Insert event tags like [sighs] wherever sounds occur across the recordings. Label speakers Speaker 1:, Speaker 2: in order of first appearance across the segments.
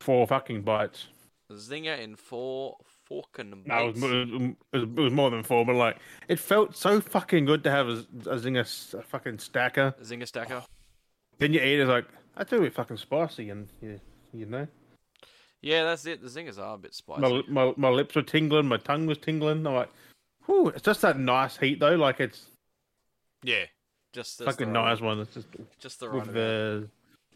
Speaker 1: Four fucking bites.
Speaker 2: Zinger in four fucking
Speaker 1: No, it
Speaker 2: bites.
Speaker 1: was, mo- it was- it was more than four, but like it felt so fucking good to have a, a zinger s- a fucking stacker.
Speaker 2: Zinger stacker.
Speaker 1: Then you eat it's like that's a bit fucking spicy, and you you know
Speaker 2: Yeah, that's it. The zingers are a bit spicy.
Speaker 1: my, li- my my lips were tingling, my tongue was tingling. I'm like, whew, it's just that nice heat though. Like it's
Speaker 2: yeah, just that's the
Speaker 1: fucking
Speaker 2: right-
Speaker 1: nice one. It's just
Speaker 2: Just the right.
Speaker 1: with the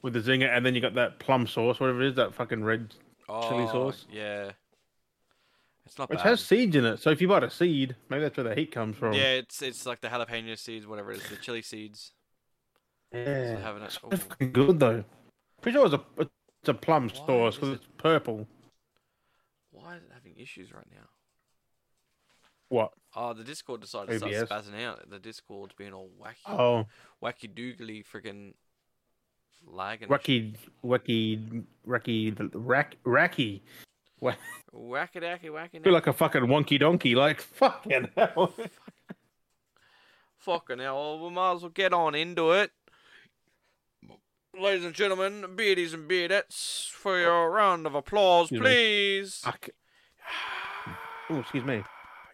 Speaker 1: with the zinger, and then you got that plum sauce, whatever it is, that fucking red,
Speaker 2: amount.
Speaker 1: chili
Speaker 2: Oh,
Speaker 1: sauce.
Speaker 2: Yeah, it's not
Speaker 1: which
Speaker 2: bad.
Speaker 1: has seeds in it. So if you bite a seed, maybe that's where the heat comes from.
Speaker 2: Yeah, it's it's like the jalapeno seeds, whatever it is, the chili seeds. So
Speaker 1: yeah.
Speaker 2: having it.
Speaker 1: It's
Speaker 2: ooh.
Speaker 1: fucking good though. Pretty sure it's a it's a plum
Speaker 2: Why
Speaker 1: sauce
Speaker 2: is
Speaker 1: because
Speaker 2: it-
Speaker 1: it's purple.
Speaker 2: Why is it having issues right now?
Speaker 1: What?
Speaker 2: Oh, the Discord decided to
Speaker 1: OBS.
Speaker 2: start spazzing out. The Discord's being all wacky,
Speaker 1: Oh,
Speaker 2: wacky doogly, freaking lagging. and shit.
Speaker 1: wacky, wacky, wacky, rack, racky. [laughs]
Speaker 2: wacky, wacky, wacky.
Speaker 1: Feel like a fucking wonky donkey. Like fucking hell.
Speaker 2: Fucking hell, we might as well get on into it. Ladies and gentlemen, beardies and beardettes, for your round of applause,
Speaker 1: Excuse me.
Speaker 2: please.
Speaker 1: [sighs] Fuck. Oh, excuse me.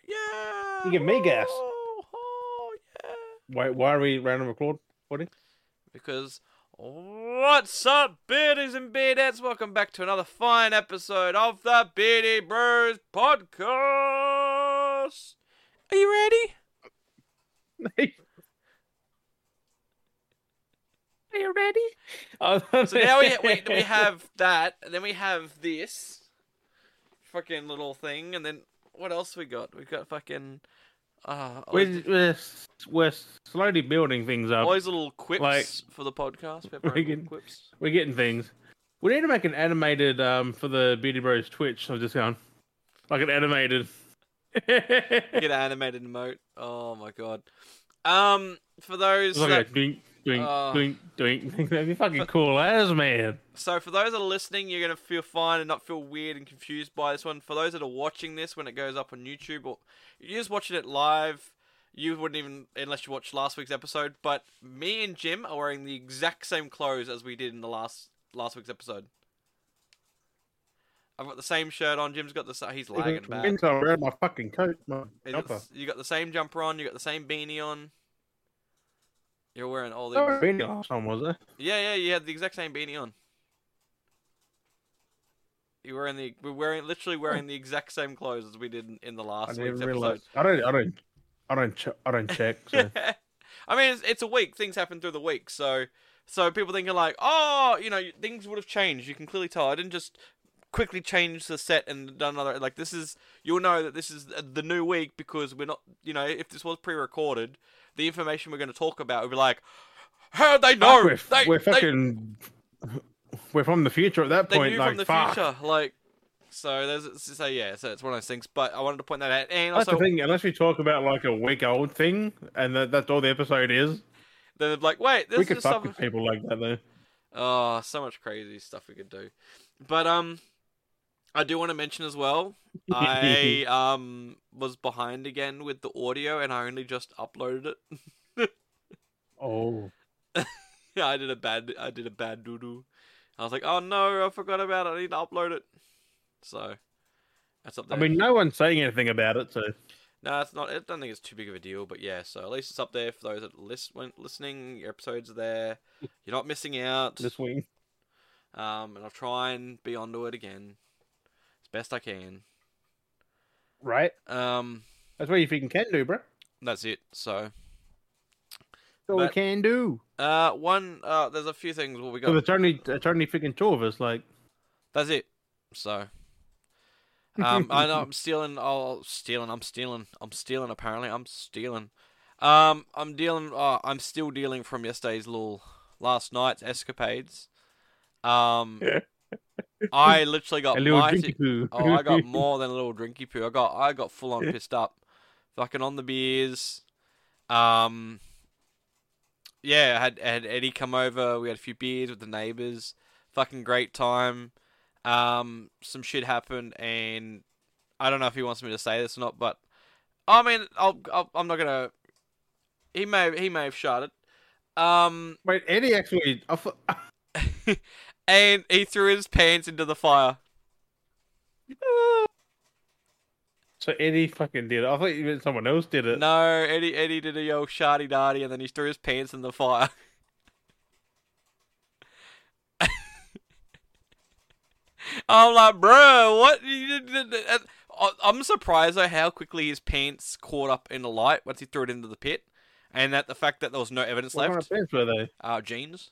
Speaker 2: Yeah.
Speaker 1: You give me gas.
Speaker 2: Oh, oh, yeah.
Speaker 1: Why? Why are we random record?
Speaker 2: Because what's up, beardies and beardettes? Welcome back to another fine episode of the Beardy Bros podcast. Are you ready?
Speaker 1: [laughs] Are you ready? Oh,
Speaker 2: So now we, we,
Speaker 1: [laughs]
Speaker 2: we have that, and then we have this fucking little thing, and then what else we got? We got fucking uh, all
Speaker 1: We're,
Speaker 2: these,
Speaker 1: we're, we're slowly building things up.
Speaker 2: all these little quips
Speaker 1: Uh, like-
Speaker 2: for the podcast. We have our own little
Speaker 1: Friggin-
Speaker 2: quips.
Speaker 1: We're getting things. We need to make an animated um for the Beauty Bros Twitch. I'm just going like an animated. [laughs]
Speaker 2: Get an animated emote. Oh my god. Um, for those
Speaker 1: It's like
Speaker 2: that
Speaker 1: a doink, doink,
Speaker 2: Oh.
Speaker 1: doink, doink. [laughs] That'd be fucking cool as man.
Speaker 2: So for those that are listening, you're gonna feel fine and not feel weird and confused by this one. For those that are watching this when it goes up on YouTube or you're just watching it live, you wouldn't even unless you watched last week's episode. But me and Jim are wearing the exact same clothes as we did in the last last week's episode. I've got the same shirt on. Jim's got the sa- he's lagging back.
Speaker 1: Winter, I'm wearing my fucking coat, my
Speaker 2: You got,
Speaker 1: jumper.
Speaker 2: the- you got the same jumper on. You got the same beanie on. You're wearing all the
Speaker 1: That was really last time, was it?
Speaker 2: Yeah, yeah, you had the exact same beanie on. You were in the we're wearing literally wearing the exact same clothes as we did in, in the
Speaker 1: I
Speaker 2: last
Speaker 1: didn't
Speaker 2: week's
Speaker 1: even
Speaker 2: episode.
Speaker 1: realize. I don't. I don't. I don't. Ch- I don't check.
Speaker 2: [laughs]
Speaker 1: So.
Speaker 2: I mean, it's, it's a week. Things happen through the week, so so people thinking like, oh, you know, you- things would have changed. You can clearly tell. I didn't just quickly change the set and done another. Like this is you'll know that this is th- the new week because we're not. You know, if this was pre-recorded, the information we're going to talk about would be like, how they know?
Speaker 1: Fuck, we're,
Speaker 2: They-
Speaker 1: we're
Speaker 2: they-
Speaker 1: fucking. We're from the future at that
Speaker 2: they
Speaker 1: point.
Speaker 2: knew
Speaker 1: like,
Speaker 2: from the
Speaker 1: fuck.
Speaker 2: future. Like, so there's so yeah, so it's one of those things. But I wanted to point that out, and
Speaker 1: That's
Speaker 2: also
Speaker 1: the thing. Unless we talk about like a week old thing, and that, that's all the episode is,
Speaker 2: they're like, wait,
Speaker 1: we
Speaker 2: this
Speaker 1: could
Speaker 2: is
Speaker 1: fuck
Speaker 2: stuff.
Speaker 1: with people like that though.
Speaker 2: Oh, so much crazy stuff we could do. But um, I do want to mention as
Speaker 1: [laughs]
Speaker 2: well. [laughs] I um was behind again with the audio, and I only just uploaded it. [laughs]
Speaker 1: Oh,
Speaker 2: Yeah, I did a bad. I did a bad doo doo. I was like, oh no, I forgot about it. I need to upload it. So that's up
Speaker 1: I
Speaker 2: there.
Speaker 1: mean, no one's saying anything about it, so
Speaker 2: No, it's not. I don't think it's too big of a deal, but yeah. So at least it's up there for those that list, went listening. Your episodes are there. You're not missing out.
Speaker 1: this week.
Speaker 2: Um, and I'll try and be onto it again as best I can.
Speaker 1: Right?
Speaker 2: Um,
Speaker 1: That's what you think you can do, bro.
Speaker 2: that's it. So,
Speaker 1: That's all we
Speaker 2: But-
Speaker 1: can do.
Speaker 2: uh, one. Uh, there's a few things. What we
Speaker 1: Because
Speaker 2: got?
Speaker 1: it's only it's only freaking two of us. Like,
Speaker 2: That's it. So, um, I know I'm stealing. Oh, stealing. I'm stealing. I'm stealing. Apparently, I'm stealing. Um, I'm dealing. Uh, I'm still dealing from yesterday's little last night's escapades. Um, I literally got
Speaker 1: a little
Speaker 2: lighted.
Speaker 1: drinky poo.
Speaker 2: Oh,
Speaker 1: [laughs]
Speaker 2: I got more than a little drinky poo. I got I got full on pissed up, fucking on the beers. Um, yeah, I had I had Eddie come over. We had a few beers with the neighbors. Fucking great time. Um, some shit happened, and I don't know if he wants me to say this or not, but I mean, I'll, I'll I'm not gonna. He may he may have shot it. Um,
Speaker 1: Wait, Eddie actually. I thought-
Speaker 2: and he threw his pants into the fire.
Speaker 1: So Eddie fucking did it. I thought you meant someone else did it.
Speaker 2: No, Eddie Eddie did a old shardy darty and then he threw his pants in the fire. [laughs] I'm like, bro, what? you did- did- and I- I'm surprised though how quickly his pants caught up in the light once he threw it into the pit, and that the fact that there was no evidence
Speaker 1: What kind of
Speaker 2: left.
Speaker 1: fans were they?
Speaker 2: Uh, jeans.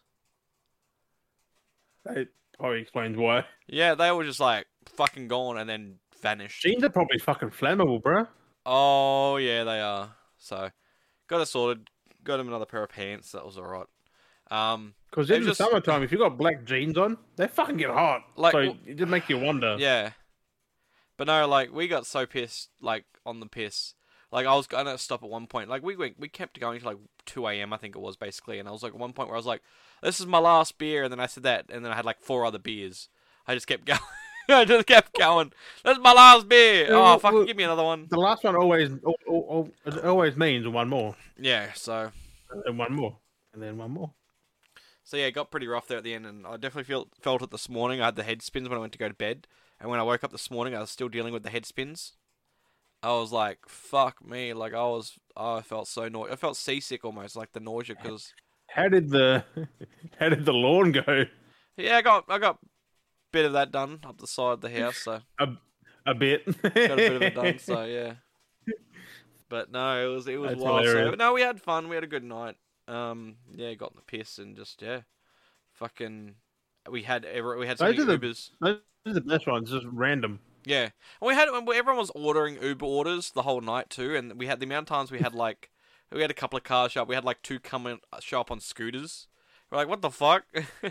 Speaker 1: That probably explains why.
Speaker 2: Yeah, they were just like fucking gone and then vanished.
Speaker 1: Jeans are probably fucking flammable, bro.
Speaker 2: Oh yeah, they are. So got it sorted. Got him another pair of pants. That was alright. Um,
Speaker 1: Because
Speaker 2: They
Speaker 1: in the
Speaker 2: just-
Speaker 1: summertime, if you got black jeans on, they fucking get hot. Like,
Speaker 2: Like,
Speaker 1: so
Speaker 2: w-
Speaker 1: it did make you wonder.
Speaker 2: yeah, but no, like we got so pissed, like on the piss. Like I was gonna stop at one point. Like we went, we kept going to like two a.m. I think it was basically, and I was like at one point where I was like, "This is my last beer," and then I said that, and then I had like four other beers. I just kept [laughs] going. I just kept going. That's my last beer.
Speaker 1: Yeah,
Speaker 2: Oh,
Speaker 1: well,
Speaker 2: fucking
Speaker 1: well-
Speaker 2: give me another one.
Speaker 1: The last one always al- al- al- it always means one more,
Speaker 2: Yeah. So
Speaker 1: and then one more, and then one more.
Speaker 2: So yeah, it got pretty rough there at the end, and I definitely felt felt it this morning. I had the head spins when I went to go to bed, and when I woke up this morning, I was still dealing with the head spins. I was like, "Fuck me!" Like I was, I felt so nauseous. I felt seasick almost, like the nausea. Because
Speaker 1: How did the [laughs] how did the lawn go?
Speaker 2: [laughs] yeah, I got I got a bit of that done up the side of the house, so
Speaker 1: A bit.
Speaker 2: got a bit of it done. So yeah, but no, it was it was
Speaker 1: That's
Speaker 2: wild. So
Speaker 1: hilarious.
Speaker 2: no, we had fun. We had a good night. Um, yeah, got in the piss and just yeah, fucking. We had ever we had so
Speaker 1: [laughs] Those
Speaker 2: many
Speaker 1: are the-
Speaker 2: Ubers.
Speaker 1: This is the best one. It's just random.
Speaker 2: Yeah, and we had when everyone was ordering Uber orders the whole night too, and we had the amount of times we had like we had a couple of cars show up. We had like two come in show up on scooters. We're like, what the fuck? [laughs]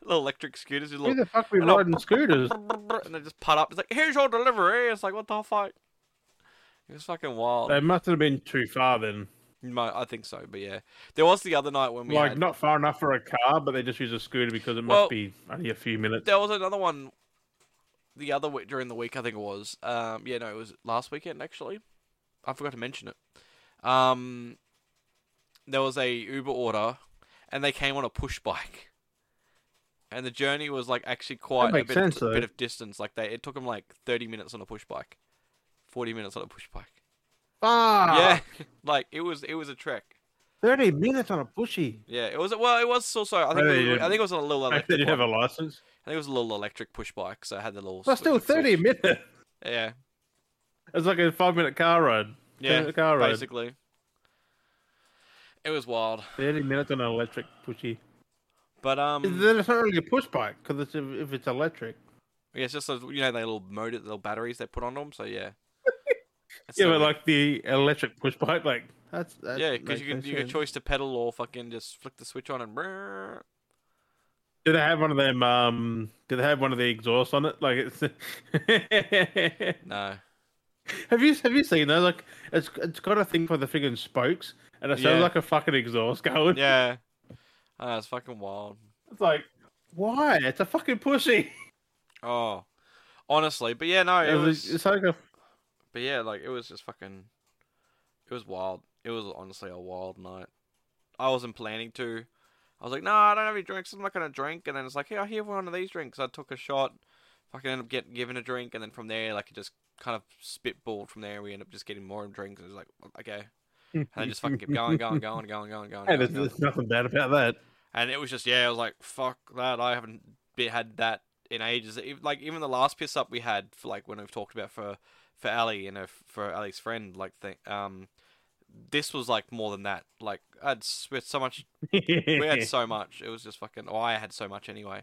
Speaker 2: little electric scooters, with
Speaker 1: Who
Speaker 2: little
Speaker 1: the fuck be
Speaker 2: I know.
Speaker 1: riding scooters?
Speaker 2: and they just put up. It's like, here's your delivery. It's like, what the fuck? It was fucking wild.
Speaker 1: They must have been too far then.
Speaker 2: Mo- I think so, but yeah, there was the other night when we
Speaker 1: Like
Speaker 2: had,
Speaker 1: not far enough for a car, but they just use a scooter because it must
Speaker 2: Well-
Speaker 1: be only a few minutes.
Speaker 2: there was another one the other week during the week I think it was um yeah no it was last weekend actually I forgot to mention it um there was a Uber order and they came on a push bike and the journey was like actually quite a
Speaker 1: makes
Speaker 2: bit,
Speaker 1: sense,
Speaker 2: of,
Speaker 1: though.
Speaker 2: bit of distance like they it took them like 30 minutes on a push bike 40 minutes on a push bike
Speaker 1: Ah,
Speaker 2: yeah [laughs] like it was it was a trek
Speaker 1: thirty minutes on a pushy.
Speaker 2: yeah it was well it was also I think
Speaker 1: Maybe
Speaker 2: it
Speaker 1: they
Speaker 2: was, I
Speaker 1: didn't-
Speaker 2: think it was a little
Speaker 1: They
Speaker 2: electric
Speaker 1: didn't
Speaker 2: one.
Speaker 1: have a license.
Speaker 2: I think it was a little electric push bike so I had the little
Speaker 1: But still,
Speaker 2: switch and
Speaker 1: thirty
Speaker 2: switch.
Speaker 1: minutes. [laughs]
Speaker 2: yeah
Speaker 1: It's like a five-minute car ride.
Speaker 2: Yeah,
Speaker 1: Kinda car ride.
Speaker 2: basically. It was wild,
Speaker 1: Thirty minutes on an electric pushy.
Speaker 2: but um,
Speaker 1: Then it's not really a push bike because it's, if it's electric.
Speaker 2: yeah, it's just those, you know they little motor, little batteries they put on them. So yeah.
Speaker 1: [laughs]
Speaker 2: It's
Speaker 1: Yeah,
Speaker 2: so
Speaker 1: but
Speaker 2: weird.
Speaker 1: like the electric push bike, like that's, that's
Speaker 2: yeah, because you can you get a choice to pedal or fucking just flick the switch on and. brrrr.
Speaker 1: Do they have one of them? Um, do they have one of the exhausts on it? Like [laughs] it's.
Speaker 2: No.
Speaker 1: have you have you seen those? Like it's it's got a thing for the freaking spokes, and it sounds
Speaker 2: Yeah.
Speaker 1: like a fucking exhaust going. [laughs]
Speaker 2: Yeah. Oh, it's fucking wild.
Speaker 1: It's like why? It's a fucking pushy.
Speaker 2: Oh, honestly, but yeah, no, it,
Speaker 1: It
Speaker 2: was.
Speaker 1: was, it's like a
Speaker 2: But yeah, like it was just fucking, it was wild. It was honestly a wild night. I wasn't planning to. I was like, no, I don't have any drinks. I'm not gonna drink. And then it's like, here, I have one of these drinks. I took a shot. Fucking end up getting given a drink, and then from there, like it just kind of spitballed from there. We end up just getting more drinks. And it's like, okay, and I just fucking kept
Speaker 1: [laughs]
Speaker 2: going, going, going, going, going, going.
Speaker 1: Hey,
Speaker 2: going,
Speaker 1: there's,
Speaker 2: going.
Speaker 1: there's nothing bad about that.
Speaker 2: And it was just yeah, I was like, fuck that. I haven't be- had that in ages. Ev- Like even the last piss up we had for like when we've talked about for for Ali and her, for Ali's friend, like thing. Um, this was like more than that. Like I'd spit so much. We
Speaker 1: [laughs]
Speaker 2: had so much. It was just fucking. Oh, I had so much anyway.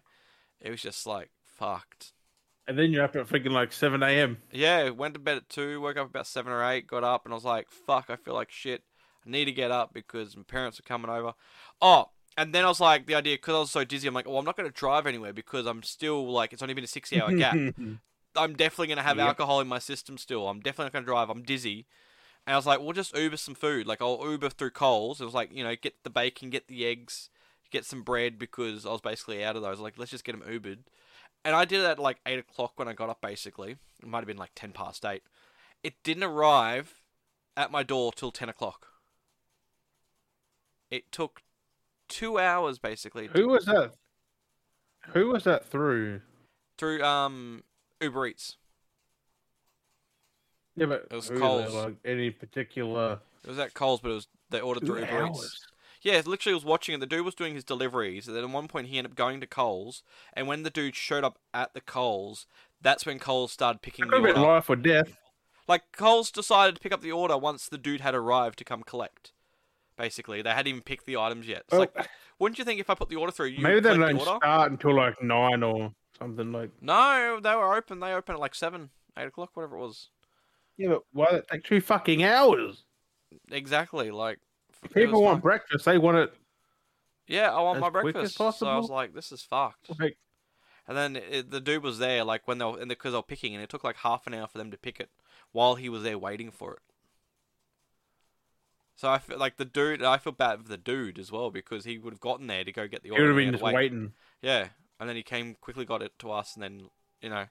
Speaker 2: It was just like fucked.
Speaker 1: and then you're up at freaking like seven a.m.
Speaker 2: Yeah, went to bed at two. Woke up about seven or eight. Got up and I was like, fuck. I feel like shit. I need to get up because my parents are coming over. Oh, and then I was like, the idea because I was so dizzy. I'm like, oh, I'm not going to drive anywhere because I'm still like, it's only been a six hour
Speaker 1: [laughs]
Speaker 2: gap. I'm definitely going to have
Speaker 1: Yep.
Speaker 2: alcohol in my system still. I'm definitely not going to drive. I'm dizzy. And I was like, we'll just Uber some food. Like, I'll Uber through Coles. It was like, you know, get the bacon, get the eggs, get some bread because I was basically out of those. Like, let's just get them Ubered. And I did it at like 8 o'clock when I got up, basically. It might have been like 10 past 8. It didn't arrive at my door till 10 o'clock. It took two hours, basically.
Speaker 1: Who was that? Who was that through?
Speaker 2: through um Uber Eats.
Speaker 1: Yeah, but
Speaker 2: It was
Speaker 1: who,
Speaker 2: Coles.
Speaker 1: Like any particular
Speaker 2: It was at Coles, but it was they ordered
Speaker 1: Two
Speaker 2: through Uber Eats.
Speaker 1: hours?
Speaker 2: Yeah, literally was watching it. The dude was doing his deliveries, and then at one point he ended up going to Coles, and when the dude showed up at the Coles, that's when Coles started picking the
Speaker 1: Could have been
Speaker 2: order.
Speaker 1: life or death.
Speaker 2: Like Coles decided to pick up the order once the dude had arrived to come collect. Basically, they hadn't even picked the items yet. It's
Speaker 1: Well,
Speaker 2: like, wouldn't you think if I put the order through, you
Speaker 1: Oh. maybe
Speaker 2: would
Speaker 1: they
Speaker 2: collect
Speaker 1: don't
Speaker 2: the order?
Speaker 1: start until like nine or something like.
Speaker 2: No, they were open. They opened at like seven, eight o'clock, whatever it was.
Speaker 1: Yeah, but why did it take two fucking hours?
Speaker 2: Exactly, like f-
Speaker 1: If
Speaker 2: it was
Speaker 1: people want
Speaker 2: fucked.
Speaker 1: breakfast. They want it.
Speaker 2: Yeah, I want
Speaker 1: as
Speaker 2: my
Speaker 1: quick as
Speaker 2: breakfast. So I was
Speaker 1: possible.
Speaker 2: like, this is fucked.
Speaker 1: Like,
Speaker 2: And then it, the dude was there, like when they were, because they were picking, and it took like half an hour for them to pick it, while he was there waiting for it. So I feel like the dude, I feel bad for the dude as well because he would have gotten there to go get the
Speaker 1: it
Speaker 2: order.
Speaker 1: would have
Speaker 2: and he
Speaker 1: been
Speaker 2: had
Speaker 1: just
Speaker 2: to wait.
Speaker 1: waiting.
Speaker 2: Yeah, and then he came quickly, got it to us, and then you know,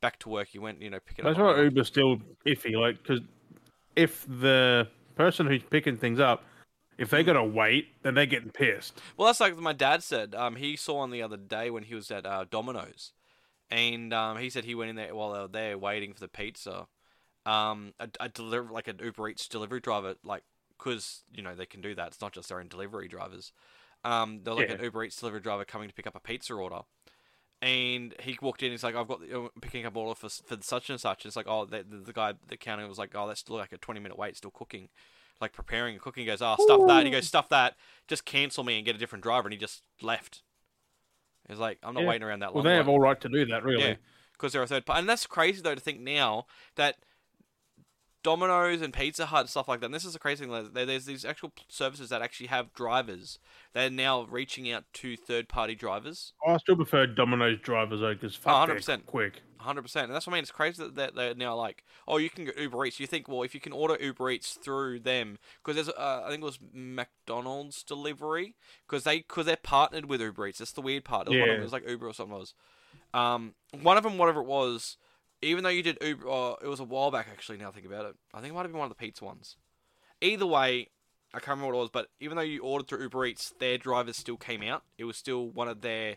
Speaker 2: back to work. He went, you know, pick it
Speaker 1: That's
Speaker 2: up.
Speaker 1: why Uber's still iffy. Like, because if the person who's picking things up, if
Speaker 2: Hmm.
Speaker 1: they gotta wait, then they're getting pissed.
Speaker 2: Well, that's like my dad said. Um, he saw one the other day when he was at uh, Domino's, and um, he said he went in there while they were there waiting for the pizza. Um, a, a deliver like an Uber Eats delivery driver, like because you know they can do that. It's not just their own delivery drivers. Um, they're like
Speaker 1: Yeah.
Speaker 2: an Uber Eats delivery driver coming to pick up a pizza order, and he walked in. He's like, "I've got the, I'm picking up order for s- for such and such." It's like, "Oh, the, the, the guy the counter was like, oh, that's still like a twenty minute wait, still cooking, like preparing and cooking." He goes, "Oh, stuff that." He goes, "Stuff that." Just cancel me and get a different driver, and he just left. He's like, "I'm not
Speaker 1: Yeah.
Speaker 2: waiting around that
Speaker 1: Well,
Speaker 2: long."
Speaker 1: they
Speaker 2: like-
Speaker 1: have all right to do that, really.
Speaker 2: yeah, because they're a third party, and that's crazy though to think now that Domino's and Pizza Hut and stuff like that. And this is the crazy thing. like, there- There's these actual p- services that actually have drivers. They're now reaching out to third party drivers.
Speaker 1: I still prefer Domino's drivers though, because
Speaker 2: Oh,
Speaker 1: fuck,
Speaker 2: 100%.
Speaker 1: percent quick.
Speaker 2: 100%. And that's what I mean. It's crazy that that they're now like, oh, you can get Uber Eats. You think, well, if you can order Uber Eats through them, because there's, uh, I think it was McDonald's delivery, because they, cause they're partnered with Uber Eats. That's the weird part. One of them
Speaker 1: Yeah.
Speaker 2: was like Uber or something was. Um, one of them, whatever it was, even though you did Uber, uh, it was a while back actually. Now I think about it, I think it might have been one of the pizza ones. Either way, I can't remember what it was, but even though you ordered through Uber Eats, their drivers still came out. It was still one of their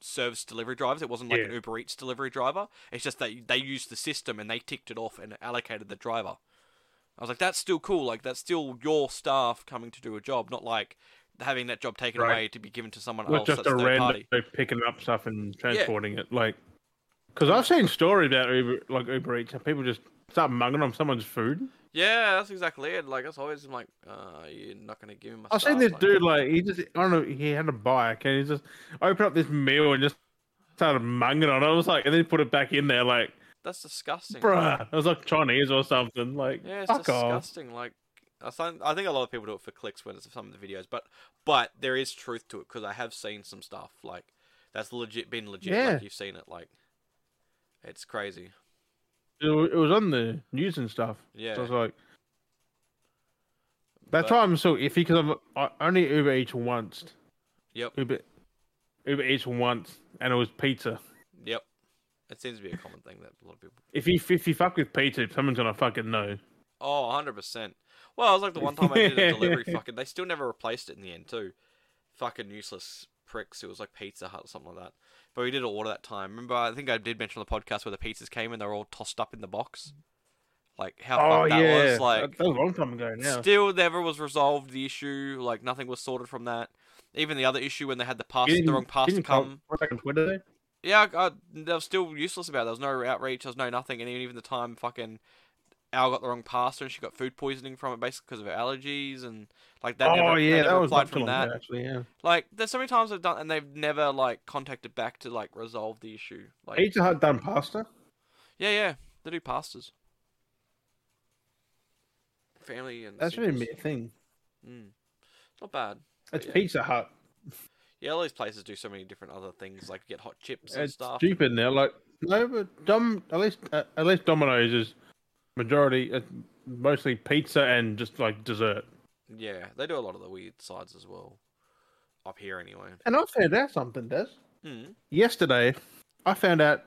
Speaker 2: service delivery drivers. It wasn't like an
Speaker 1: Yeah.
Speaker 2: Uber Eats delivery driver. It's just that they used the system and they ticked it off and allocated the driver. I was like, that's still cool. Like that's still your staff coming to do a job, not like having that job taken
Speaker 1: Right.
Speaker 2: away to be given to someone
Speaker 1: Not
Speaker 2: else.
Speaker 1: just
Speaker 2: that's
Speaker 1: a
Speaker 2: third
Speaker 1: random
Speaker 2: party.
Speaker 1: they're picking up stuff and transporting it. Like, because I've seen stories about Uber, like Uber Eats, and people just start mugging on someone's food.
Speaker 2: Yeah, that's exactly it. Like that's always I'm like, uh, you're not gonna give me my.
Speaker 1: I've seen
Speaker 2: stuff,
Speaker 1: this
Speaker 2: like-
Speaker 1: dude like he just I don't know he had a bike and he just opened up this meal and just started munging on it. I was like, and then put it back in there like,
Speaker 2: That's disgusting.
Speaker 1: bruh, it was like Chinese or something. Like,
Speaker 2: Yeah, it's
Speaker 1: fuck off.
Speaker 2: disgusting. Like, I think I think a lot of people do it for clicks when it's some of the videos, but but there is truth to it because I have seen some stuff like that's legit been legit.
Speaker 1: Yeah.
Speaker 2: Like you've seen it. Like, it's crazy.
Speaker 1: It wa- it was on the news and stuff.
Speaker 2: Yeah.
Speaker 1: So I was like, that's
Speaker 2: But-
Speaker 1: why I'm so iffy because I'm I only Uber Eats once.
Speaker 2: Yep.
Speaker 1: Uber Uber Eats once, and it was pizza.
Speaker 2: Yep. It seems to be a common thing that a lot of people.
Speaker 1: If you if you fuck with pizza, someone's gonna fucking know.
Speaker 2: Oh, 100 percent. Well, it was like the one time I
Speaker 1: [laughs]
Speaker 2: did a delivery. Fucking, they still never replaced it in the end too. Fucking useless pricks. It was like Pizza Hut or something like that. But we did an order that time. Remember, I think I did mention on the podcast where the pizzas came and they were all tossed up in the box. Like how
Speaker 1: Oh
Speaker 2: fucked that
Speaker 1: yeah,
Speaker 2: was. Like
Speaker 1: that was a long time ago now.
Speaker 2: still never was resolved the issue. Like nothing was sorted from that. Even the other issue when they had the pass, the
Speaker 1: Didn't-
Speaker 2: wrong pass to
Speaker 1: didn't Col-
Speaker 2: come.
Speaker 1: What back on Twitter? though?
Speaker 2: Yeah, I, I, they were still useless about it. There was no outreach, there was no nothing, and even, even the time fucking Al got the wrong pasta and she got food poisoning from it basically because of her allergies and like that.
Speaker 1: oh
Speaker 2: never, they
Speaker 1: yeah,
Speaker 2: never
Speaker 1: that was
Speaker 2: replied
Speaker 1: not
Speaker 2: from
Speaker 1: from
Speaker 2: that.
Speaker 1: actually. Yeah,
Speaker 2: Like, there's so many times they've done and they've never like contacted back to like resolve the issue. Like,
Speaker 1: Pizza Hut done pasta.
Speaker 2: yeah, yeah, they do pastas. Family and
Speaker 1: That should even be
Speaker 2: singles.
Speaker 1: a thing.
Speaker 2: Mm. Not bad.
Speaker 1: It's
Speaker 2: yeah.
Speaker 1: Pizza Hut.
Speaker 2: Yeah, all these places do so many different other things, like you get hot chips and
Speaker 1: It's
Speaker 2: stuff.
Speaker 1: stupid now. Like no, but Dom at least uh, at least Domino's is majority uh, mostly pizza and just like dessert.
Speaker 2: Yeah, they do a lot of the weird sides as well. Up here, anyway.
Speaker 1: And I found out something, Des.
Speaker 2: Mm.
Speaker 1: Yesterday, I found out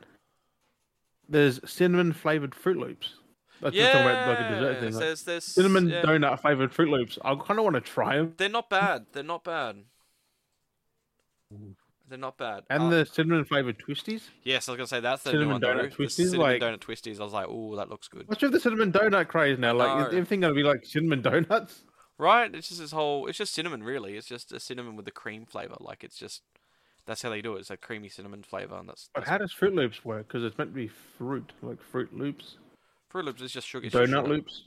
Speaker 1: there's cinnamon flavored Fruit Loops. That's just talking about like a dessert thing.
Speaker 2: Yes,
Speaker 1: like,
Speaker 2: there's- there's-
Speaker 1: cinnamon
Speaker 2: yeah.
Speaker 1: donut flavored Fruit Loops. I kind of want to try them.
Speaker 2: They're not bad. They're not bad. They're not bad.
Speaker 1: And
Speaker 2: Uh,
Speaker 1: the cinnamon flavored twisties.
Speaker 2: yes, I was gonna say that's the new
Speaker 1: Cinnamon
Speaker 2: one though.
Speaker 1: donut
Speaker 2: The
Speaker 1: twisties,
Speaker 2: cinnamon
Speaker 1: like-
Speaker 2: donut twisties. I was like, oh, that looks good.
Speaker 1: What's with the cinnamon donut craze now? Like, is
Speaker 2: know.
Speaker 1: everything gonna be like cinnamon [laughs] donuts?
Speaker 2: Right? It's just this whole. It's just cinnamon, really. It's just a cinnamon with a cream flavor. Like it's just. That's how they do it. It's a creamy cinnamon flavor, and that's.
Speaker 1: But
Speaker 2: that's
Speaker 1: how does Fruit Loops work? Because it's meant to be fruit, like Fruit Loops,
Speaker 2: Fruit Loops is just sugar. it's just
Speaker 1: donut
Speaker 2: sugar.
Speaker 1: loops.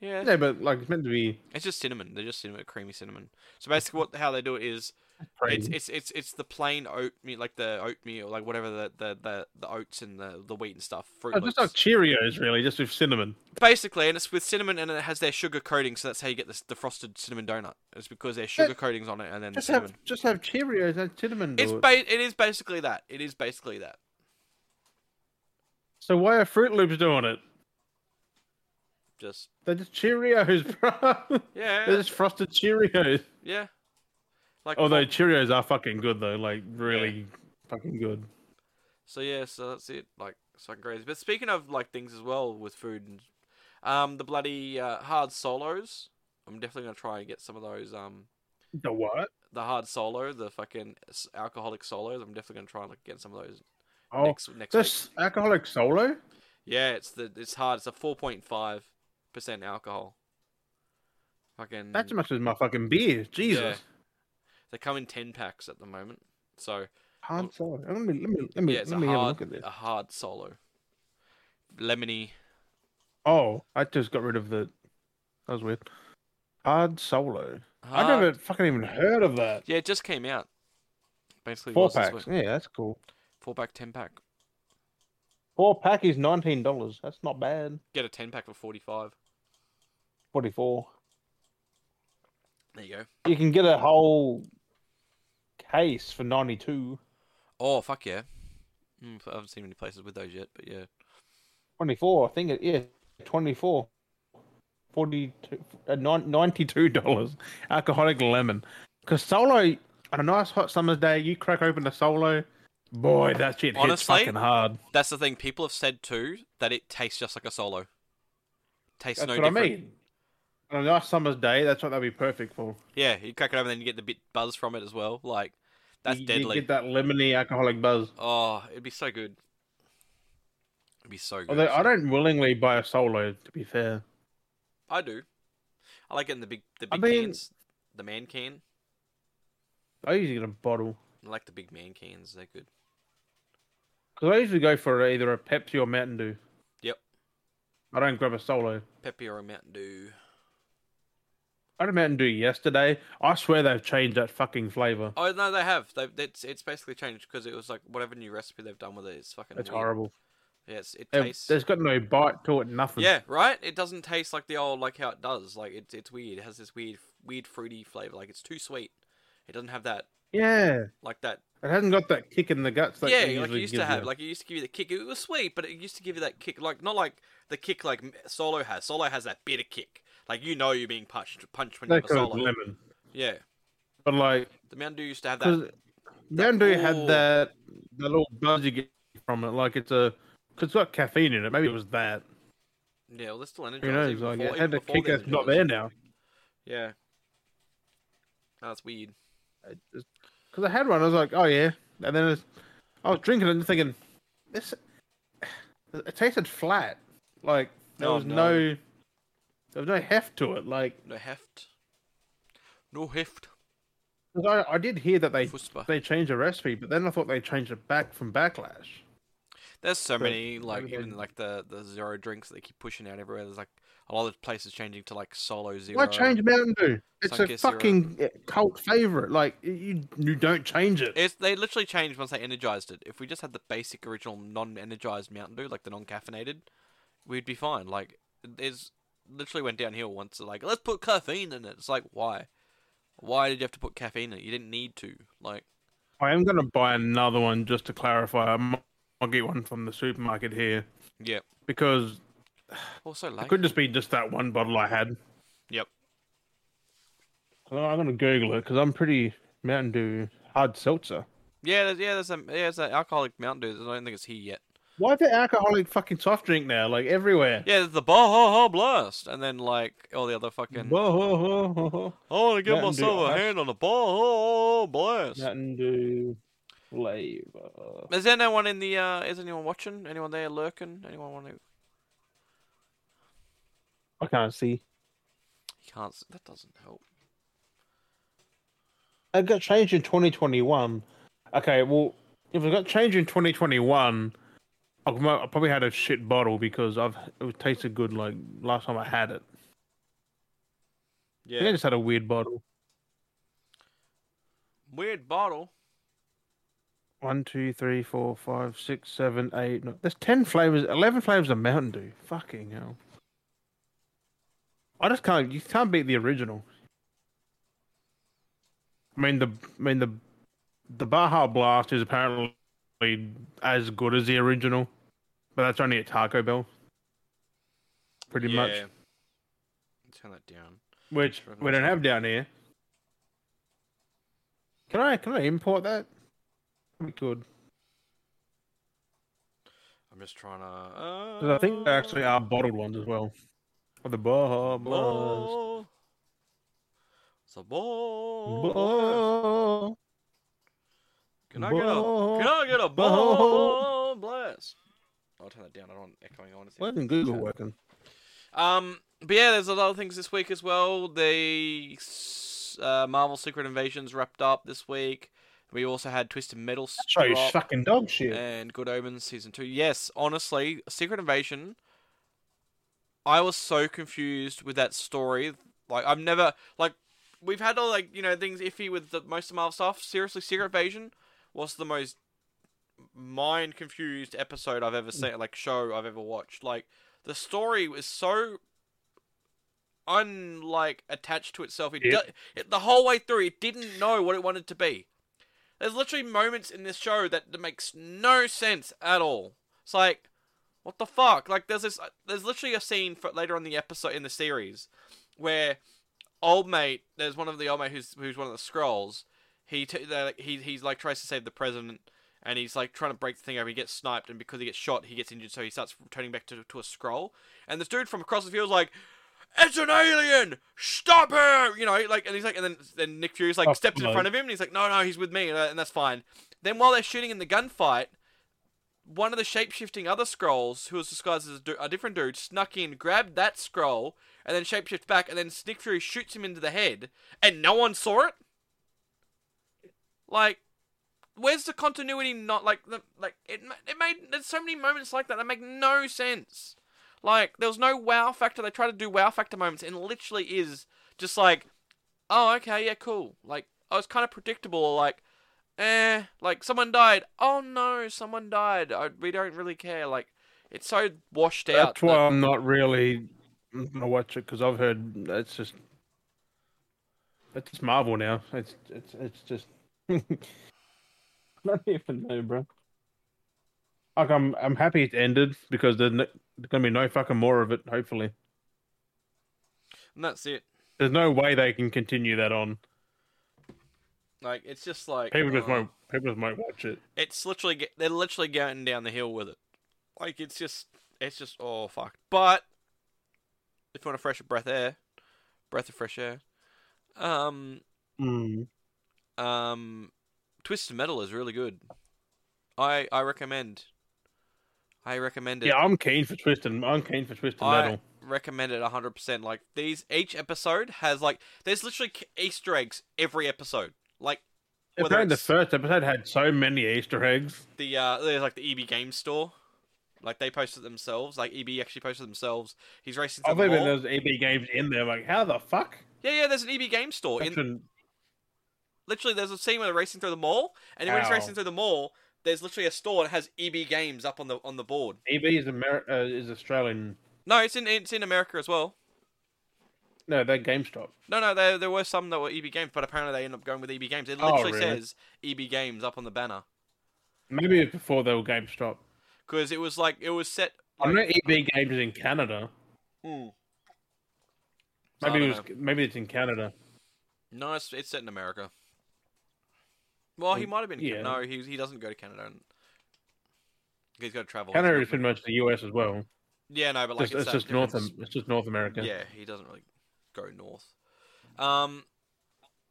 Speaker 2: Yeah,
Speaker 1: Yeah, but like it's meant to be.
Speaker 2: it's just cinnamon. They're just cinnamon, creamy cinnamon. So basically, what how they do it is
Speaker 1: Crazy.
Speaker 2: it's it's it's it's the plain oatmeal, like the oatmeal, like whatever the the the, the oats and the the wheat and stuff. Fruit
Speaker 1: Oh,
Speaker 2: Loops.
Speaker 1: just like Cheerios, really, just with cinnamon.
Speaker 2: Basically, and it's with cinnamon, and it has their sugar coating, so that's how you get this, the frosted cinnamon donut. It's because there's sugar coatings on it, and then the
Speaker 1: Just
Speaker 2: cinnamon.
Speaker 1: have just have Cheerios and cinnamon.
Speaker 2: It's
Speaker 1: do it.
Speaker 2: ba- it is basically that. It is basically that.
Speaker 1: so why are Fruit Loops doing it?
Speaker 2: Just
Speaker 1: They're just Cheerios, [laughs] bro. They're
Speaker 2: yeah,
Speaker 1: just frosted Cheerios.
Speaker 2: yeah. Like
Speaker 1: Although
Speaker 2: pop-
Speaker 1: Cheerios are fucking good though, like really fucking good.
Speaker 2: so yeah, so that's it. Like it's fucking crazy. But speaking of like things as well with food, and, um, the bloody uh, hard solos. I'm definitely gonna try and get some of those. Um,
Speaker 1: The what?
Speaker 2: the hard solo, the fucking s- alcoholic solos. I'm definitely gonna try and like, get some of those
Speaker 1: Oh,
Speaker 2: next next week.
Speaker 1: this alcoholic solo.
Speaker 2: Mm. Yeah, it's the it's hard. It's a four point five percent alcohol. Fucking,
Speaker 1: That's as much as my fucking beer. Jesus.
Speaker 2: Yeah. they come in ten packs at the moment. So
Speaker 1: Hard solo. Let me let me let me,
Speaker 2: yeah, it's
Speaker 1: let
Speaker 2: a
Speaker 1: me have a
Speaker 2: hard
Speaker 1: look at this.
Speaker 2: a hard solo. Lemony.
Speaker 1: Oh, I just got rid of the. That was weird. Hard solo.
Speaker 2: Hard,
Speaker 1: I never fucking even heard of that.
Speaker 2: Yeah, it just came out. Basically,
Speaker 1: Four
Speaker 2: was this
Speaker 1: packs.
Speaker 2: week.
Speaker 1: Yeah, that's cool.
Speaker 2: Four pack, ten pack.
Speaker 1: Four pack is nineteen dollars. That's not bad.
Speaker 2: Get a ten pack for forty five.
Speaker 1: Forty four.
Speaker 2: There you go.
Speaker 1: You can get a whole case for ninety two.
Speaker 2: Oh fuck yeah. Mm, I haven't seen many places with those yet, but yeah.
Speaker 1: Twenty four. I think it is twenty four. Forty two. Uh, ninety two dollars. Alcoholic lemon. Cause solo on a nice hot summer's day, you crack open a solo. Boy, that shit
Speaker 2: Honestly,
Speaker 1: hits fucking hard.
Speaker 2: That's the thing. People have said too that it tastes just like a solo. Tastes
Speaker 1: That's
Speaker 2: no
Speaker 1: what
Speaker 2: different.
Speaker 1: I mean. On a nice summer's day, that's what that'd be perfect for.
Speaker 2: Yeah, you crack it open, then you get the bit buzz from it as well. Like that's
Speaker 1: you,
Speaker 2: deadly.
Speaker 1: You get that lemony alcoholic buzz.
Speaker 2: Oh, it'd be so good. It'd be so good.
Speaker 1: Although I
Speaker 2: actually.
Speaker 1: don't willingly buy a solo, to be fair.
Speaker 2: I do. I like getting the big, the
Speaker 1: I
Speaker 2: big
Speaker 1: mean-
Speaker 2: cans, the man can.
Speaker 1: I usually get a bottle.
Speaker 2: I like the big man cans. They're good.
Speaker 1: Because I usually go for either a Pepsi or Mountain Dew.
Speaker 2: Yep.
Speaker 1: I don't grab a solo.
Speaker 2: Peppy or a Mountain Dew.
Speaker 1: I had a Mountain Dew yesterday. I swear they've changed that fucking flavour.
Speaker 2: Oh no, they have. They've it's it's basically changed because it was like whatever new recipe they've done with it. It's fucking.
Speaker 1: It's
Speaker 2: weird.
Speaker 1: horrible.
Speaker 2: Yes, it
Speaker 1: It-
Speaker 2: tastes.
Speaker 1: There's got no bite to it, nothing.
Speaker 2: Yeah, right. It doesn't taste like the old like how it does. Like it's it's weird. It has this weird weird fruity flavor. Like it's too sweet. It doesn't have that
Speaker 1: Yeah.
Speaker 2: like that
Speaker 1: It hasn't got that kick in the guts that
Speaker 2: yeah,
Speaker 1: it
Speaker 2: like it
Speaker 1: usually
Speaker 2: used to
Speaker 1: gives
Speaker 2: have.
Speaker 1: you.
Speaker 2: Like it used to give you the kick. It was sweet, but it used to give you that kick. Like not like the kick like M- Solo has. Solo has that bitter kick. Like you know you're being punched, punched when you
Speaker 1: They
Speaker 2: have a
Speaker 1: call it
Speaker 2: Solo.
Speaker 1: lemon.
Speaker 2: Yeah,
Speaker 1: But like,
Speaker 2: the Mountain Dew used to have that.
Speaker 1: because Mountain Dew
Speaker 2: ooh.
Speaker 1: had that, that little buzz you get from it. Like it's a, because it's got caffeine in it. Maybe it was that.
Speaker 2: Yeah, well, that's still energized.
Speaker 1: Who knows?
Speaker 2: even
Speaker 1: Like
Speaker 2: before-
Speaker 1: it had
Speaker 2: even
Speaker 1: the
Speaker 2: before
Speaker 1: kick
Speaker 2: the
Speaker 1: that's not
Speaker 2: Energizer.
Speaker 1: there now.
Speaker 2: Yeah, that's weird.
Speaker 1: Because I had one, I was like, oh yeah, and then it's, I was drinking it and thinking, this, it tasted flat. Like there
Speaker 2: Oh,
Speaker 1: was
Speaker 2: no.
Speaker 1: no. there was no heft to it. Like
Speaker 2: No heft. No heft.
Speaker 1: 'cause I, I did hear that they
Speaker 2: Fuspa.
Speaker 1: they changed the recipe, but then I thought they changed it back from backlash.
Speaker 2: There's so
Speaker 1: But
Speaker 2: many like
Speaker 1: everything-
Speaker 2: even like the the zero drinks that they keep pushing out everywhere. There's like a lot of places changing to like Solo Zero.
Speaker 1: Why change Mountain Dew? It's a
Speaker 2: Sunkiss Zero.
Speaker 1: fucking eh, cult favorite. Like you you don't change it.
Speaker 2: It's they literally changed once they energized it. If we just had the basic original non-energized Mountain Dew, like the non-caffeinated, we'd be fine. Like it's literally went downhill once. Like let's put caffeine in it. It's like why? Why did you have to put caffeine in it? You didn't need to. Like
Speaker 1: I am gonna buy another one just to clarify. I might, I'll get one from the supermarket here
Speaker 2: yeah.
Speaker 1: because
Speaker 2: Also
Speaker 1: It
Speaker 2: like
Speaker 1: could just be just that one bottle I had.
Speaker 2: Yep.
Speaker 1: Well, I'm gonna Google it because I'm pretty Mountain Dew hard seltzer.
Speaker 2: yeah, there's, yeah. There's a yeah. There's an alcoholic Mountain Dew. I don't think it's here yet.
Speaker 1: Why is it alcoholic fucking soft drink now? Like everywhere.
Speaker 2: Yeah, there's the Baja Blast, and then like all the other fucking.
Speaker 1: Whoa, whoa, whoa, whoa, whoa.
Speaker 2: I want to give
Speaker 1: Mountain Dew
Speaker 2: myself a
Speaker 1: Ice.
Speaker 2: hand on a Baja Blast.
Speaker 1: Mountain Dew flavor.
Speaker 2: Is there anyone in the? Uh, is anyone watching? Anyone there lurking? Anyone want to? You
Speaker 1: I can't see.
Speaker 2: can't. s- That doesn't help.
Speaker 1: It got changed in 2021. Okay, well, if it got changed in 2021, I mo- I probably had a shit bottle because I've it tasted good like last time I had it. I think I
Speaker 2: Yeah.
Speaker 1: just had a weird bottle.
Speaker 2: Weird bottle.
Speaker 1: One, two, three, four, five, six, seven, eight. No, there's ten flavors, eleven flavors of Mountain Dew. Fucking hell! I just can't. You can't beat the original. I mean the, I mean the, the Baja Blast is apparently as good as the original, but that's only at Taco Bell. Pretty much,
Speaker 2: Yeah. Turn that down.
Speaker 1: which we don't have down here. Can I can I import that? We could.
Speaker 2: I'm just trying to. uh,
Speaker 1: Because I think there actually are bottled ones as well. Or Oh, the Baja Blast.
Speaker 2: Ball. It's a ball.
Speaker 1: Blah.
Speaker 2: Can I get a?
Speaker 1: Blah.
Speaker 2: Can I get a ball blast? I'll turn that down. I don't want echoing on.
Speaker 1: Why isn't Google working?
Speaker 2: Um, but yeah, there's a lot of things this week as well. The s- uh, Marvel Secret Invasions wrapped up this week. We also had Twisted Metal
Speaker 1: Show you
Speaker 2: drop
Speaker 1: fucking dog shit.
Speaker 2: and Good Omens season two. Yes, honestly, Secret Invasion. I was so confused with that story. Like I've never like we've had all like you know things iffy with the most of Marvel stuff. Seriously, Secret Invasion was the most mind confused episode I've ever seen, like show I've ever watched. Like the story was so unlike attached to itself. It,
Speaker 1: Yeah.
Speaker 2: do- it the whole way through, it didn't know what it wanted to be. There's literally moments in this show that, that makes no sense at all. It's like, what the fuck? Like, there's this, there's literally a scene for later on the episode in the series where old mate, there's one of the old mate who's who's one of the scrolls. He t- they're like, he he's like tries to save the president, and he's like trying to break the thing over. He gets sniped, and because he gets shot, he gets injured, so he starts turning back to to a scroll. And this dude from across the field's like. It's an alien! Stop him! You know, like, and he's like, and then then Nick Fury's like
Speaker 1: Oh,
Speaker 2: steps in
Speaker 1: no.
Speaker 2: front of him, and he's like, no, no, he's with me, and, uh, and that's fine. Then while they're shooting in the gunfight, one of the shape shifting other scrolls, who was disguised as a, du- a different dude, snuck in, grabbed that scroll, and then shapeshifts back, and then Nick Fury shoots him into the head, and no one saw it. Like, where's the continuity? Not like the like it. ma- It made there's so many moments like that that make no sense. Like there was no wow factor. They try to do wow factor moments, and it literally is just like, oh okay, yeah, cool. Like I was kind of predictable. Like, eh, like someone died. Oh no, someone died. I, we don't really care. Like it's so washed out.
Speaker 1: That's why
Speaker 2: that-
Speaker 1: I'm not really gonna watch it because I've heard that's just it's just Marvel now. It's it's it's just [laughs] I don't even know, bro. Like I'm I'm happy it ended because there's, no, there's gonna be no fucking more of it. Hopefully,
Speaker 2: and that's it.
Speaker 1: there's no way they can continue that on.
Speaker 2: Like it's just like
Speaker 1: People just
Speaker 2: oh.
Speaker 1: won't. People just won't watch it.
Speaker 2: it's literally ge- they're literally going down the hill with it. Like it's just it's just all fucked. But if you want a fresh breath of air, breath of fresh air, um, um, Twisted Metal is really good. I I recommend. I recommend it.
Speaker 1: Yeah, I'm keen for Twisted. I'm keen for Twisted
Speaker 2: I-
Speaker 1: Metal.
Speaker 2: recommend it 100% like these each episode has like there's literally k- easter eggs every episode like whether
Speaker 1: Apparently, the
Speaker 2: it's-
Speaker 1: first episode had so many Easter eggs.
Speaker 2: the uh there's like the EB game store. Like they posted themselves. Like EB actually posted themselves. He's racing
Speaker 1: I
Speaker 2: through the
Speaker 1: believe
Speaker 2: mall.
Speaker 1: there's EB E games in there. Like, how the fuck?
Speaker 2: Yeah, yeah. There's an EB game store. In,
Speaker 1: Fucking-
Speaker 2: literally, there's a scene where they're racing through the mall, and when he's
Speaker 1: Ow.
Speaker 2: racing through the mall, there's literally a store that has EB games up on the on the board.
Speaker 1: EB is Amer- uh, is Australian.
Speaker 2: No, it's in it's in America as well.
Speaker 1: No, they're GameStop.
Speaker 2: No, no. There there were some that were EB games, but apparently they end up going with EB games. It
Speaker 1: Oh,
Speaker 2: literally
Speaker 1: really?
Speaker 2: says EB games up on the banner
Speaker 1: Maybe it's before they were GameStop.
Speaker 2: because it was like it was set.
Speaker 1: I
Speaker 2: Like,
Speaker 1: know EB games is in Canada.
Speaker 2: Mm. So I
Speaker 1: Maybe it
Speaker 2: don't
Speaker 1: was, maybe it's in Canada.
Speaker 2: No, it's, it's set in America. Well, he
Speaker 1: Well,
Speaker 2: might have been.
Speaker 1: Um, yeah.
Speaker 2: No, he he doesn't go to Canada. And... He's got to travel. He's
Speaker 1: Canada
Speaker 2: not-
Speaker 1: is pretty much the US as well.
Speaker 2: Yeah, no, but like
Speaker 1: Just- it's
Speaker 2: that
Speaker 1: just North.
Speaker 2: difference.
Speaker 1: Am- It's just North America.
Speaker 2: Yeah, he doesn't really go north. Um,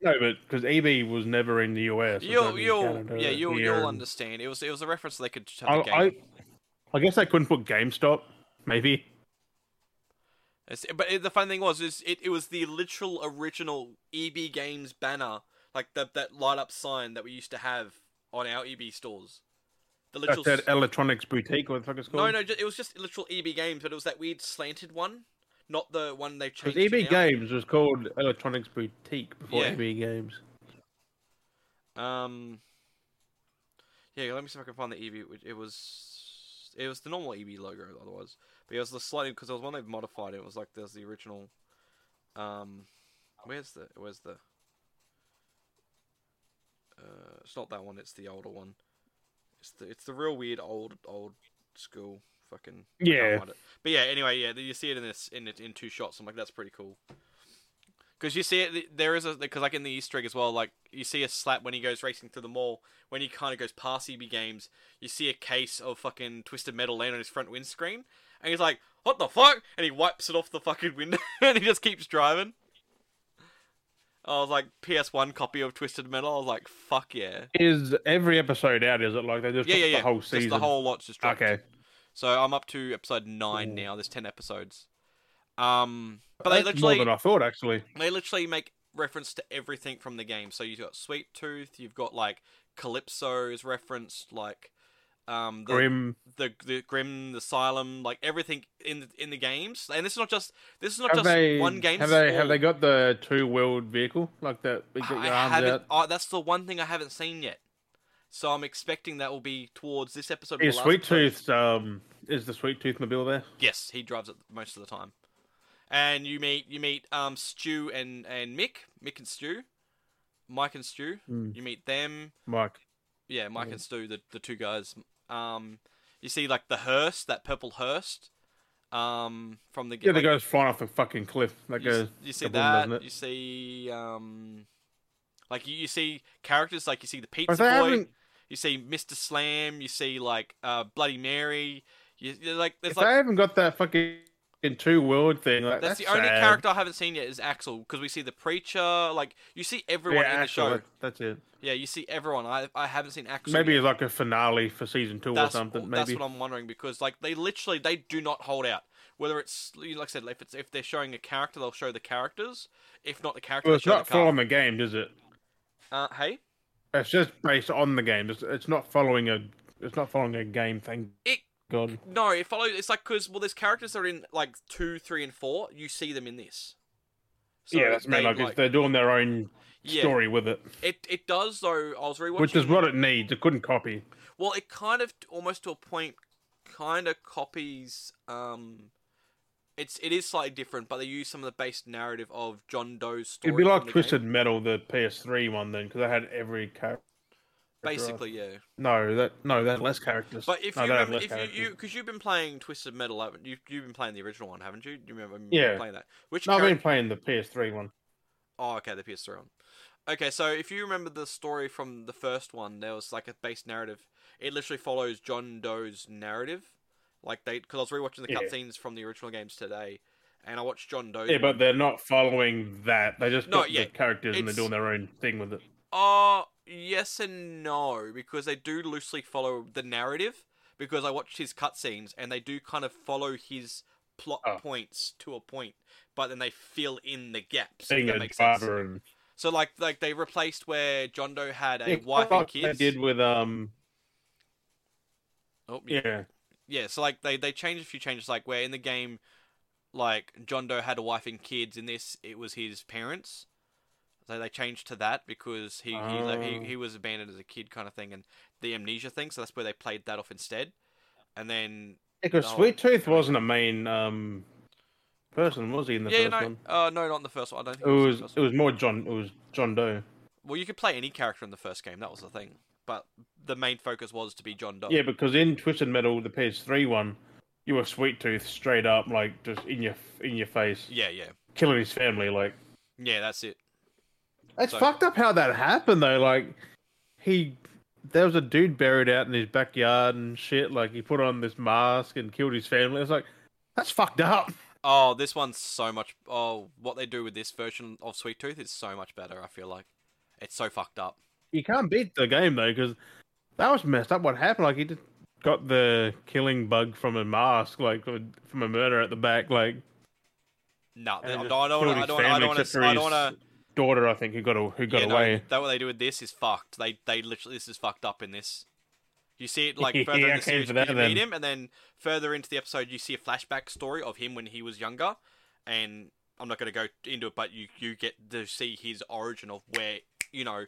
Speaker 1: No, but because EB was never in the US. it was
Speaker 2: You'll
Speaker 1: only
Speaker 2: you'll
Speaker 1: Canada
Speaker 2: yeah you'll
Speaker 1: here,
Speaker 2: you'll
Speaker 1: and-
Speaker 2: understand. It was it was a reference they could have
Speaker 1: I,
Speaker 2: the game.
Speaker 1: I, I guess they couldn't put GameStop. Maybe.
Speaker 2: It's- but it, the fun thing was is it, it was the literal original EB Games banner, like that that light up sign that we used to have on our EB stores. The
Speaker 1: That's
Speaker 2: literal
Speaker 1: that
Speaker 2: s-
Speaker 1: electronics boutique, what the fuck it's
Speaker 2: no
Speaker 1: called.
Speaker 2: no ju- it was just literal EB Games, but it was that weird slanted one, not the one they've
Speaker 1: Because
Speaker 2: changed. to
Speaker 1: EB
Speaker 2: now.
Speaker 1: E Games was called Electronics Boutique before
Speaker 2: Yeah.
Speaker 1: EB Games.
Speaker 2: Um. Yeah, let me see if I can find the EB. which- It was it was the normal EB logo, otherwise, but it was the slightly because there was one they've modified. It was like there's the original. Um, where's the where's the? Uh, it's not that one. It's the older one. It's the it's the real weird old old school fucking. I can't
Speaker 1: Yeah.
Speaker 2: find it. But yeah, anyway, yeah, you see it in this in it in two shots. I'm like, that's pretty cool. Because you see it, there is a because like in the Easter egg as well, like you see a slap when he goes racing through the mall. When he kind of goes past EB Games, you see a case of fucking twisted metal laying on his front windscreen, and he's like, "What the fuck?" And he wipes it off the fucking window, [laughs] and he just keeps driving. I was like, PS1 copy of Twisted Metal. I was like, "Fuck yeah,
Speaker 1: Is every episode out? Is it like they just
Speaker 2: yeah,
Speaker 1: took
Speaker 2: yeah, yeah."
Speaker 1: the whole
Speaker 2: just
Speaker 1: season?
Speaker 2: the whole lot's just dropped.
Speaker 1: okay.
Speaker 2: So I'm up to episode nine
Speaker 1: Ooh.
Speaker 2: now. There's ten episodes. Um, but they
Speaker 1: That's
Speaker 2: literally
Speaker 1: more than I thought actually.
Speaker 2: they literally make reference to everything from the game. So you've got Sweet Tooth, you've got like Calypso's referenced, like um, the,
Speaker 1: Grim.
Speaker 2: the the Grim, the Asylum, like everything in the, in the games. And this is not just this is not
Speaker 1: Have
Speaker 2: just
Speaker 1: they,
Speaker 2: one game.
Speaker 1: have
Speaker 2: this
Speaker 1: they
Speaker 2: is
Speaker 1: have
Speaker 2: all.
Speaker 1: they got the two wheeled vehicle like that? You get your
Speaker 2: I
Speaker 1: arms
Speaker 2: haven't.
Speaker 1: out.
Speaker 2: oh, that's the one thing I haven't seen yet. So I'm expecting that will be towards this episode. or
Speaker 1: Is
Speaker 2: the last
Speaker 1: Sweet
Speaker 2: episode.
Speaker 1: Tooth um is the Sweet Tooth mobile there?
Speaker 2: Yes, he drives it most of the time. And you meet you meet um Stu and and Mick, Mick and Stu, Mike and Stu.
Speaker 1: Mm.
Speaker 2: You meet them.
Speaker 1: Mike.
Speaker 2: Yeah, Mike
Speaker 1: Yeah.
Speaker 2: and Stu, the, the two guys. Um, you see like the hearse, that purple hearse, um, from the
Speaker 1: Yeah, the
Speaker 2: like,
Speaker 1: guy's flying off the fucking cliff. That
Speaker 2: you,
Speaker 1: goes
Speaker 2: s- you see
Speaker 1: the woman,
Speaker 2: that.
Speaker 1: doesn't it?
Speaker 2: You see um, like you, you see characters like you see the pizza
Speaker 1: Are
Speaker 2: boy.
Speaker 1: they having
Speaker 2: You see Mister Slam. You see like uh Bloody Mary. You you're like there's
Speaker 1: if
Speaker 2: like
Speaker 1: they haven't got that fucking two world thing, like,
Speaker 2: that's,
Speaker 1: that's,
Speaker 2: the only
Speaker 1: sad.
Speaker 2: character I haven't seen yet is Axel because we see the preacher. Like you see everyone
Speaker 1: yeah,
Speaker 2: in the
Speaker 1: Axel,
Speaker 2: show.
Speaker 1: that- That's it.
Speaker 2: Yeah, you see everyone. I I haven't seen Axel.
Speaker 1: Maybe
Speaker 2: yet.
Speaker 1: it's like a finale for season two
Speaker 2: that's,
Speaker 1: or something.
Speaker 2: That's
Speaker 1: Maybe
Speaker 2: what I'm wondering because like they literally they do not hold out. Whether it's like I said, if it's if they're showing a character, they'll show the characters. If not the character,
Speaker 1: well,
Speaker 2: they'll
Speaker 1: it's
Speaker 2: show
Speaker 1: not
Speaker 2: the car.
Speaker 1: following the game, is it?
Speaker 2: Uh, hey,
Speaker 1: It's just based on the game. It's, it's not following a. It's not following a game. Thank
Speaker 2: It-
Speaker 1: God.
Speaker 2: no, it follows. It's like because well, there's characters that are in like two, three, and four. You see them in this. So
Speaker 1: yeah, that's
Speaker 2: they,
Speaker 1: mean. Like,
Speaker 2: like-
Speaker 1: it's, they're doing their own
Speaker 2: yeah,
Speaker 1: story with it,
Speaker 2: It it does though. I was rewatching.
Speaker 1: which is what it needs. It couldn't copy.
Speaker 2: Well, it kind of almost to a point kind of copies um it's it is slightly different, but they use some of the base narrative of John Doe's story.
Speaker 1: It'd be like
Speaker 2: from the
Speaker 1: Twisted
Speaker 2: game.
Speaker 1: Metal, the PS3 one, then, because they had every character.
Speaker 2: Basically, yeah.
Speaker 1: No, that no, they had less characters.
Speaker 2: But if
Speaker 1: No,
Speaker 2: you
Speaker 1: they had
Speaker 2: remember,
Speaker 1: less
Speaker 2: if
Speaker 1: characters.
Speaker 2: you you because you've been playing Twisted Metal, haven't you? You've been playing the original one, haven't you? You remember me
Speaker 1: Yeah.
Speaker 2: playing that? Which
Speaker 1: no, I've been
Speaker 2: character?
Speaker 1: playing the PS3 one.
Speaker 2: Oh, okay, the PS3 one. Okay, so if you remember the story from the first one, there was like a base narrative. It literally follows John Doe's narrative. Like they, because I was rewatching the
Speaker 1: Yeah.
Speaker 2: cutscenes from the original games today, and I watched John Doe's.
Speaker 1: Yeah,
Speaker 2: one.
Speaker 1: but they're not following that. They just
Speaker 2: No,
Speaker 1: got
Speaker 2: yeah,
Speaker 1: the characters and they're
Speaker 2: it's-
Speaker 1: doing their own thing with it.
Speaker 2: Uh, yes and no, because they do loosely follow the narrative. Because I watched his cutscenes and they do kind of follow his plot
Speaker 1: Oh.
Speaker 2: points to a point, but then they fill in the gaps. If
Speaker 1: Being
Speaker 2: that
Speaker 1: a
Speaker 2: makes sense.
Speaker 1: driver and
Speaker 2: So like like they replaced where John Doe had a
Speaker 1: Yeah,
Speaker 2: wife and
Speaker 1: like
Speaker 2: kids.
Speaker 1: They did with um
Speaker 2: Oh, yeah.
Speaker 1: yeah
Speaker 2: yeah. So like they they changed a few changes like where in the game, like John Doe had a wife and kids. In this, it was his parents. So they changed to that because he he, like,
Speaker 1: Oh.
Speaker 2: he he was abandoned as a kid kind of thing, and the amnesia thing. So that's where they played that off instead. And then
Speaker 1: because
Speaker 2: No.
Speaker 1: Sweet Tooth wasn't a main um person was he in the
Speaker 2: yeah,
Speaker 1: first
Speaker 2: no,
Speaker 1: one?
Speaker 2: uh, no, not in the first one. I don't think
Speaker 1: It
Speaker 2: it was.
Speaker 1: was
Speaker 2: in the first
Speaker 1: it
Speaker 2: one.
Speaker 1: was more John it was John Doe.
Speaker 2: Well, you could play any character in the first game. That was the thing. But the main focus was to be John Doe.
Speaker 1: Yeah, because in Twisted Metal the PS3 one, you were Sweet Tooth straight up like just in your in your face
Speaker 2: yeah, yeah,
Speaker 1: killing his family like
Speaker 2: yeah. That's it.
Speaker 1: It's
Speaker 2: So-
Speaker 1: fucked up how that happened though. Like he, there was a dude buried out in his backyard and shit. Like he put on this mask and killed his family. It's like that's fucked up.
Speaker 2: Oh, this one's so much. Oh, what they do with this version of Sweet Tooth is so much better. I feel like it's so fucked up.
Speaker 1: You can't beat the game though, because that was messed up. What happened? Like he just got the killing bug from a mask, like from a murder at the back, like
Speaker 2: No,
Speaker 1: And
Speaker 2: I
Speaker 1: they
Speaker 2: don't,
Speaker 1: just
Speaker 2: I don't
Speaker 1: killed
Speaker 2: want to. I
Speaker 1: his
Speaker 2: don't want to. I
Speaker 1: family
Speaker 2: don't want
Speaker 1: except
Speaker 2: to.
Speaker 1: for
Speaker 2: I
Speaker 1: his
Speaker 2: don't want to.
Speaker 1: daughter. I think who got a, who got
Speaker 2: you know,
Speaker 1: away.
Speaker 2: That what they do with this is fucked. They they literally this is fucked up in this. You
Speaker 1: [laughs]
Speaker 2: see it like further
Speaker 1: Yeah,
Speaker 2: in
Speaker 1: I
Speaker 2: the
Speaker 1: came
Speaker 2: series
Speaker 1: for
Speaker 2: where
Speaker 1: that
Speaker 2: you
Speaker 1: then.
Speaker 2: meet him, and then further into the episode you see a flashback story of him when he was younger, and I'm not going to go into it, but you you get to see his origin of where you know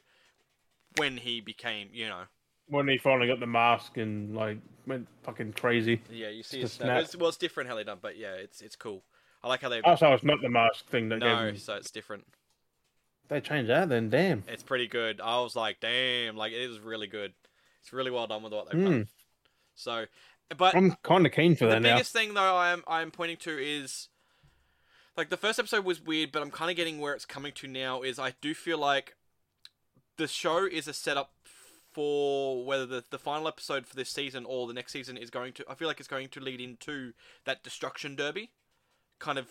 Speaker 2: when he became you know
Speaker 1: when he finally got the mask and like went fucking crazy.
Speaker 2: yeah you see
Speaker 1: It's
Speaker 2: it's
Speaker 1: the
Speaker 2: well,
Speaker 1: snap.
Speaker 2: it's, well it's different how they done, but yeah it's it's cool. I like how they
Speaker 1: Oh, so it's not the mask thing that
Speaker 2: no
Speaker 1: gave him.
Speaker 2: so it's different.
Speaker 1: They changed that then. Damn.
Speaker 2: It's pretty good. I was like damn like it is really good. It's really well done with what they've
Speaker 1: Hmm.
Speaker 2: done. So, but
Speaker 1: I'm kind of keen for
Speaker 2: the
Speaker 1: that now. [laughs]
Speaker 2: biggest thing though I'm I'm pointing to is like the first episode was weird, but I'm kind of getting where it's coming to now is I do feel like the show is a setup for whether the, the final episode for this season or the next season is going to I feel like it's going to lead into that destruction derby kind of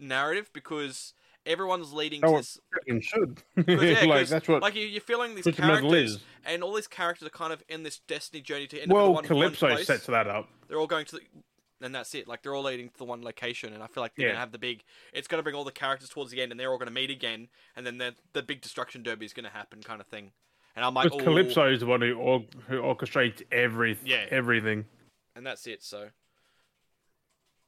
Speaker 2: narrative because everyone's leading to
Speaker 1: Oh, [laughs]
Speaker 2: this
Speaker 1: Freaking should.
Speaker 2: 'cause, yeah, 'cause,
Speaker 1: like that's what
Speaker 2: like you, you're feeling these
Speaker 1: Richard Metal
Speaker 2: characters
Speaker 1: is.
Speaker 2: and all these characters are kind of in this destiny journey to end up in
Speaker 1: Well,
Speaker 2: one, one
Speaker 1: Calypso
Speaker 2: place
Speaker 1: sets that up.
Speaker 2: they're all going to the and that's it. Like they're all leading to the one location, and I feel like they're
Speaker 1: Yeah.
Speaker 2: gonna have the big. It's gonna bring all the characters towards the end, and they're all gonna meet again, and then the the big destruction derby is gonna happen, kind of thing. And I'm like,
Speaker 1: Because
Speaker 2: oh,
Speaker 1: Calypso is the one who, or- who orchestrates every,
Speaker 2: Yeah.
Speaker 1: everything.
Speaker 2: and that's it. So,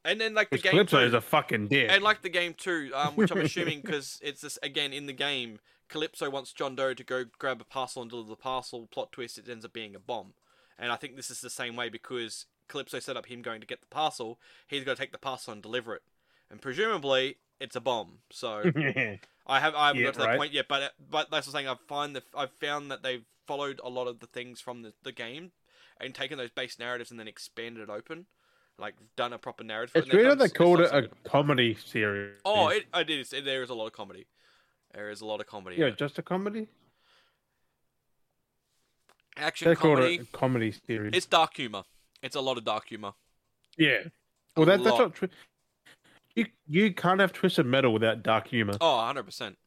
Speaker 2: and then like the
Speaker 1: 'Cause
Speaker 2: game
Speaker 1: Calypso
Speaker 2: too,
Speaker 1: is a fucking dick. [laughs]
Speaker 2: and like the game too, um, which I'm assuming because it's this again in the game. Calypso wants John Doe to go grab a parcel and deliver the parcel. Plot twist: it ends up being a bomb, and I think this is the same way because Calypso set up him going to get the parcel. He's got to take the parcel and deliver it, and presumably it's a bomb.
Speaker 1: [laughs]
Speaker 2: So I have I haven't
Speaker 1: Yeah,
Speaker 2: got to that
Speaker 1: right.
Speaker 2: point yet, but but that's the thing. I find that I've found that they've followed a lot of the things from the, the game and taken those base narratives and then expanded it open, like done a proper narrative. for it,
Speaker 1: it's
Speaker 2: and they've
Speaker 1: weird that
Speaker 2: done
Speaker 1: they
Speaker 2: s- it's
Speaker 1: called
Speaker 2: done
Speaker 1: it
Speaker 2: some
Speaker 1: a
Speaker 2: good-
Speaker 1: comedy series.
Speaker 2: Oh, it, it is. It, there is a lot of comedy. There is a lot of comedy. in
Speaker 1: yeah,
Speaker 2: it.
Speaker 1: just a comedy.
Speaker 2: action
Speaker 1: They called
Speaker 2: comedy.
Speaker 1: it a comedy series.
Speaker 2: It's dark humor. It's a lot of dark humor.
Speaker 1: yeah.
Speaker 2: A
Speaker 1: Well, that, that's
Speaker 2: lot.
Speaker 1: not true. You you can't have twisted metal without dark humor.
Speaker 2: Oh, 100 percent.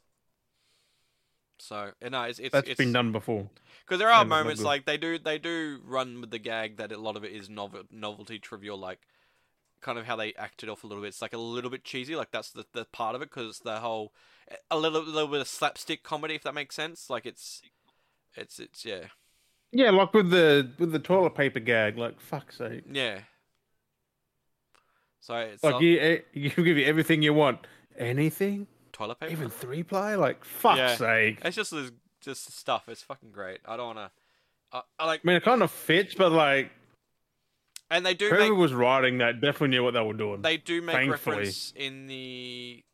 Speaker 2: So, and no, it's it's
Speaker 1: That's
Speaker 2: it's
Speaker 1: been done before.
Speaker 2: because there are
Speaker 1: and it's not
Speaker 2: moments
Speaker 1: good.
Speaker 2: like they do they do run with the gag that a lot of it is novel novelty trivial like kind of how they acted off a little bit. It's like a little bit cheesy. Like that's the, the part of it because it's the whole a little little bit of slapstick comedy if that makes sense. Like it's it's it's yeah
Speaker 1: Yeah, like with the with the toilet paper gag. Like fuck's sake.
Speaker 2: yeah. So it's
Speaker 1: Like
Speaker 2: not-
Speaker 1: you, eh, you can give you everything you want. Anything,
Speaker 2: toilet paper.
Speaker 1: even three ply. Like fuck's
Speaker 2: Yeah.
Speaker 1: sake. I
Speaker 2: It's just this, just stuff. It's fucking great. I don't wanna. I, I like,
Speaker 1: mean, it kind of fits, but like
Speaker 2: and they do
Speaker 1: whoever
Speaker 2: make
Speaker 1: was writing that definitely knew what they were doing.
Speaker 2: they do make
Speaker 1: Thankfully.
Speaker 2: reference in the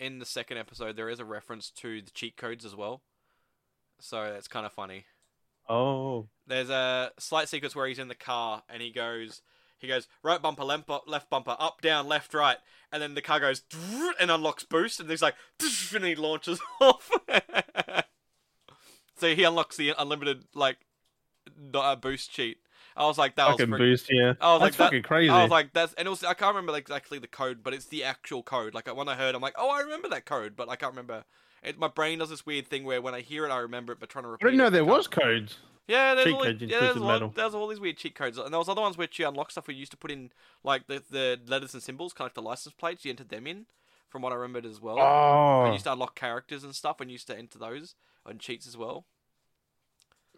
Speaker 2: in the second episode. There is a reference to the cheat codes as well, so that's kind of funny.
Speaker 1: oh,
Speaker 2: There's a slight sequence where he's in the car and he goes. He goes right bumper, left, bu- left bumper, up, down, left, right, and then the car goes [laughs] and unlocks boost, and he's like, [laughs] and he launches [laughs] off. so he unlocks the unlimited like no- uh, boost cheat. I was like, that was
Speaker 1: fucking
Speaker 2: frick-
Speaker 1: boost, yeah.
Speaker 2: I
Speaker 1: That's
Speaker 2: was like, that,
Speaker 1: fucking crazy.
Speaker 2: I was like, that's, and it was, I can't remember like, exactly the code, but it's the actual code. Like when I heard, I'm like, oh, I remember that code, but I can't remember. It, my brain does this weird thing where when I hear it, I remember it, but trying to
Speaker 1: I
Speaker 2: repeat.
Speaker 1: didn't
Speaker 2: it,
Speaker 1: know there
Speaker 2: can't.
Speaker 1: was codes.
Speaker 2: Yeah, there's
Speaker 1: cheat
Speaker 2: all, yeah,
Speaker 1: codes in
Speaker 2: there's, a
Speaker 1: Twisted Metal.
Speaker 2: lot, there's all these weird cheat codes, and there was other ones which you unlock stuff we used to put in like the, the letters and symbols, kind of like the license plates. You entered them in, from what I remembered as well. I
Speaker 1: Oh,
Speaker 2: used to unlock characters and stuff, and used to enter those on cheats as well.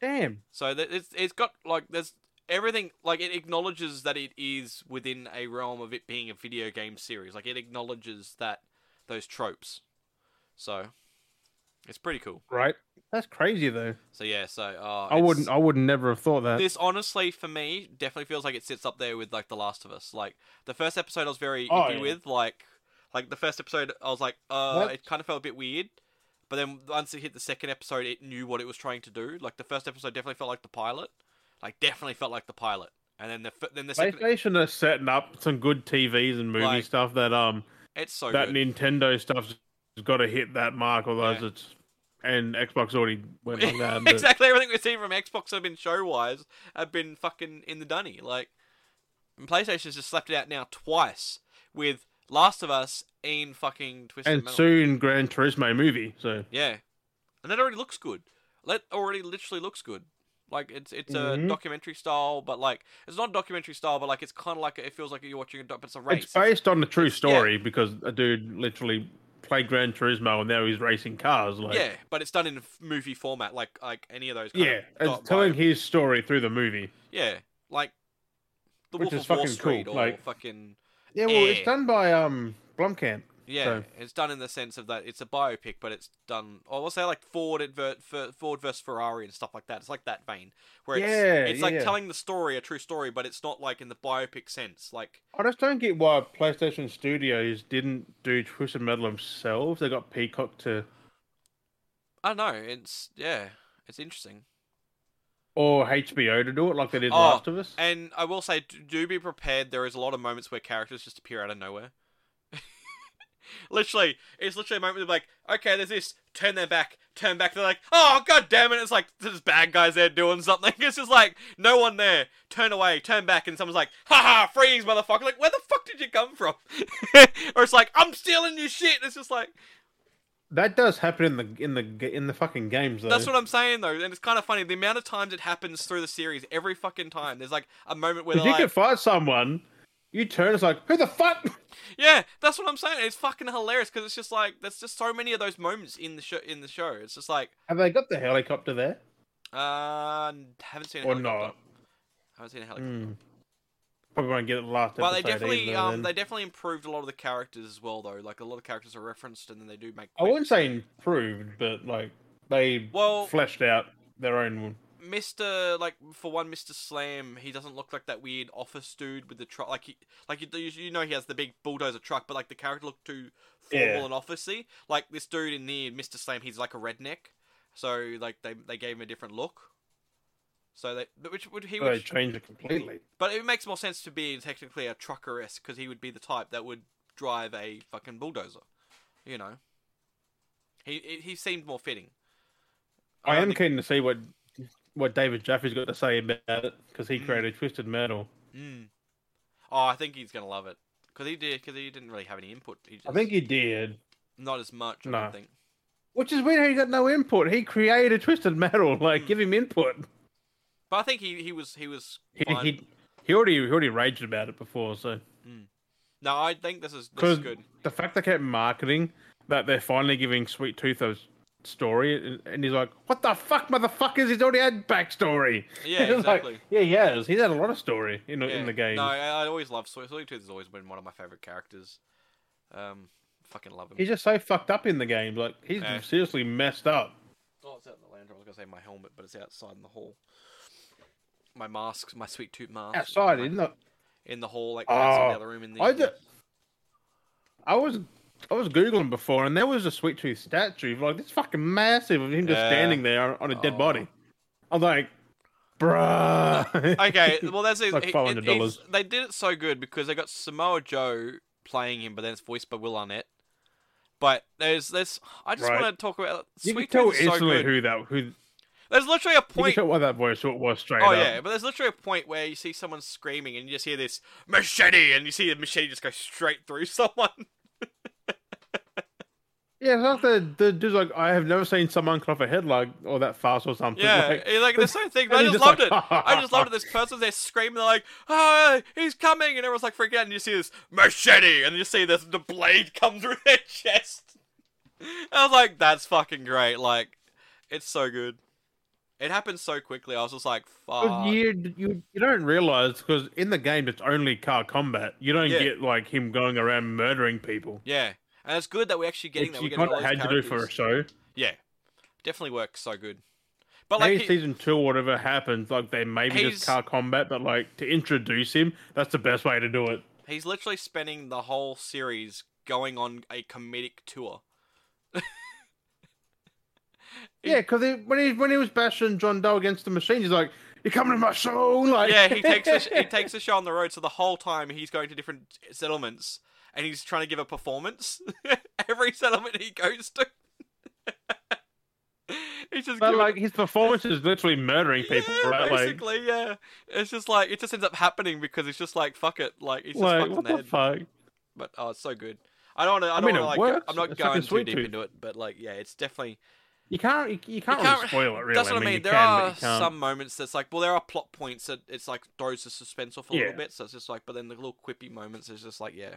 Speaker 1: damn.
Speaker 2: So that it's it's got like there's everything like it acknowledges that it is within a realm of it being a video game series. Like it acknowledges that those tropes. So it's pretty cool.
Speaker 1: Right. That's crazy though.
Speaker 2: So yeah, so uh,
Speaker 1: I
Speaker 2: it's-
Speaker 1: wouldn't. I would never have thought that.
Speaker 2: This honestly, for me, definitely feels like it sits up there with like The Last of Us. Like the first episode, I was very
Speaker 1: Oh,
Speaker 2: iffy
Speaker 1: yeah.
Speaker 2: with. Like, like the first episode, I was like, uh,
Speaker 1: What?
Speaker 2: it kind of felt a bit weird. But then once it hit the second episode, it knew what it was trying to do. Like the first episode definitely felt like the pilot. Like definitely felt like the pilot. And then the f- then the second,
Speaker 1: PlayStation are setting up some good TVs and movie
Speaker 2: Like-
Speaker 1: stuff that um
Speaker 2: it's so
Speaker 1: that
Speaker 2: [laughs] good.
Speaker 1: Nintendo stuff's got to hit that mark, otherwise
Speaker 2: Yeah.
Speaker 1: it's and Xbox already
Speaker 2: [laughs]
Speaker 1: went like that. but-
Speaker 2: exactly everything we've seen from Xbox have been show wise have been fucking in the dunny. Like and PlayStation's just slapped it out now twice with Last of Us and fucking Twisted
Speaker 1: and
Speaker 2: Metal.
Speaker 1: soon Gran Turismo movie. So
Speaker 2: Yeah, and that already looks good. That already literally looks good. Like it's it's a
Speaker 1: Mhm.
Speaker 2: documentary style, but like it's not documentary style, but like it's kind of like it feels like you're watching a doc, but it's a race.
Speaker 1: it's based on the true
Speaker 2: yeah.
Speaker 1: story because a dude literally played Gran Turismo and now he's racing cars. Like
Speaker 2: yeah, but it's done in f- movie format, like like any of those. Kind
Speaker 1: yeah,
Speaker 2: of
Speaker 1: it's
Speaker 2: doc-
Speaker 1: telling
Speaker 2: like-
Speaker 1: his story through the movie.
Speaker 2: yeah, like the
Speaker 1: Which
Speaker 2: Wolf
Speaker 1: is
Speaker 2: of Wall
Speaker 1: fucking cool,
Speaker 2: Street or
Speaker 1: like-
Speaker 2: fucking
Speaker 1: Yeah, well,
Speaker 2: Yeah.
Speaker 1: it's done by um Blumkamp.
Speaker 2: yeah.
Speaker 1: So-
Speaker 2: It's done in the sense of that it's a biopic, but it's done. Or we'll say like Ford advert for Ford versus Ferrari and stuff like that. It's like that vein where it's
Speaker 1: Yeah,
Speaker 2: it's like
Speaker 1: yeah.
Speaker 2: telling the story, a true story, but it's not like in the biopic sense, like.
Speaker 1: I just don't get why PlayStation Studios didn't do Twisted Metal themselves. They got Peacock to,
Speaker 2: I don't know. It's yeah, it's interesting.
Speaker 1: or HBO to do it like they did
Speaker 2: Oh,
Speaker 1: Last of Us.
Speaker 2: And I will say, d- do be prepared. There is a lot of moments where characters just appear out of nowhere. [laughs] literally, it's literally a moment of like, okay, there's this. Turn their back. Turn back. They're like, oh god damn it! It's like there's bad guys there doing something. [laughs] It's just like no one there. Turn away. Turn back. And someone's like, haha, freeze, motherfucker! Like where the fuck did you come from? [laughs] or it's like I'm stealing your shit. It's just like
Speaker 1: That does happen in the in the g- in the fucking games though.
Speaker 2: That's what I'm saying though, and it's kind of funny the amount of times it happens through the series. Every fucking time, there's like a moment where
Speaker 1: If
Speaker 2: they're
Speaker 1: you
Speaker 2: like,
Speaker 1: could fight someone, you turn. It's like who the fuck? [laughs]
Speaker 2: "Yeah, that's what I'm saying." It's fucking hilarious because it's just like there's just so many of those moments in the show. In the show, it's just like,
Speaker 1: Have they got the helicopter there
Speaker 2: uh, haven't seen a
Speaker 1: or
Speaker 2: helicopter.
Speaker 1: not?
Speaker 2: Haven't seen a helicopter.
Speaker 1: Hmm. Probably won't get it last
Speaker 2: Well, they
Speaker 1: episode.
Speaker 2: definitely
Speaker 1: either,
Speaker 2: um
Speaker 1: then.
Speaker 2: they definitely improved a lot of the characters as well though. Like a lot of characters are referenced, and then they do make.
Speaker 1: I wouldn't say improved, but like they
Speaker 2: Well-
Speaker 1: fleshed out their own. one.
Speaker 2: Mister, like for one, Mister Slam, he doesn't look like that weird office dude with the truck. Like he, like you, you know, he has the big bulldozer truck, but like the character looked too formal
Speaker 1: Yeah.
Speaker 2: and officey. Like this dude in the Mister Slam, he's like a redneck, so like they they gave him a different look. So they, but which would he
Speaker 1: They
Speaker 2: would,
Speaker 1: changed it completely.
Speaker 2: but it makes more sense to be technically a trucker esque because he would be the type that would drive a fucking bulldozer, you know. He he- he seemed more fitting.
Speaker 1: I
Speaker 2: don't
Speaker 1: am
Speaker 2: think-
Speaker 1: keen to see what what David Jaffe's got to say about it because he
Speaker 2: Mm.
Speaker 1: created Twisted Metal.
Speaker 2: Mm. Oh, I think he's gonna love it because he did because he didn't really have any input. He just,
Speaker 1: I think he did,
Speaker 2: not as much. I
Speaker 1: No.
Speaker 2: don't think.
Speaker 1: which is weird. how He got no input. He created Twisted Metal. Like,
Speaker 2: Mm.
Speaker 1: give him input.
Speaker 2: But I think he, he was he was
Speaker 1: He,
Speaker 2: fine.
Speaker 1: he he already he already raged about it before. So
Speaker 2: No, I think this is this
Speaker 1: because
Speaker 2: is good.
Speaker 1: the fact they kept marketing that they're finally giving Sweet Tooth a s- story, and- and he's like, "What the fuck, motherfuckers? He's already had backstory." [laughs]
Speaker 2: Yeah,
Speaker 1: It's like,
Speaker 2: exactly.
Speaker 1: yeah, he has. He's had a lot of story in the-
Speaker 2: Yeah.
Speaker 1: in the game.
Speaker 2: No, I, I always love Sweet Sweet Tooth. Has always been one of my favorite characters. Um, fucking love him.
Speaker 1: He's just so fucked up in the game. Like he's
Speaker 2: Yeah.
Speaker 1: seriously messed up.
Speaker 2: Oh, it's out in the land. I was gonna say my helmet, but it's outside in the hall. My masks, my Sweet Tooth mask.
Speaker 1: Outside,
Speaker 2: in
Speaker 1: isn't
Speaker 2: the,
Speaker 1: it?
Speaker 2: in the hall, like outside the
Speaker 1: Oh,
Speaker 2: other room. In the
Speaker 1: I, ju- I was I was googling before, and there was a sweet tooth statue. Like this fucking massive of him just
Speaker 2: Yeah.
Speaker 1: standing there on, on a dead
Speaker 2: Oh.
Speaker 1: body. I'm like, bruh.
Speaker 2: okay, well that's it,
Speaker 1: Like
Speaker 2: it-
Speaker 1: $500.
Speaker 2: it's- They did it so good because they got Samoa Joe playing him, but then it's voiced by Will Arnett. But there's this. I just
Speaker 1: Right.
Speaker 2: want to talk about
Speaker 1: [laughs] you
Speaker 2: Sweet
Speaker 1: can tell
Speaker 2: Tooth is so
Speaker 1: instantly
Speaker 2: good.
Speaker 1: who that who.
Speaker 2: There's literally a
Speaker 1: You can
Speaker 2: point.
Speaker 1: tell why that voice was straight
Speaker 2: Oh
Speaker 1: up.
Speaker 2: yeah, but there's literally a point where you see someone screaming and you just hear this machete, and you see the machete just go straight through [laughs] someone.
Speaker 1: [laughs] yeah. It's not the the dude's like I have never seen someone cut off a head like or that fast or something.
Speaker 2: Yeah,
Speaker 1: Like,
Speaker 2: it's like the same thing. But I
Speaker 1: and
Speaker 2: just,
Speaker 1: he's
Speaker 2: loved
Speaker 1: just
Speaker 2: it.
Speaker 1: like,
Speaker 2: I just loved it. This person's there screaming, they're like, "Ah, he's coming!" And everyone's like freaking out. And you see this machete, and you see this the blade come through [laughs] their chest. I was like, "That's fucking great!" Like, it's so good. It happened so quickly. I was just like, "Fuck."
Speaker 1: [laughs] Because you, you you don't realize because in the game it's only car combat. You don't
Speaker 2: Yeah.
Speaker 1: get like him going around murdering people.
Speaker 2: Yeah, and it's good that we're actually getting
Speaker 1: which
Speaker 2: that. We're
Speaker 1: you
Speaker 2: getting
Speaker 1: kind
Speaker 2: all
Speaker 1: of had
Speaker 2: those
Speaker 1: to do for a
Speaker 2: characters.
Speaker 1: show.
Speaker 2: Yeah, definitely works so good. But like,
Speaker 1: Maybe
Speaker 2: he-
Speaker 1: season two or whatever happens, like they maybe
Speaker 2: He's-
Speaker 1: just car combat, but like to introduce him, that's the best way to do it.
Speaker 2: He's literally spending the whole series going on a comedic tour. He-
Speaker 1: Yeah, because when he when he was bashing John Doe against the machine, he's like, "You're coming to my show!" Like,
Speaker 2: yeah,
Speaker 1: [laughs]
Speaker 2: he takes a, he takes the show on the road, so the whole time he's going to different settlements and he's trying to give a performance [laughs] every settlement he goes to. [laughs] he's just
Speaker 1: But
Speaker 2: giving- [laughs]
Speaker 1: like his performance is literally murdering people,
Speaker 2: yeah,
Speaker 1: right? Like,
Speaker 2: basically, yeah. It's just like it just ends up happening because it's just like fuck it, like he's just
Speaker 1: like
Speaker 2: fucking
Speaker 1: what the
Speaker 2: head.
Speaker 1: fuck?
Speaker 2: but oh, it's so good. I don't want to. I,
Speaker 1: I
Speaker 2: don't
Speaker 1: mean,
Speaker 2: wanna,
Speaker 1: it
Speaker 2: like.
Speaker 1: works.
Speaker 2: I'm not
Speaker 1: It's like a
Speaker 2: going too
Speaker 1: sweet
Speaker 2: deep
Speaker 1: tooth.
Speaker 2: into it, but like, yeah, it's definitely.
Speaker 1: You can't. You, you can't,
Speaker 2: can't-
Speaker 1: really spoil it. Really,
Speaker 2: That's what I mean.
Speaker 1: you
Speaker 2: there
Speaker 1: can, but
Speaker 2: are
Speaker 1: you can't.
Speaker 2: some moments that's like, well, there are plot points that it's like throws the suspense off a
Speaker 1: Yeah.
Speaker 2: little bit. So it's just like, but then the little quippy moments is just like, yeah,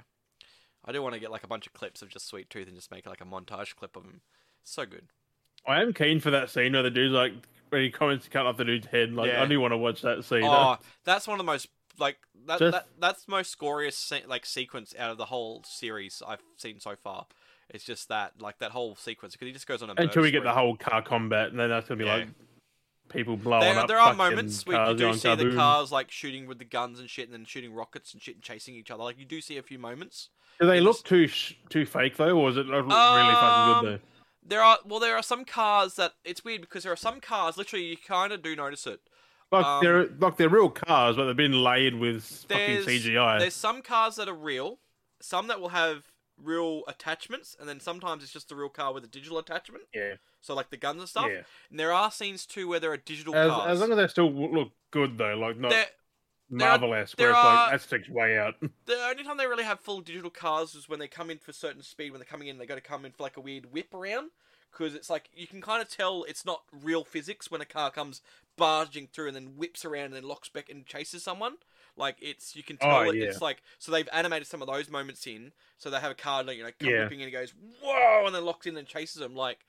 Speaker 2: I do want to get like a bunch of clips of just Sweet Tooth and just make like a montage clip of him. So good.
Speaker 1: I am keen for that scene where the dude's like, where he comments cut off the dude's head. Like,
Speaker 2: Yeah.
Speaker 1: I do want to watch that scene.
Speaker 2: Oh, that's one of the most like that,
Speaker 1: Just-
Speaker 2: that that's the most scoriest se- like sequence out of the whole series I've seen so far. It's just that like that whole sequence because he just goes on a
Speaker 1: [laughs] Until
Speaker 2: murder
Speaker 1: we get the
Speaker 2: spree.
Speaker 1: whole car combat, and then that's gonna be
Speaker 2: Yeah.
Speaker 1: like people blowing
Speaker 2: There,
Speaker 1: up.
Speaker 2: there are
Speaker 1: fucking
Speaker 2: moments where you
Speaker 1: cars
Speaker 2: do
Speaker 1: going
Speaker 2: see the
Speaker 1: kaboom.
Speaker 2: cars like shooting with the guns and shit, and then shooting rockets and shit, and chasing each other. Like you do see a few moments.
Speaker 1: Do they
Speaker 2: it
Speaker 1: look
Speaker 2: just-
Speaker 1: too sh- too fake though, or is it look really fucking good
Speaker 2: Um,
Speaker 1: though?
Speaker 2: There are well, there are some cars that it's weird because there are some cars. Literally, you kind of do notice it.
Speaker 1: Like
Speaker 2: um,
Speaker 1: they're like they're real cars, but they've been laid with fucking
Speaker 2: There's-
Speaker 1: CGI.
Speaker 2: There's some cars that are real, some that will have real attachments, and then sometimes it's just the real car with a digital attachment.
Speaker 1: Yeah.
Speaker 2: So like the guns and stuff.
Speaker 1: Yeah.
Speaker 2: And there are scenes too where there are digital
Speaker 1: As,
Speaker 2: cars.
Speaker 1: as long as they still w- look good though, like not
Speaker 2: There- there are-
Speaker 1: marvelous,
Speaker 2: there
Speaker 1: where it's
Speaker 2: are-
Speaker 1: like that sticks way out. [laughs]
Speaker 2: the only time they really have full digital cars is when they come in for certain speed. When they're coming in, they got to come in for like a weird whip around because it's like you can kind of tell it's not real physics when a car comes barging through and then whips around and then locks back and chases someone. Like it's you can tell
Speaker 1: Oh,
Speaker 2: it,
Speaker 1: yeah.
Speaker 2: it's like so they've animated some of those moments in so they have a car like, you know come
Speaker 1: Yeah.
Speaker 2: whipping in and goes whoa and then locks in and chases them like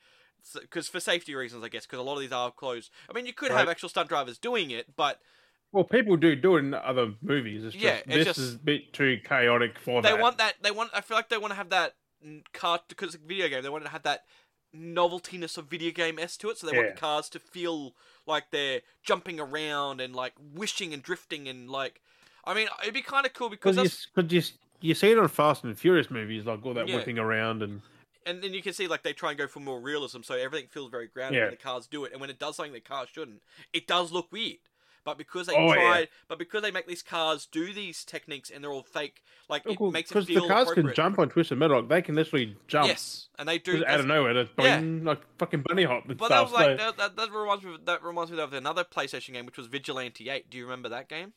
Speaker 2: because for safety reasons I guess because a lot of these are closed. I mean you could have
Speaker 1: Right.
Speaker 2: actual stunt drivers doing it, but
Speaker 1: Well, people do do it in other movies. It's just,
Speaker 2: Yeah, it's
Speaker 1: this
Speaker 2: just-
Speaker 1: is a bit too chaotic for
Speaker 2: they
Speaker 1: that.
Speaker 2: want that. They want. I feel like they want to have that n- car because it's a video game. They want to have that noveltiness of video game s to it. So they want
Speaker 1: Yeah.
Speaker 2: the cars to feel like they're jumping around and like wishing and drifting and like. I mean, it'd be kind of cool because
Speaker 1: because you,
Speaker 2: that's,
Speaker 1: s- 'cause you, s- you see it on Fast and Furious movies, like all that
Speaker 2: Yeah.
Speaker 1: whipping around and
Speaker 2: and then you can see like they try and go for more realism, so everything feels very grounded
Speaker 1: Yeah.
Speaker 2: when the cars do it, and when it does something the cars shouldn't, it does look weird. But because they
Speaker 1: Oh,
Speaker 2: try,
Speaker 1: yeah.
Speaker 2: but because they make these cars do these techniques and they're all fake, like it makes it
Speaker 1: because
Speaker 2: feel
Speaker 1: Oh, the cars can
Speaker 2: appropriate.
Speaker 1: jump on Twisted Metal, like, they can literally jump.
Speaker 2: Yes, and they do.
Speaker 1: Just out
Speaker 2: that's-
Speaker 1: of nowhere, just
Speaker 2: Yeah.
Speaker 1: boing, like fucking bunny hop and
Speaker 2: But that
Speaker 1: stuff.
Speaker 2: was like
Speaker 1: so-
Speaker 2: that, that, that reminds me of, that reminds me of another PlayStation game which was Vigilante 8. Do you remember that game?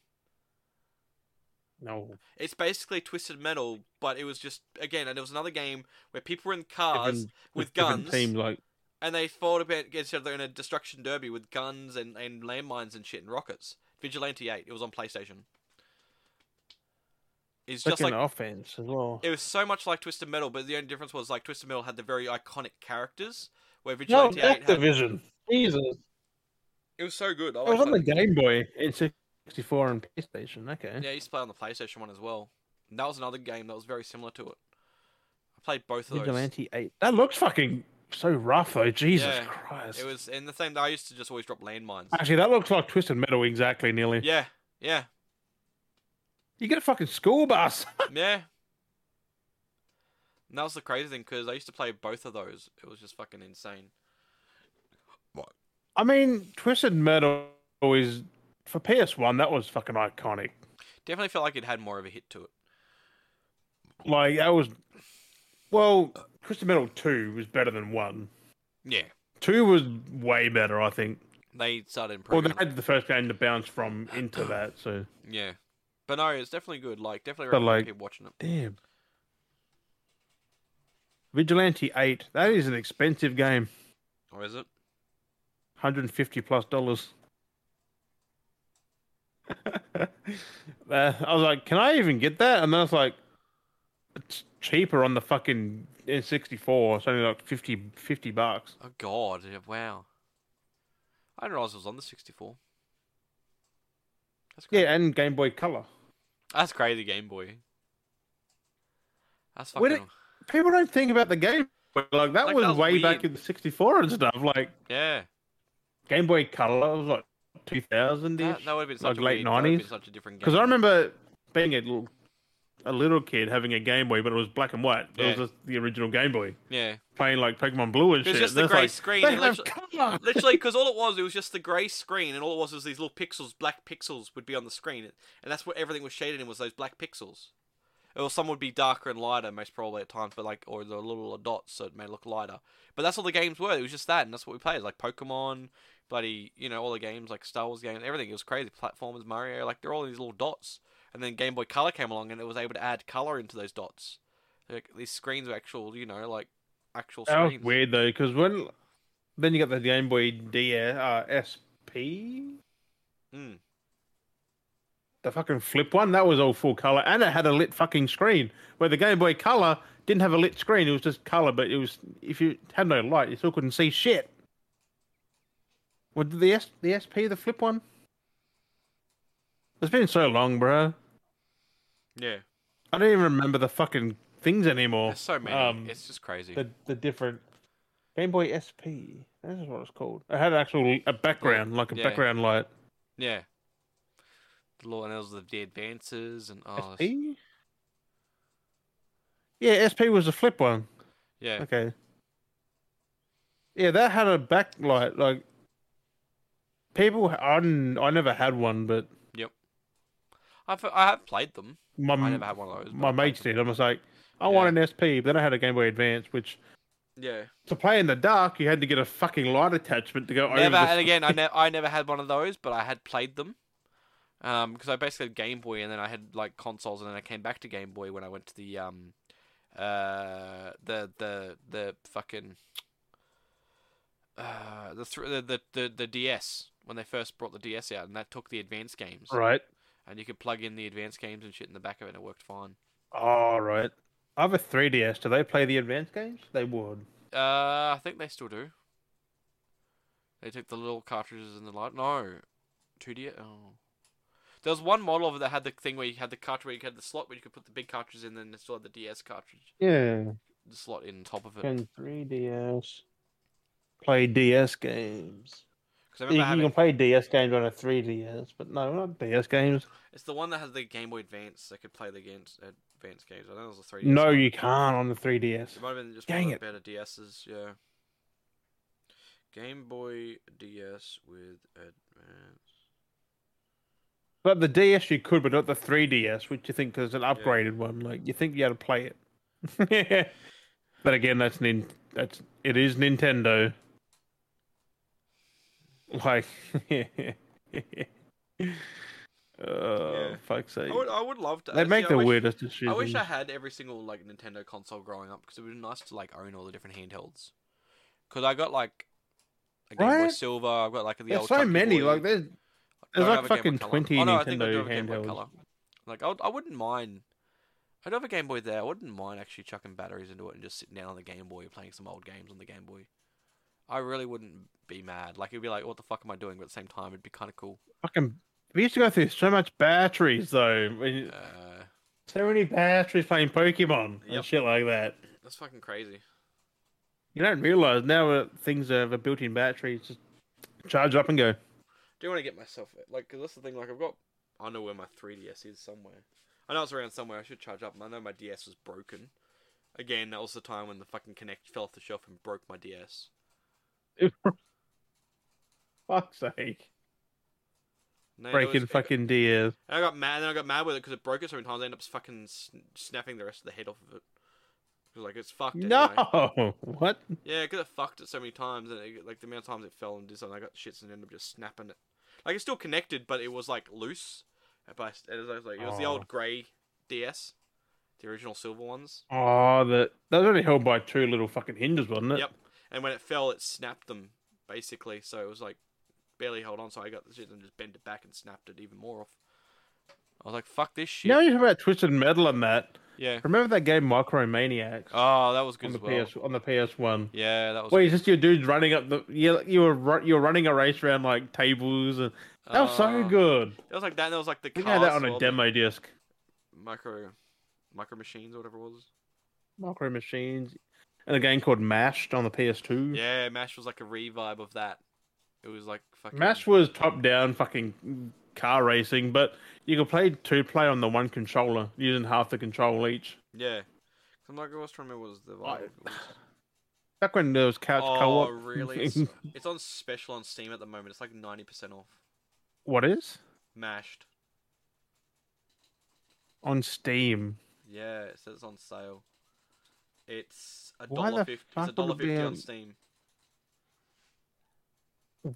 Speaker 1: no,
Speaker 2: It's basically Twisted Metal, but it was just again, and it was another game where people were in
Speaker 1: different-
Speaker 2: cars with
Speaker 1: different
Speaker 2: guns
Speaker 1: Teams like
Speaker 2: and they fought about against each other in a destruction derby with guns and, and landmines and shit and rockets. Vigilante 8. It was on PlayStation. It's just
Speaker 1: fucking
Speaker 2: like
Speaker 1: offense as well.
Speaker 2: it was so much like Twisted Metal, but the only difference was like Twisted Metal had the very iconic characters, where
Speaker 1: no,
Speaker 2: Vigilante 8 had.
Speaker 1: Activision. Jesus, it
Speaker 2: It was so good. I
Speaker 1: was
Speaker 2: liked
Speaker 1: on the
Speaker 2: that
Speaker 1: Game
Speaker 2: game.
Speaker 1: Boy in '64 and PlayStation. Okay,
Speaker 2: Yeah, I used to play on the PlayStation one as well. And that was another game that was very similar to it. I played both of those.
Speaker 1: Vigilante Eight. That looks fucking so rough though. Jesus
Speaker 2: Yeah,
Speaker 1: Christ.
Speaker 2: It was and the thing that I used to just always drop landmines.
Speaker 1: Actually, that looks like Twisted Metal exactly, nearly.
Speaker 2: yeah, yeah,
Speaker 1: You get a fucking school bus. [laughs]
Speaker 2: yeah. And that was the crazy thing because I used to play both of those. It was just fucking insane.
Speaker 1: I mean, Twisted Metal is for PS1. That was fucking iconic.
Speaker 2: Definitely felt like it had more of a hit to it.
Speaker 1: Like that was. Well, Twisted Metal Two was better than one.
Speaker 2: Yeah,
Speaker 1: Two was way better, I think.
Speaker 2: they started
Speaker 1: Well, they
Speaker 2: improving.
Speaker 1: had the first game to bounce from into that. So
Speaker 2: Yeah, but no, it's definitely good. Like, definitely
Speaker 1: But,
Speaker 2: recommend
Speaker 1: like-
Speaker 2: people watching it.
Speaker 1: damn. Vigilante Eight. That is an expensive game.
Speaker 2: Or Oh, is it?
Speaker 1: hundred and fifty plus dollars. [laughs] uh, I was like, can I even get that? And then I was like, it's cheaper on the fucking N64. It's only like 50, 50 bucks.
Speaker 2: Oh God! yeah, Wow. I didn't realize it was on the 64. That's crazy.
Speaker 1: Yeah, and Game Boy Color.
Speaker 2: That's crazy, Game Boy. That's
Speaker 1: When
Speaker 2: fucking
Speaker 1: it- People don't think about the Game Boy. Like, that
Speaker 2: Like,
Speaker 1: was
Speaker 2: that's
Speaker 1: way back
Speaker 2: weird.
Speaker 1: in the 64 and stuff. Like,
Speaker 2: yeah.
Speaker 1: Game Boy Color was like 2000 ish.
Speaker 2: That, that would have been such
Speaker 1: Like
Speaker 2: a
Speaker 1: late
Speaker 2: weird- that would've been
Speaker 1: 90s?
Speaker 2: such a different game.
Speaker 1: Because I remember being a little, a little kid having a Game Boy, but it was black and white.
Speaker 2: Yeah.
Speaker 1: It was just the original Game Boy.
Speaker 2: Yeah,
Speaker 1: Playing like Pokemon Blue and
Speaker 2: it was
Speaker 1: shit.
Speaker 2: just
Speaker 1: and
Speaker 2: the
Speaker 1: it's
Speaker 2: grey
Speaker 1: like,
Speaker 2: screen.
Speaker 1: They
Speaker 2: and
Speaker 1: have
Speaker 2: literally,
Speaker 1: colour.
Speaker 2: literally, because all it was, it was just the grey screen, and all it was was these little pixels, black pixels, would be on the screen, and that's what everything was shaded in was those black pixels. Or some would be darker and lighter, most probably at times, but like, or the little dots, so it may look lighter. But that's all the games were. It was just that, and that's what we played, like Pokemon, bloody, you know, all the games, like Star Wars games, everything. It was crazy. Platformers, Mario, like they're all these little dots. And then Game Boy Color came along, and it was able to add color into those dots. Like, these screens were actual, you know, like actual
Speaker 1: That was
Speaker 2: screens.
Speaker 1: weird though, because when then you got the Game Boy DS uh, SP,
Speaker 2: Mm.
Speaker 1: the fucking flip one, that was all full color, and it had a lit fucking screen. Where the Game Boy Color didn't have a lit screen; it was just color, but it was if you had no light, you still couldn't see shit. What did the S the SP the flip one? It's been so long, bro.
Speaker 2: Yeah,
Speaker 1: I don't even remember the fucking things anymore.
Speaker 2: there's so many.
Speaker 1: Um,
Speaker 2: it's just crazy.
Speaker 1: the the different Game Boy SP. This is what it's called. It had an actual a background, like a
Speaker 2: Yeah.
Speaker 1: background light.
Speaker 2: yeah, the Lord knows of the advances and oh, it's-
Speaker 1: SP. Yeah, SP was the flip one.
Speaker 2: yeah,
Speaker 1: Okay. Yeah, that had a backlight. Like people, I, n- I never had one, but
Speaker 2: I've I have played them.
Speaker 1: my
Speaker 2: I never had one of those. but
Speaker 1: um, my
Speaker 2: I've played
Speaker 1: mates
Speaker 2: them.
Speaker 1: did. I was like, I
Speaker 2: Yeah.
Speaker 1: want an SP, but then I had a Game Boy Advance, which
Speaker 2: Yeah,
Speaker 1: to play in the dark, you had to get a fucking light attachment to go over.
Speaker 2: never.
Speaker 1: the
Speaker 2: And again, I
Speaker 1: [laughs]
Speaker 2: ne- I never had one of those, but I had played them. Um, because I basically had Game Boy, and then I had like consoles, and then I came back to Game Boy when I went to the um, uh, the the the fucking uh the thr- the the the, the DS when they first brought the DS out, and that took the advanced games,
Speaker 1: right.
Speaker 2: and you could plug in the advanced games and shit in the back of it, and it worked fine.
Speaker 1: All Oh, right. I have a 3DS. Do they play the advanced games? They would.
Speaker 2: Uh, I think they still do. They took the little cartridges and the light. No, two D. Oh, there was one model of it that had the thing where you had the cartridge, where you had the slot where you could put the big cartridge in, and then still had the DS cartridge,
Speaker 1: Yeah.
Speaker 2: the slot in top of it.
Speaker 1: Can 3DS play DS games?
Speaker 2: 'Cause I
Speaker 1: You,
Speaker 2: remember
Speaker 1: you
Speaker 2: having
Speaker 1: can play DS games on a 3DS, but no, not DS games.
Speaker 2: it's the one that has the Game Boy Advance that could play the games, advanced games. I think it was the three.
Speaker 1: No, you can't on the 3DS.
Speaker 2: It might have been just
Speaker 1: Dang
Speaker 2: one
Speaker 1: it.
Speaker 2: of the better DSs, yeah. Game Boy DS with Advance.
Speaker 1: But the DS you could, but not the 3DS, which you think is an upgraded one. Like you think you had to play it. [laughs] but again, that's nin- that's it is Nintendo. Like, [laughs] oh
Speaker 2: Yeah.
Speaker 1: fuck's sake!
Speaker 2: I would, I would love to.
Speaker 1: they
Speaker 2: see,
Speaker 1: make
Speaker 2: I
Speaker 1: the
Speaker 2: wish-
Speaker 1: weirdest
Speaker 2: I
Speaker 1: decisions.
Speaker 2: wish I had every single like Nintendo console growing up because it would be nice to like own all the different handhelds. Because I got like a Game Boy
Speaker 1: Right?
Speaker 2: Silver. I've got like the
Speaker 1: There's
Speaker 2: old.
Speaker 1: so
Speaker 2: chunky
Speaker 1: many.
Speaker 2: boy.
Speaker 1: Like there's
Speaker 2: I don't
Speaker 1: there's, like,
Speaker 2: have a Game Boy
Speaker 1: fucking
Speaker 2: Color.
Speaker 1: 20
Speaker 2: oh, no, I think I do
Speaker 1: Nintendo
Speaker 2: have a Game Boy
Speaker 1: handhelds.
Speaker 2: Color. Like I, would, I wouldn't mind. I do have a Game Boy there. I wouldn't mind actually chucking batteries into it and just sitting down on the Game Boy playing some old games on the Game Boy. I really wouldn't be mad. Like it'd be like, what the fuck am I doing? But at the same time, it'd be kind of cool.
Speaker 1: fucking. We used to go through so much batteries though.
Speaker 2: Uh,
Speaker 1: When- So many batteries playing Pokemon
Speaker 2: Yep.
Speaker 1: and shit like that.
Speaker 2: that's fucking crazy.
Speaker 1: You don't realize now that things have a built-in battery. It's just charge up and go.
Speaker 2: do want to get myself like 'cause that's the thing. Like I've got, I know where my 3ds is somewhere. I know it's around somewhere. I should charge up. and I know my DS was broken. Again, that was the time when the fucking Connect fell off the shelf and broke my DS.
Speaker 1: Fuck's sake!
Speaker 2: And then it
Speaker 1: Breaking
Speaker 2: was- it got-
Speaker 1: fucking DS.
Speaker 2: And I got mad. And then I got mad with it because it broke it so many times. I ended up fucking sn- snapping the rest of the head off of it. 'Cause, like it's fucked. Anyway.
Speaker 1: No, [laughs] what?
Speaker 2: Yeah, because it fucked it so many times, and it, like the amount of times it fell and did something, I got shits and ended up just snapping it. Like it's still connected, but it was like loose. But I s- it was, like it was the
Speaker 1: Oh.
Speaker 2: old grey DS, the original silver ones.
Speaker 1: Oh, that that was only held by two little fucking hinges, wasn't it?
Speaker 2: Yep. And when it fell, it snapped them basically. So it was like barely held on. So I got the shit and just bent it back and snapped it even more off. I was like, "Fuck this shit."
Speaker 1: You know you talk about twisted metal and that.
Speaker 2: Yeah.
Speaker 1: Remember that game Micromaniacs
Speaker 2: Oh, that was good
Speaker 1: on the
Speaker 2: as well.
Speaker 1: PS on the PS One.
Speaker 2: Yeah, that was.
Speaker 1: Wait, is this your dude running up the? You you were ru- you were running a race around like tables and that was so
Speaker 2: uh,
Speaker 1: good.
Speaker 2: That was like that. And that was like the.
Speaker 1: We
Speaker 2: Cars,
Speaker 1: had that on
Speaker 2: as
Speaker 1: a
Speaker 2: well, the
Speaker 1: demo disc.
Speaker 2: Micro, micro machines or whatever it was.
Speaker 1: Micro Machines, and a game called Mashed on the PS2.
Speaker 2: Yeah, Mash was like a revive of that. It was like fucking
Speaker 1: Mash was top down fucking car racing, but you could play two player on the one controller using half the control each.
Speaker 2: Yeah, 'Cause I'm like I was trying to remember what was the vibe.
Speaker 1: Oh, Back when there was couch [laughs]
Speaker 2: Oh,
Speaker 1: co-op.
Speaker 2: really? It's, it's on special on Steam at the moment. It's like ninety percent off.
Speaker 1: what is
Speaker 2: Mashed.
Speaker 1: on Steam?
Speaker 2: Yeah, it says it's on sale. It's a
Speaker 1: Why
Speaker 2: dollar
Speaker 1: the
Speaker 2: fifty.
Speaker 1: fuck
Speaker 2: It's a
Speaker 1: would
Speaker 2: dollar
Speaker 1: it be
Speaker 2: fifty
Speaker 1: on-
Speaker 2: on Steam.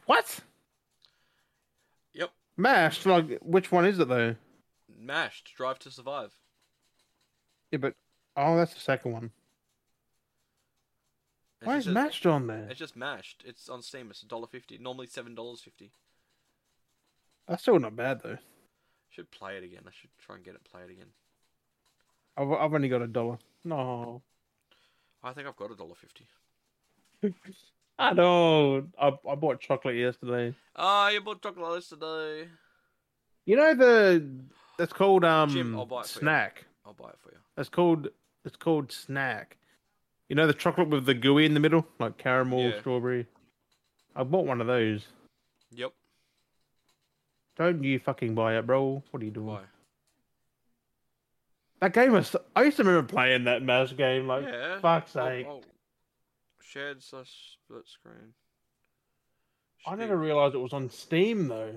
Speaker 1: What?
Speaker 2: Yep.
Speaker 1: Mash? Like which one is it though?
Speaker 2: Mashed. Drive to Survive.
Speaker 1: Yeah, but Oh, that's the second one.
Speaker 2: It's
Speaker 1: Why is
Speaker 2: just a-
Speaker 1: mashed on there?
Speaker 2: It's just mashed. It's on Steam. It's a dollar fifty. Normally seven dollars fifty.
Speaker 1: That's still not bad though.
Speaker 2: Should play it again. I should try and get it played again.
Speaker 1: I've I've only got a dollar. No,
Speaker 2: I think I've got a dollar fifty.
Speaker 1: [laughs] I don't. I I bought chocolate yesterday.
Speaker 2: Ah, you bought chocolate list today.
Speaker 1: You know the that's called um
Speaker 2: Jim, I'll buy it for you.
Speaker 1: snack.
Speaker 2: I'll buy it for you.
Speaker 1: It's called it's called snack. You know the chocolate with the gooey in the middle, like caramel,
Speaker 2: Yeah.
Speaker 1: strawberry. I bought one of those.
Speaker 2: Yep.
Speaker 1: Don't you fucking buy it, bro? What are you doing?
Speaker 2: Why?
Speaker 1: That game was. I used to remember playing that mouse game. Like
Speaker 2: yeah.
Speaker 1: Oh,
Speaker 2: Oh,
Speaker 1: fuck's
Speaker 2: I'll-
Speaker 1: sake!
Speaker 2: I'll- Shared slash split screen.
Speaker 1: I
Speaker 2: Should be-
Speaker 1: never realized it was on Steam though.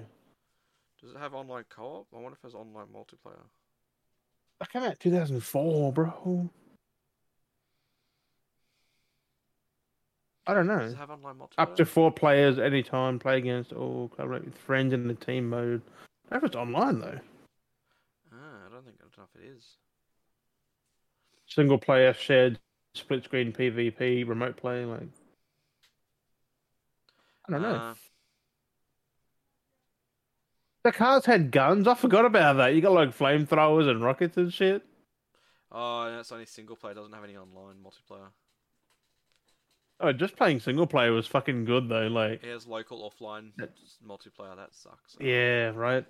Speaker 2: Does it have online co-op? I wonder if it has online multiplayer.
Speaker 1: That came out 2004, bro. I don't know.
Speaker 2: Does it have online multiplayer?
Speaker 1: Up to four players at any time. Play against or collaborate with friends in the team mode. I don't know if it's online though.
Speaker 2: Ah, I don't think I don't know if it is.
Speaker 1: Single player, shared, split screen PvP, remote play. Like I don't know.
Speaker 2: Uh,
Speaker 1: the cars had guns. I forgot about that. You got like flamethrowers and rockets and shit.
Speaker 2: oh, no, it's only single player. It doesn't have any online multiplayer.
Speaker 1: Oh, just playing single player was fucking good though. Like,
Speaker 2: It has local offline
Speaker 1: Yeah.
Speaker 2: s- multiplayer. That sucks.
Speaker 1: yeah, right.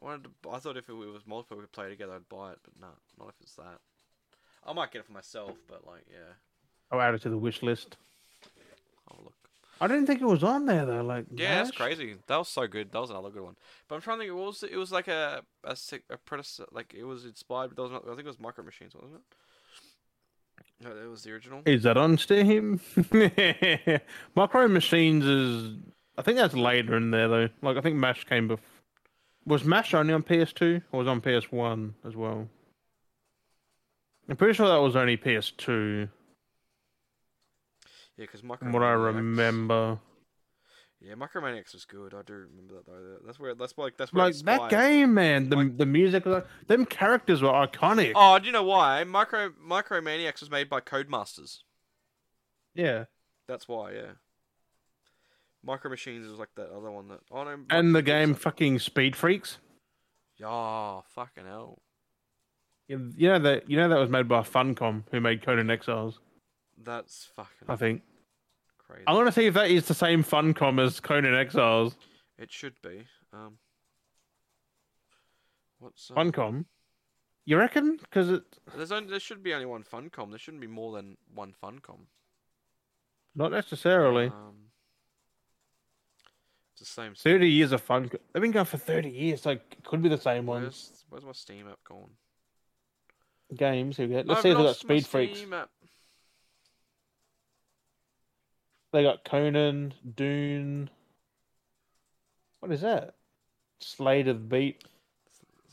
Speaker 2: I wanted. To, I thought if it was multiplayer we could play together, I'd buy it, but no, not if it's that. I might get it for myself, but like, yeah,
Speaker 1: I'll add it Oh, to the wish list.
Speaker 2: I'll look.
Speaker 1: I didn't think it was on there though. Like,
Speaker 2: Yeah, that's
Speaker 1: Nash?
Speaker 2: crazy. That was so good. That was another good one. But I'm trying to think. What was it? It was like a a, sec- a predecessor. Like it was inspired, but that was not. I think it was Micro Machines, wasn't it? No, that was the original.
Speaker 1: Is that on Steam? [laughs] Micro Machines is. I think that's later in there though. Like, I think Mash came before. Was Mash only on PS2 or was it on PS1 as well? I'm pretty sure that was only PS2,
Speaker 2: Yeah, because Micro.
Speaker 1: from what I
Speaker 2: Maniacs-
Speaker 1: remember.
Speaker 2: Yeah, Micro Maniacs was good. I do remember that though. That's where. That's like. That's where.
Speaker 1: Like
Speaker 2: it's
Speaker 1: that game, man. The the music, was like, them characters were iconic.
Speaker 2: Oh, do you know why? Micro Micro Maniacs was made by Codemasters.
Speaker 1: Yeah,
Speaker 2: That's why, yeah. Micro Machines was like that other one that. Oh no. Micro
Speaker 1: and the
Speaker 2: Machines
Speaker 1: game
Speaker 2: had-
Speaker 1: fucking Speed Freaks.
Speaker 2: Yeah, fucking hell.
Speaker 1: You you know that you know that was made by Funcom, who made Conan Exiles.
Speaker 2: That's fucking
Speaker 1: I think.
Speaker 2: crazy.
Speaker 1: I want to see if that is the same Funcom as Conan Exiles.
Speaker 2: It should be. Um. What's um,
Speaker 1: Funcom. You reckon? Because it's
Speaker 2: There's only there should be only one Funcom. There shouldn't be more than one Funcom.
Speaker 1: not necessarily.
Speaker 2: Um. It's the same. s-
Speaker 1: Thirty years of Funcom. They've been going for thirty years. so it could be the same ones.
Speaker 2: Where's, where's my Steam app gone?
Speaker 1: Games. Here we go. Let's
Speaker 2: I've
Speaker 1: see if they got
Speaker 2: lost my
Speaker 1: Speed Freaks.
Speaker 2: Steam app.
Speaker 1: They got Conan, Dune. What is that? Slade of the Beat.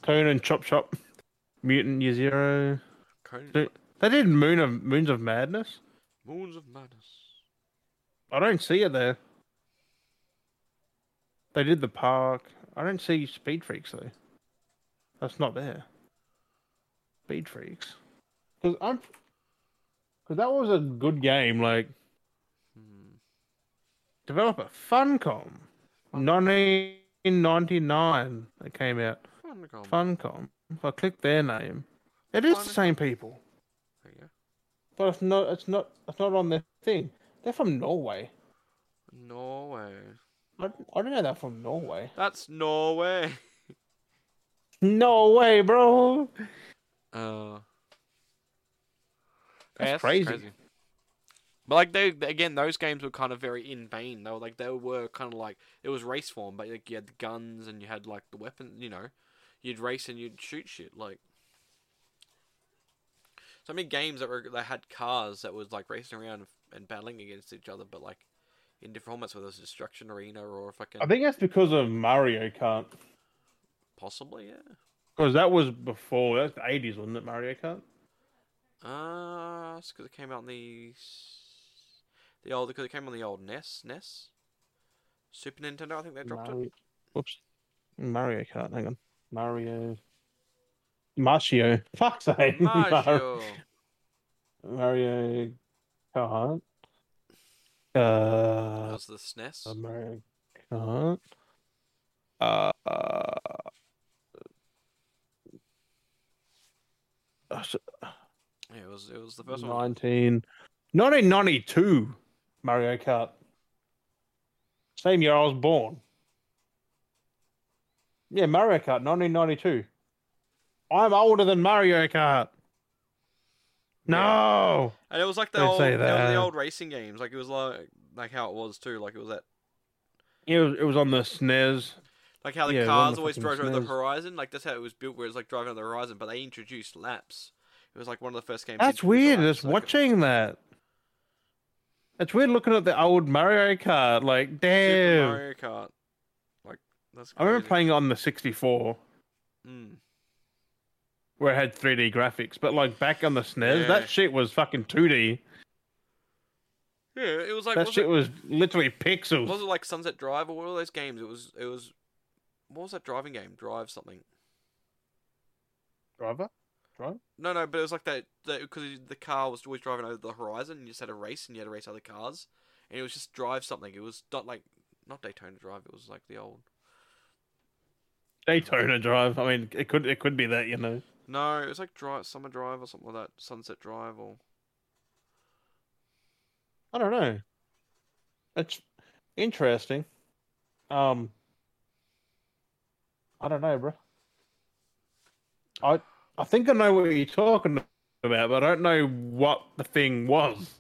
Speaker 1: Conan, Chop Chop, Mutant Year Zero.
Speaker 2: Conan-
Speaker 1: Dude. They did Moon of Moons of Madness.
Speaker 2: Moons of Madness.
Speaker 1: I don't see it there. They did the park. I don't see Speed Freaks though. That's not there. Speed Freaks. Because I'm. Because that was a good game. Like
Speaker 2: Hmm.
Speaker 1: developer Funcom, 1999. It came out.
Speaker 2: Funcom.
Speaker 1: Funcom. If I click their name, it is the
Speaker 2: Funcom.
Speaker 1: same people,
Speaker 2: There you go.
Speaker 1: but it's not. It's not. It's not on their thing. They're from Norway.
Speaker 2: Norway.
Speaker 1: I, I don't know they're from Norway.
Speaker 2: That's Norway. [laughs]
Speaker 1: No way, bro.
Speaker 2: Uh,
Speaker 1: That's crazy.
Speaker 2: But like they again, those games were kind of very in vain. They were like they were kind of like it was race form, but like you had the guns and you had like the weapons. You know, you'd race and you'd shoot shit. Like so many games that were they had cars that was like racing around and battling against each other, but like in different formats, whether it was destruction arena or fucking
Speaker 1: I think that's because of Mario Kart.
Speaker 2: possibly yeah.
Speaker 1: Because that was before. That's the eighties, wasn't it? Mario Kart.
Speaker 2: Uh, it's 'cause it came out in the s- the old because it came on the old E NES, NES, Super Nintendo. I think they dropped it.
Speaker 1: Mario... Whoops. Mario Kart. Hang on. [laughs] Mario. Marcio. Fuck's sake. Mar-
Speaker 2: Mario.
Speaker 1: Mario Kart. Uh,
Speaker 2: How's the E SNES?
Speaker 1: uh, Mario Kart. Uh, uh, s-
Speaker 2: yeah, it was it was the first one.
Speaker 1: 19, 1992 Mario Kart. Same year I was born. Yeah, Mario Kart 1992. I'm older than Mario Kart. No.
Speaker 2: And it was like the
Speaker 1: Don't
Speaker 2: old,
Speaker 1: say
Speaker 2: it was the
Speaker 1: that.
Speaker 2: old racing games. Like it was like like how it was too. Like it was that
Speaker 1: It was, it was on the E SNES.
Speaker 2: like how the
Speaker 1: Yeah, it was on
Speaker 2: cars
Speaker 1: the
Speaker 2: always
Speaker 1: fucking E
Speaker 2: drove over the
Speaker 1: snares.
Speaker 2: horizon. Like that's how it was built, where it's like driving over the horizon. But they introduced laps. It was like one of the first games. to
Speaker 1: That's
Speaker 2: introduce a
Speaker 1: weird.
Speaker 2: lap
Speaker 1: Just
Speaker 2: circuit.
Speaker 1: watching that. It's weird looking at the old Mario Kart. Like,
Speaker 2: Super
Speaker 1: damn.
Speaker 2: Mario Kart. Like that's.
Speaker 1: I remember
Speaker 2: crazy.
Speaker 1: playing on the 64
Speaker 2: Mm.
Speaker 1: where it had 3D graphics, but like back on the SNES,
Speaker 2: Yeah.
Speaker 1: that shit was fucking 2D.
Speaker 2: Yeah, it was like
Speaker 1: that
Speaker 2: was
Speaker 1: shit
Speaker 2: it,
Speaker 1: was literally pixels.
Speaker 2: was it like Sunset Drive or what were those games? It was it was what was that driving game? Drive something.
Speaker 1: Driver?
Speaker 2: No, no, but it was like that because the car was always driving over the horizon, and you just had a race, and you had to race other cars, and it was just drive something. It was not like not Daytona Drive. It was like the old.
Speaker 1: Daytona Drive. I mean, it could it could be that, you know.
Speaker 2: No, it was like drive, Summer Drive or something like that, Sunset Drive or.
Speaker 1: I don't know. It's interesting. Um, I don't know, bro. I I think I know what you're talking about, but I don't know what the thing was.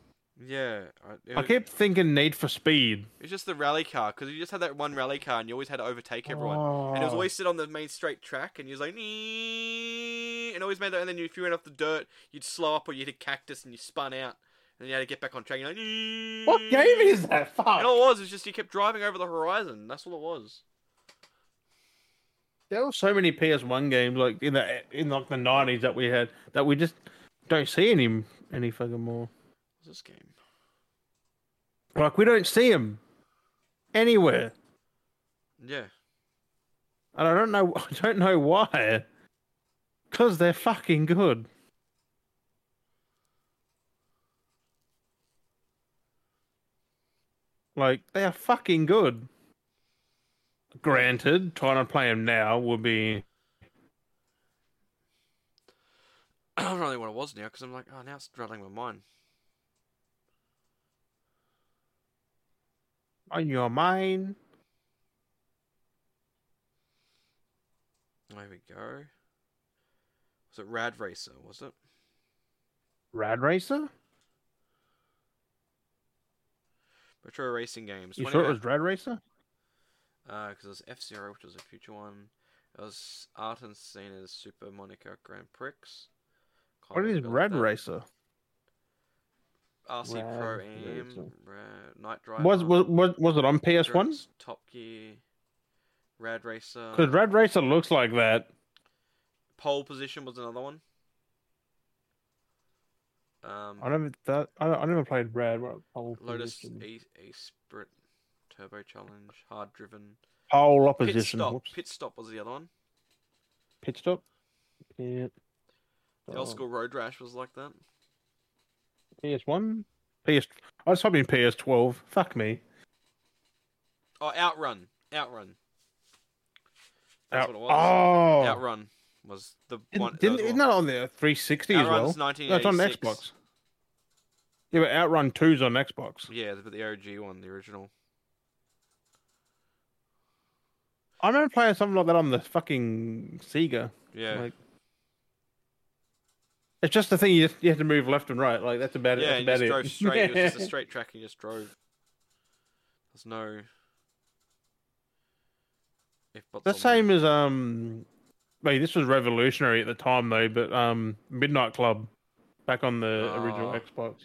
Speaker 2: Yeah, I, it,
Speaker 1: I
Speaker 2: was,
Speaker 1: kept thinking Need for Speed.
Speaker 2: it was just the rally car because you just had that one rally car, and you always had to overtake everyone. And it was
Speaker 1: Oh.
Speaker 2: always sit on the main straight track, and you was like, "Nee," and always made that. And then if you went off the dirt, you'd slow up, or you hit a cactus, and you spun out, and you had to get back on track. And you're like, "Nee."
Speaker 1: what game is that? Fuck.
Speaker 2: And all it was is just you kept driving over the horizon. That's all it was.
Speaker 1: There were so many PS1 games like in the in like the nineties that we had that we just don't see any any fucking more.
Speaker 2: What's this game?
Speaker 1: Like we don't see them anywhere,
Speaker 2: Yeah. [clears throat]
Speaker 1: and I don't know [laughs] I don't know why. Cause they're fucking good. Like they are fucking good. Granted, trying to play them now would be
Speaker 2: I don't know what it was now because I'm like, oh, now it's rattling my mind.
Speaker 1: on your mind.
Speaker 2: There we go. Was it Rad Racer? Was it?
Speaker 1: Rad Racer?
Speaker 2: Retro racing games.
Speaker 1: You
Speaker 2: 20
Speaker 1: sure it was Rad Racer?
Speaker 2: Uh, because it was F Zero, which was a future one. It was Art and Cena's Super Monaco Grand Prix. Can't
Speaker 1: What is
Speaker 2: remember about
Speaker 1: Rad
Speaker 2: that.
Speaker 1: Racer?
Speaker 2: RC
Speaker 1: Rad
Speaker 2: Pro
Speaker 1: Racer.
Speaker 2: Am, Rad, Night Driver.
Speaker 1: Was was was, was it on PS One?
Speaker 2: Endurance, Top Gear, Rad Racer.
Speaker 1: Because Rad Racer looks like that.
Speaker 2: Pole Position was another one. Um,
Speaker 1: I never that I, I never played Rad. What, pole
Speaker 2: Lotus
Speaker 1: position.
Speaker 2: E, e Sprint Turbo Challenge, Hard Driven.
Speaker 1: Pole
Speaker 2: Pit
Speaker 1: opposition.
Speaker 2: Stop.
Speaker 1: Whoops.
Speaker 2: Pit Stop was the other one.
Speaker 1: Pit stop. Yeah. Oh.
Speaker 2: The old school Road Rash was like that.
Speaker 1: PS Oh, One. PS. I was hoping PS Twelve. Fuck me.
Speaker 2: Oh, Outrun. Outrun. That's
Speaker 1: Out-
Speaker 2: what it was.
Speaker 1: oh.
Speaker 2: Outrun was the one.
Speaker 1: Didn't, didn't,
Speaker 2: that was
Speaker 1: isn't
Speaker 2: one.
Speaker 1: that on the 360 as well?
Speaker 2: Outrun's
Speaker 1: No, it's on
Speaker 2: 1986.
Speaker 1: Xbox. Yeah, but Outrun 2's on Xbox.
Speaker 2: Yeah, but the OG one, the original.
Speaker 1: I remember playing something like that on the fucking Sega.
Speaker 2: Yeah.
Speaker 1: Like, it's just the thing you just, you have to move left and right. Like that's about it.
Speaker 2: yeah,
Speaker 1: That's
Speaker 2: and you
Speaker 1: about
Speaker 2: just
Speaker 1: it.
Speaker 2: drove straight.
Speaker 1: [laughs]
Speaker 2: It was just a straight track and you just drove. There's no. If buts
Speaker 1: the
Speaker 2: or maybes.
Speaker 1: same as um, wait, this was revolutionary at the time though. But um, Midnight Club, back on the original
Speaker 2: Ah.
Speaker 1: Xbox,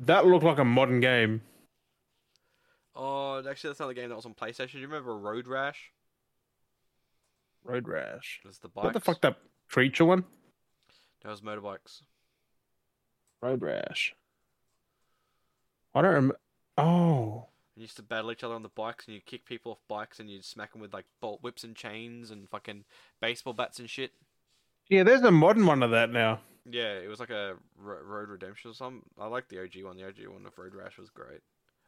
Speaker 1: that looked like a modern game.
Speaker 2: Oh, actually, that's another game that was on PlayStation. Do you remember Road Rash?
Speaker 1: Road Rash.
Speaker 2: That's the bikes.
Speaker 1: What the fuck? That creature one.
Speaker 2: That was motorbikes.
Speaker 1: Road Rash. I don't remember. Oh,
Speaker 2: And you used to battle each other on the bikes, and you kick people off bikes, and you'd smack them with like bolt whips and chains and fucking baseball bats and shit.
Speaker 1: yeah. There's a modern one of that now.
Speaker 2: Yeah, it was like a Ro- Road Redemption or something. I like the OG one. The OG one of Road Rash was great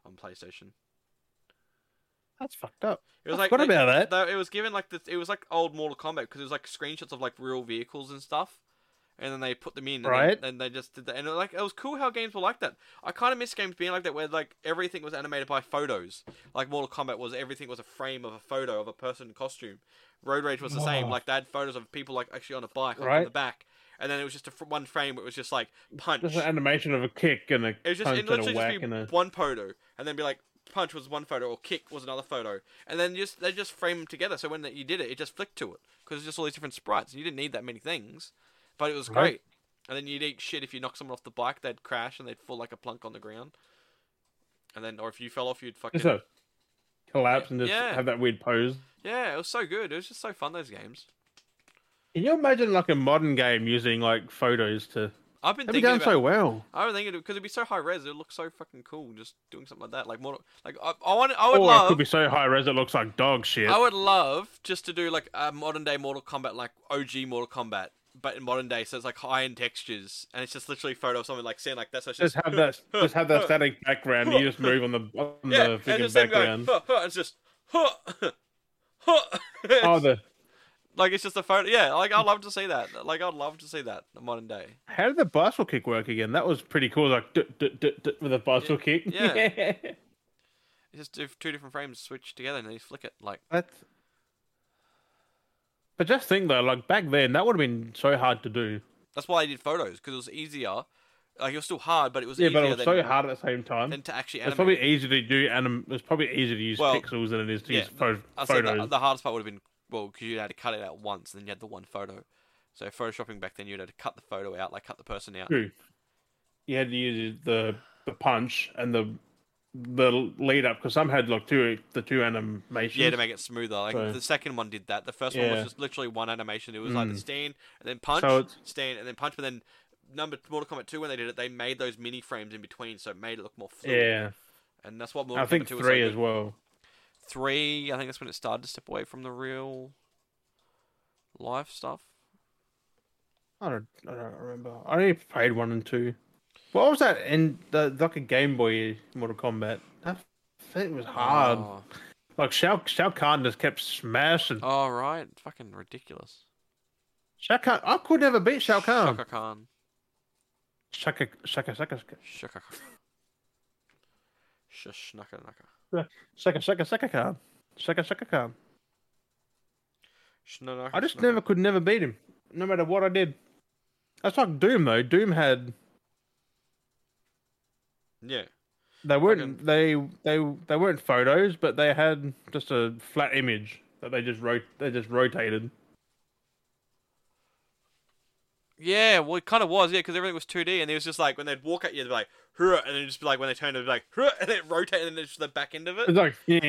Speaker 2: on PlayStation.
Speaker 1: That's fucked up.
Speaker 2: It was
Speaker 1: I
Speaker 2: like
Speaker 1: forgot
Speaker 2: it,
Speaker 1: about that.
Speaker 2: though it was given like the it was like old Mortal Kombat because it was like screenshots of like real vehicles and stuff, and then they put them in and then-
Speaker 1: Right.
Speaker 2: And they just did that, and it, like it was cool how games were like that. I kind of miss games being like that where like everything was animated by photos. Like Mortal Kombat was everything was a frame of a photo of a person in costume. Road Rage was the same.
Speaker 1: Wow.
Speaker 2: Like they had photos of people like actually on a bike like, on
Speaker 1: Right.
Speaker 2: the back, and then it was just a fr- one frame. Where it was just like punch.
Speaker 1: Just an animation of a kick and a
Speaker 2: It was just
Speaker 1: punch
Speaker 2: it
Speaker 1: and a
Speaker 2: literally
Speaker 1: whack
Speaker 2: just be
Speaker 1: and a.
Speaker 2: one photo, and then be like punch was one photo or kick was another photo, and then just they just frame them together. So when you did it, it just flicked to it because it's just all these different sprites. You didn't need that many things, but it was
Speaker 1: Right.
Speaker 2: great. And then you'd eat shit if you knock someone off the bike, they'd crash and they'd fall like a plunk on the ground. And then, or if you fell off, you'd fucking
Speaker 1: Just a collapse and just
Speaker 2: Yeah.
Speaker 1: have that weird pose.
Speaker 2: yeah. It was so good. It was just so fun. Those games.
Speaker 1: Can you imagine like a modern game using like photos to?
Speaker 2: I've been
Speaker 1: That'd be
Speaker 2: thinking
Speaker 1: done
Speaker 2: about.
Speaker 1: so well.
Speaker 2: I don't think it because it'd be so high res. It looks so fucking cool just doing something like that. Like more like I, I want. I would
Speaker 1: or it
Speaker 2: love.
Speaker 1: could be so high res it looks like dog shit.
Speaker 2: I would love just to do like a modern day Mortal Kombat, like OG Mortal Kombat, but in modern day, so it's like high end textures, and it's just literally a photo of something like saying like that. So it's
Speaker 1: just
Speaker 2: just
Speaker 1: have
Speaker 2: [laughs]
Speaker 1: that, just have that static background. and You just move on the on
Speaker 2: yeah,
Speaker 1: the
Speaker 2: and
Speaker 1: freaking
Speaker 2: just them
Speaker 1: background.
Speaker 2: going, [laughs] huh, huh, it's just huh, huh. It's-
Speaker 1: Oh, the
Speaker 2: like it's just a photo. Yeah, like I'd love to see that. Like I'd love to see that in modern day.
Speaker 1: how did the bicycle kick work again? That was pretty cool. Like d- d- d- d- with a bicycle kick. [laughs]
Speaker 2: yeah. It's just if two different frames switch together and then you flick it. Like
Speaker 1: That's. But just think though, like back then, that would have been so hard to do.
Speaker 2: that's why I did photos because it was easier. Like it was still hard, but it was
Speaker 1: Yeah,
Speaker 2: easier
Speaker 1: but it was
Speaker 2: than,
Speaker 1: so hard at the same time.
Speaker 2: than to actually animate.
Speaker 1: It's probably easier to do anim. It's probably easier to use
Speaker 2: Well,
Speaker 1: pixels than it is to
Speaker 2: yeah,
Speaker 1: use pho-
Speaker 2: I said the,
Speaker 1: photos.
Speaker 2: the hardest part would have been well because you had to cut it out once, and then you had the one photo. So photoshopping back then, you'd have to cut the photo out, like cut the person out.
Speaker 1: True. You had to use the the punch and the the lead up because some had like two the two animations.
Speaker 2: Yeah, to make it smoother. Like
Speaker 1: So-
Speaker 2: the second one did that. The first one was
Speaker 1: Yeah.
Speaker 2: just literally one animation. It was like the
Speaker 1: Mm.
Speaker 2: stand and then punch,
Speaker 1: So it's-
Speaker 2: stand and then punch. But then number Mortal Kombat two when they did it, they made those mini frames in between, so it made it look more fluid.
Speaker 1: yeah.
Speaker 2: and that's what Mortal
Speaker 1: I think
Speaker 2: Kombat two
Speaker 1: three
Speaker 2: was
Speaker 1: as well.
Speaker 2: Three, I think that's when it started to step away from the real life stuff.
Speaker 1: I don't, I don't remember. I only played one and two. What was that in the like a Game Boy Mortal Kombat? That thing was hard.
Speaker 2: Oh,
Speaker 1: Like Shao Shao Kahn just kept smashing.
Speaker 2: oh right, fucking ridiculous.
Speaker 1: Shao Kahn, I could never beat Shao Kahn.
Speaker 2: Shaka Khan.
Speaker 1: Shaka Shaka Shaka
Speaker 2: Shaka. Shushnaka naka.
Speaker 1: Shaka Shaka Shaka Kahn. Shaka Shaka Kahn.
Speaker 2: Shnaka.
Speaker 1: I just
Speaker 2: shnaka.
Speaker 1: never could never beat him, no matter what I did. That's like Doom though. Doom had
Speaker 2: Yeah.
Speaker 1: they weren't they they they weren't photos, but they had just a flat image that they just wrote they just rotated.
Speaker 2: Yeah, well, it kind of was, yeah, because everything was 2D, and it was just like when they'd walk at you, they'd be like, "Hurrah," and then just be like, when they turned, it'd be like, "Hurrah," and it rotated, and then just the back end of it.
Speaker 1: It's like [laughs]
Speaker 2: And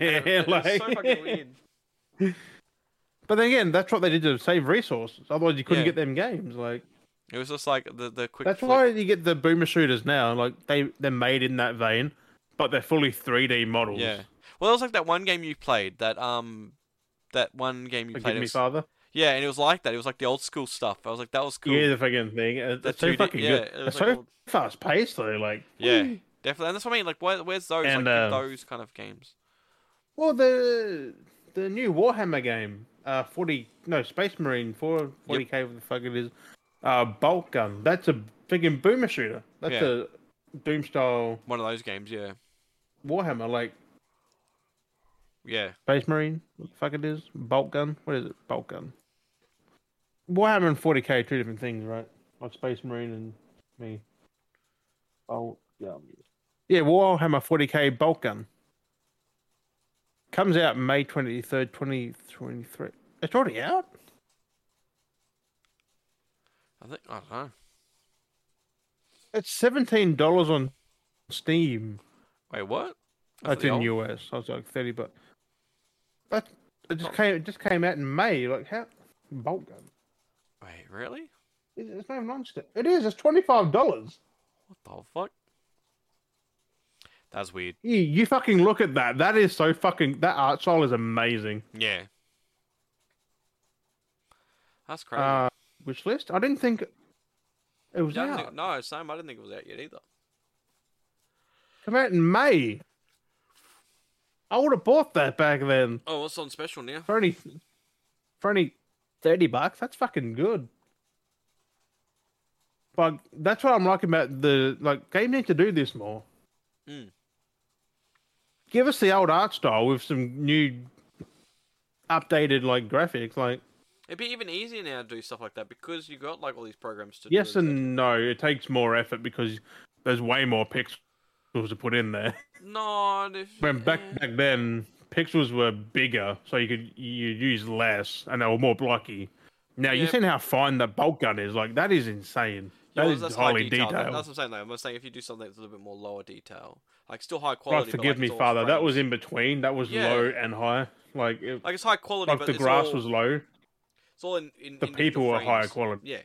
Speaker 1: yeah,
Speaker 2: it-
Speaker 1: like.
Speaker 2: it's so fucking weird.
Speaker 1: But then again, that's what they did to save resources. Otherwise, you couldn't
Speaker 2: Yeah.
Speaker 1: get them games. Like
Speaker 2: [laughs] It was just like the the quick.
Speaker 1: that's
Speaker 2: flick.
Speaker 1: why you get the boomer shooters now. Like they they're made in that vein, but they're fully 3D models.
Speaker 2: Yeah. Well, it was like that one game you played, that um, that one game you
Speaker 1: Forgive
Speaker 2: played. it
Speaker 1: me,
Speaker 2: was-
Speaker 1: father.
Speaker 2: yeah, and it was like that. It was like the old school stuff. I was like, that was cool.
Speaker 1: Yeah, the fucking thing. Uh,
Speaker 2: The
Speaker 1: That's so
Speaker 2: 2D
Speaker 1: fucking
Speaker 2: yeah,
Speaker 1: good.
Speaker 2: it was
Speaker 1: It's
Speaker 2: like
Speaker 1: so
Speaker 2: all-
Speaker 1: fast paced though. Like
Speaker 2: Yeah, definitely. And that's what I mean. Like, where, where's those?
Speaker 1: And,
Speaker 2: like
Speaker 1: uh,
Speaker 2: those kind of games.
Speaker 1: Well, the the new Warhammer game, uh, forty no Space Marine four forty k what the fuck it is, uh, bolt gun. That's a freaking boomer shooter. That's
Speaker 2: Yeah.
Speaker 1: a Doom style
Speaker 2: One of those games. Yeah.
Speaker 1: Warhammer like
Speaker 2: Yeah.
Speaker 1: Space Marine. What the fuck it is? Bolt gun. What is it? Bolt gun. Warhammer and forty k two different things, right? Like Space Marine and me.
Speaker 2: Oh,
Speaker 1: Bolt gun. Yeah, Warhammer forty k bolt gun. Comes out May twenty third, twenty twenty three. It's already out.
Speaker 2: I think uh-huh. I don't know.
Speaker 1: It's seventeen dollars on Steam.
Speaker 2: Wait, what? That's
Speaker 1: That's
Speaker 2: the
Speaker 1: in
Speaker 2: old-
Speaker 1: US. I was like thirty, but that it just came it just came out in May. Like how bolt gun?
Speaker 2: Wait, really?
Speaker 1: It- It's not even on Steam. It is. It's twenty five dollars.
Speaker 2: What the fuck? That's weird.
Speaker 1: You, you fucking look at that. That is so fucking. That art style is amazing.
Speaker 2: Yeah. That's crazy.
Speaker 1: Uh, wish list. I didn't think. It was
Speaker 2: Yeah, I didn't
Speaker 1: out.
Speaker 2: think- no, same. I didn't think it was out yet either.
Speaker 1: Come out in May. I would have bought that back then
Speaker 2: Oh, what's on special now?
Speaker 1: for only for only thirty bucks. That's fucking good. But that's what I'm liking about the like game need to do this more.
Speaker 2: Mm.
Speaker 1: Give us the old art style with some new updated like graphics. Like
Speaker 2: It'd be even easier now to do stuff like that because you got like all these programs to.
Speaker 1: yes
Speaker 2: do et
Speaker 1: and no, it takes more effort because there's way more pixels to put in there.
Speaker 2: cetera. no. If,
Speaker 1: when back
Speaker 2: eh.
Speaker 1: back then pixels were bigger, so you could you use less, and they were more blocky. Now
Speaker 2: Yeah.
Speaker 1: you've seen how fine the bolt gun is. Like that is insane.
Speaker 2: Yeah,
Speaker 1: That
Speaker 2: well,
Speaker 1: is
Speaker 2: that's high
Speaker 1: highly
Speaker 2: detail.
Speaker 1: detailed.
Speaker 2: That- That's what I'm saying. Though. I'm saying if you do something that's a little bit more lower detail, like still high
Speaker 1: God,
Speaker 2: quality. but,
Speaker 1: forgive
Speaker 2: like,
Speaker 1: me,
Speaker 2: it's all
Speaker 1: Father. That was
Speaker 2: frames.
Speaker 1: in between. That was
Speaker 2: Yeah.
Speaker 1: low and high. Like it,
Speaker 2: Like it's high quality,
Speaker 1: like
Speaker 2: but
Speaker 1: the
Speaker 2: it's
Speaker 1: grass
Speaker 2: all,
Speaker 1: was low.
Speaker 2: It's all in, in
Speaker 1: The
Speaker 2: individual
Speaker 1: people were higher
Speaker 2: frames.
Speaker 1: quality.
Speaker 2: Yeah,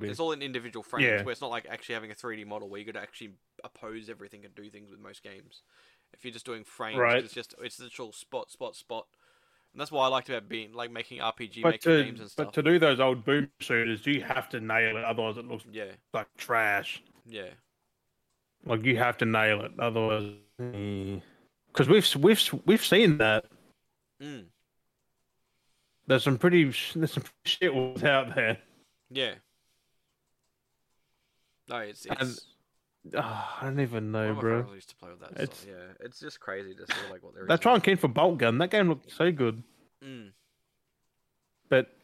Speaker 2: it's all in individual frames.
Speaker 1: Yeah.
Speaker 2: Where it's not like actually having a 3D model where you got to actually oppose everything and do things with most games. If you're just doing frames,
Speaker 1: Right.
Speaker 2: it's just it's literal spot, spot, spot. And that's what I liked about being like making RPG
Speaker 1: But
Speaker 2: making
Speaker 1: to,
Speaker 2: games and stuff.
Speaker 1: but to do those old boom shooters, you have to nail it. Otherwise, it looks
Speaker 2: Yeah,
Speaker 1: like trash.
Speaker 2: yeah.
Speaker 1: Like you have to nail it. Otherwise, because we've we've we've seen that.
Speaker 2: Mm.
Speaker 1: There's some pretty there's some pretty shit ones out there.
Speaker 2: Yeah. No, it's
Speaker 1: And-
Speaker 2: it's.
Speaker 1: Ah, I don't even
Speaker 2: one
Speaker 1: know,
Speaker 2: of my
Speaker 1: bro.
Speaker 2: friends used to play with that.
Speaker 1: It's-
Speaker 2: stuff. Yeah, it's just crazy to see like what they're.
Speaker 1: That's why I'm keen for Bolt Gun. That game looked so good,
Speaker 2: Mm.
Speaker 1: but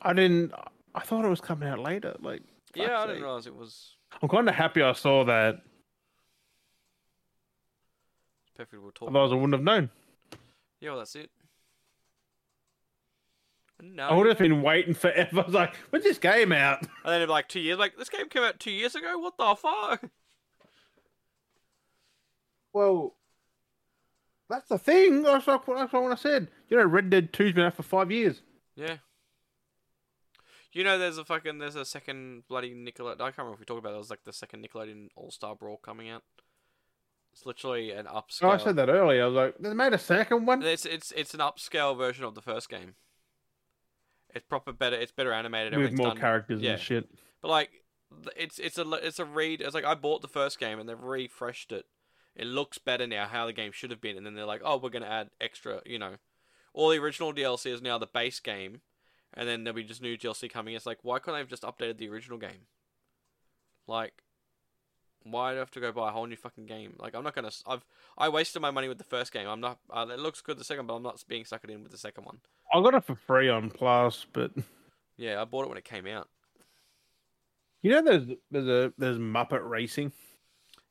Speaker 1: I didn't. I thought it was coming out later. Like,
Speaker 2: Yeah, I didn't
Speaker 1: sake.
Speaker 2: realize it was
Speaker 1: I'm kind of happy I saw that.
Speaker 2: perfect. We'll talk.
Speaker 1: Otherwise, I wouldn't have known.
Speaker 2: Yeah, well, that's it. No.
Speaker 1: I would have been waiting forever. [laughs] I was like, when's this game out?
Speaker 2: And then it'd be like two years. Like this game came out two years ago. What the fuck?
Speaker 1: Well, that's the thing. That's like that's what I said. You know, Red Dead Two's been out for five years.
Speaker 2: Yeah. You know, there's a fucking there's a second bloody Nickelodeon. I can't remember if we talked about it. It was like the second Nickelodeon All Star Brawl coming out. It's literally an upscale.
Speaker 1: Oh, I said that earlier. I was like, they made a second one.
Speaker 2: It's it's it's an upscale version of the first game. It's proper better. It's better animated.
Speaker 1: with
Speaker 2: everything's
Speaker 1: more
Speaker 2: done
Speaker 1: characters
Speaker 2: yeah.
Speaker 1: and shit.
Speaker 2: But like, th- it's it's a le- it's a read. It's like I bought the first game and they've refreshed it. It looks better now how the game should have been, and then they're like, oh, we're gonna add extra, you know, all the original DLC is now the base game, and then there'll be just new DLC coming. It's like, why couldn't they have just updated the original game? Like, why do I have to go buy a whole new fucking game? Like, I'm not gonna. s- I've I wasted my money with the first game. I'm not. Uh, it looks good the second, but I'm not being suckered in with the second one.
Speaker 1: I got it for free on Plus, but
Speaker 2: Yeah, I bought it when it came out.
Speaker 1: you know, there's there's a there's Muppet Racing.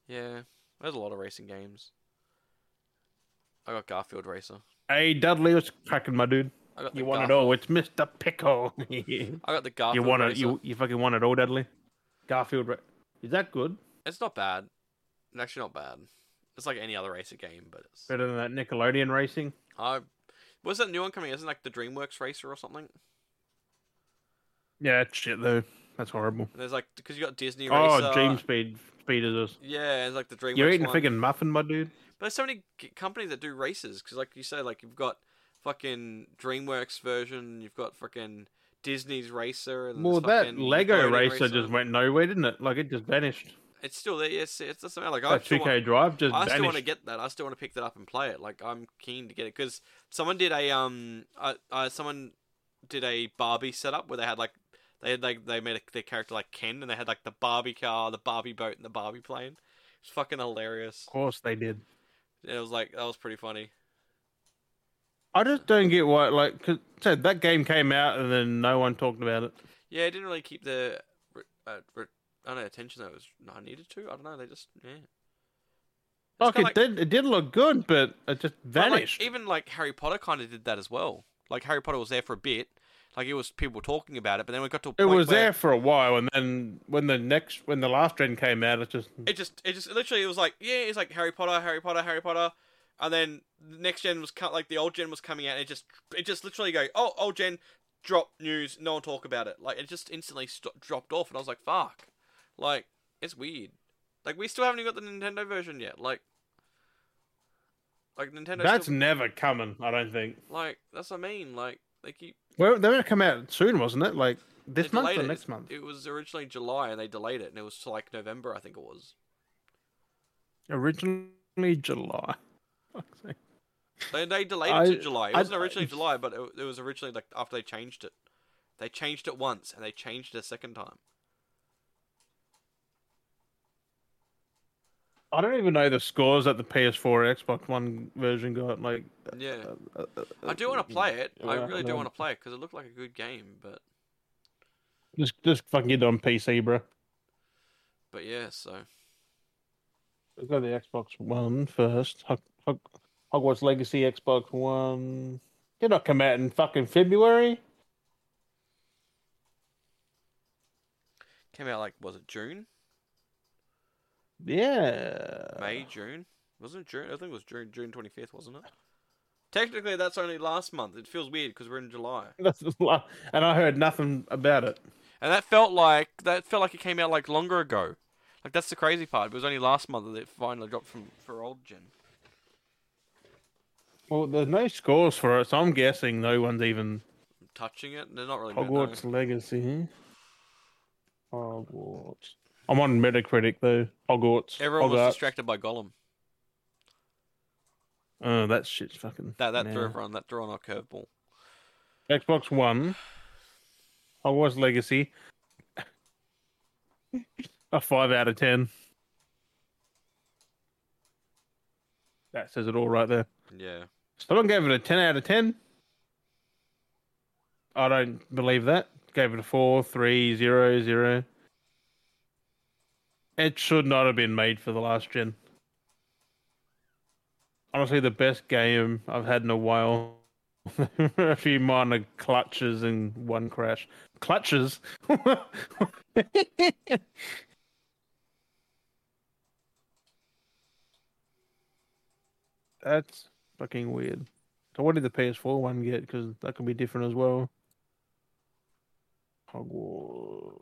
Speaker 2: Yeah, there's a lot of racing games. I got Garfield Racer.
Speaker 1: Hey Dudley, what's cracking, my dude?
Speaker 2: I got the
Speaker 1: You want it
Speaker 2: Garf-
Speaker 1: all? It's Mister Pickle. [laughs] you
Speaker 2: I got the Garfield.
Speaker 1: want it?
Speaker 2: Racer.
Speaker 1: You you fucking want it all, Dudley? Garfield, ra- is that good?
Speaker 2: It's not bad. It's actually not bad. It's like any other racer game, but it's.
Speaker 1: Better than that Nickelodeon racing?
Speaker 2: I was that new one coming? Isn't it like the DreamWorks Racer or something?
Speaker 1: Yeah, that's shit though. That's horrible.
Speaker 2: And there's like because you got Disney Racer.
Speaker 1: Oh, James Speed Speed is us.
Speaker 2: Yeah, it's like the DreamWorks.
Speaker 1: You're eating a
Speaker 2: one.
Speaker 1: freaking muffin, my dude.
Speaker 2: But there's so many g- companies that do races because, like you say, like you've got fucking DreamWorks version, you've got fucking Disney's Racer, and
Speaker 1: Well,
Speaker 2: there's
Speaker 1: that
Speaker 2: fucking
Speaker 1: Lego
Speaker 2: Nickelodeon
Speaker 1: racer, just went nowhere, didn't it? Like it just vanished.
Speaker 2: It's still there. Yes, it's the same. Like I
Speaker 1: That
Speaker 2: still
Speaker 1: 2K
Speaker 2: want,
Speaker 1: drive just
Speaker 2: I still want to
Speaker 1: vanished.
Speaker 2: get that. I still want to pick that up and play it. Like I'm keen to get it because someone did a um, I, I someone did a Barbie setup where they had like they had like they made a, their character like Ken and they had like the Barbie car, the Barbie boat, and the Barbie plane. It's fucking hilarious.
Speaker 1: Of course they did.
Speaker 2: It was like that was pretty funny.
Speaker 1: I just don't get why, like, cause, so that game came out and then no one talked about it.
Speaker 2: Yeah, it didn't really keep the re- uh, re- I don't know attention that was I needed to. I don't know. They just yeah. It's
Speaker 1: Like,
Speaker 2: kinda
Speaker 1: it did, it did look good, but it just
Speaker 2: But, like,
Speaker 1: vanished.
Speaker 2: even like Harry Potter kind of did that as well. Like Harry Potter was there for a bit, like it was people talking about it, but then we got to a
Speaker 1: it
Speaker 2: point
Speaker 1: was
Speaker 2: where
Speaker 1: there for a while, and then when the next, when the last gen came out, it just
Speaker 2: It just, it just literally it was like yeah, it's like Harry Potter, Harry Potter, Harry Potter, and then the next gen was cut like the old gen was coming out. And it just, it just literally go oh old gen, drop news, no one talk about it. Like it just instantly st- dropped off, and I was like fuck, like it's weird. Like we still haven't even got the Nintendo version yet. Like, like Nintendo.
Speaker 1: that's
Speaker 2: still,
Speaker 1: never coming. I don't think.
Speaker 2: like that's what I mean. Like they keep
Speaker 1: Well, they were gonna come out soon, wasn't it? Like this
Speaker 2: They
Speaker 1: month
Speaker 2: delayed
Speaker 1: or
Speaker 2: it.
Speaker 1: next month?
Speaker 2: It was originally July, and they delayed it, and it was to like November, I think it was.
Speaker 1: Originally July. [laughs] Fuck's sake.
Speaker 2: They, they delayed
Speaker 1: I-
Speaker 2: it to July. It
Speaker 1: I-
Speaker 2: wasn't originally
Speaker 1: I-
Speaker 2: July, but it, it was originally like after they changed it. They changed it once, and they changed it a second time.
Speaker 1: I don't even know the scores that the PS4 Xbox One version got. Like,
Speaker 2: Yeah,
Speaker 1: uh, uh,
Speaker 2: I do want to play it. I
Speaker 1: yeah,
Speaker 2: really
Speaker 1: I
Speaker 2: do
Speaker 1: know.
Speaker 2: want to play it because it looked like a good game, but
Speaker 1: just just fucking get it on PC, bro.
Speaker 2: but yeah. So
Speaker 1: Let's go to the Xbox One first. Hog- Hog- Hogwarts Legacy Xbox One. Did not come out in fucking February.
Speaker 2: came out like was it June,
Speaker 1: Yeah.
Speaker 2: May, June? Wasn't it June? I think it was June, June twenty fifth, wasn't it? Technically, that's only last month. It feels weird because we're in July,
Speaker 1: [laughs] That's the la- and I heard nothing about it.
Speaker 2: and that felt like that felt like it came out like longer ago. Like that's the crazy part. It was only last month that it finally dropped from for old gen.
Speaker 1: Well, there's no scores for it, so I'm guessing no one's even
Speaker 2: Touching it, they're not really. good, no.
Speaker 1: Hogwarts Legacy. Hogwarts. I'm on Metacritic though. Hogwarts.
Speaker 2: Everyone
Speaker 1: Hogwarts.
Speaker 2: was distracted by Gollum.
Speaker 1: Oh, that shit's fucking.
Speaker 2: That that threw
Speaker 1: man.
Speaker 2: everyone. That threw on a curveball.
Speaker 1: Xbox One. Hogwarts Legacy. A five out of ten. That says it all right there.
Speaker 2: Yeah.
Speaker 1: Someone gave it a 10 out of 10. I don't believe that. Gave it a 4, 3, 0, 0. It should not have been made for the last gen. Honestly, the best game I've had in a while. [laughs] a few minor clutches and one crash. Clutches? [laughs] That's fucking weird. So what did the PS4 one get? Because that could be different as well. Hogwarts.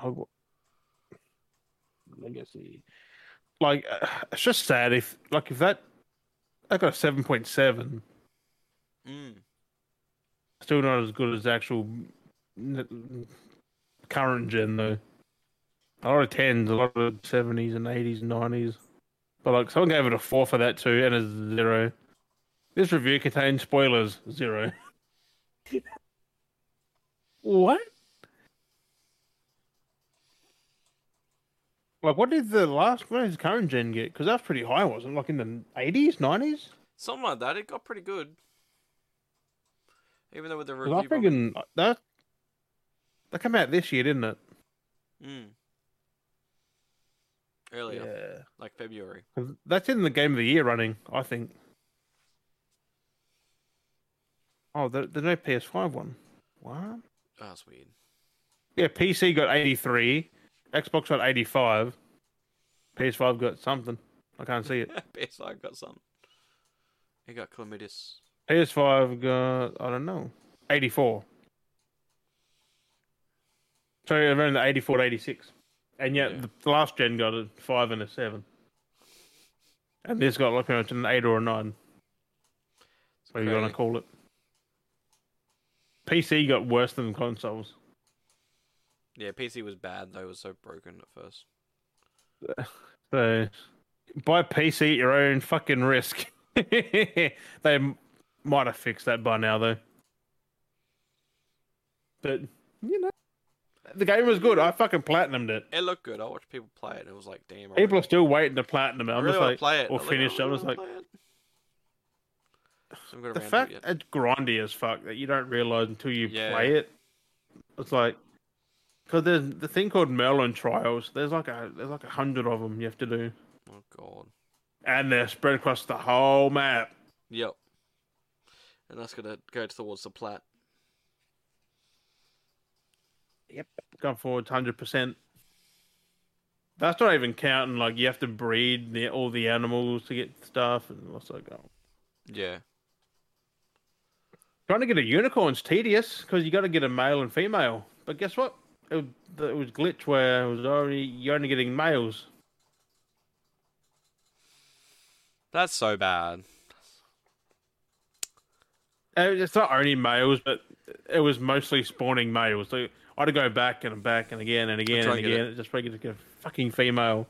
Speaker 1: Hogwarts. Legacy. Like, [sighs] uh, it's just sad if, like, if that, that got a 7.7,
Speaker 2: Mm.
Speaker 1: still not as good as the actual n- current gen, though. A lot of 10s, a lot of 70s and 80s and 90s. But like someone gave it a four for that too, and a zero. This review contains spoilers. Zero. [laughs] what? Like, what did the last? What did the current gen get? Because that's pretty high, wasn't? it? Like in the eighties, nineties.
Speaker 2: Something like that. It got pretty good. Even though with the review.
Speaker 1: Because I
Speaker 2: bomb-
Speaker 1: reckon that that came out this year, didn't it?
Speaker 2: Mm. Earlier,
Speaker 1: Yeah.
Speaker 2: like February.
Speaker 1: 'Cause That's in the game of the year running, I think. Oh, there, there's no PS5 one. What?
Speaker 2: Oh, that's weird. [laughs]
Speaker 1: Yeah, PC got 83, Xbox got 85, PS5 got something. I can't see it.
Speaker 2: PS5 got some. It got chlamydia.
Speaker 1: PS5 got, I don't know, 84. So around the 84 to 86. And yet
Speaker 2: Yeah.
Speaker 1: the- the last gen got a 5 and a 7. And this got like an 8 or a 9,
Speaker 2: It's
Speaker 1: what you going to
Speaker 2: crazy.
Speaker 1: call it. PC got worse than consoles.
Speaker 2: Yeah, PC was bad though. It was so broken at first.
Speaker 1: So buy PC at your own fucking risk. [laughs] they m- might have fixed that by now though. But you know, the game was good. I fucking platinumed it.
Speaker 2: It looked good. I watched people play it, and it was like, damn.
Speaker 1: People
Speaker 2: I really-
Speaker 1: are still waiting to platinum it.
Speaker 2: I
Speaker 1: I'm
Speaker 2: really
Speaker 1: just
Speaker 2: wanna
Speaker 1: like,
Speaker 2: play it.
Speaker 1: or
Speaker 2: I
Speaker 1: finish it, I'm
Speaker 2: really
Speaker 1: just
Speaker 2: wanna
Speaker 1: like-
Speaker 2: play it. Haven't got
Speaker 1: the
Speaker 2: around to it
Speaker 1: fact
Speaker 2: yet.
Speaker 1: it's grindy as fuck that you don't realize until you
Speaker 2: Yeah.
Speaker 1: play it. It's like because there's the thing called Merlin trials. There's like a there's like a hundred of them you have to do,
Speaker 2: Oh god.
Speaker 1: and they're spread across the whole map.
Speaker 2: Yep. And that's gonna go towards the plat.
Speaker 1: Gone forward hundred percent. That's not even counting like you have to breed the, all the animals to get stuff and what's that going.
Speaker 2: Yeah.
Speaker 1: Trying to get a unicorn's tedious because you got to get a male and female. But guess what? It, was- it was glitch where it was already you're only getting males.
Speaker 2: That's so bad.
Speaker 1: Uh, It's not only males, but it was mostly spawning males. So I had to go back and back and again and again
Speaker 2: try
Speaker 1: and
Speaker 2: and get
Speaker 1: again, just trying to get a fucking female.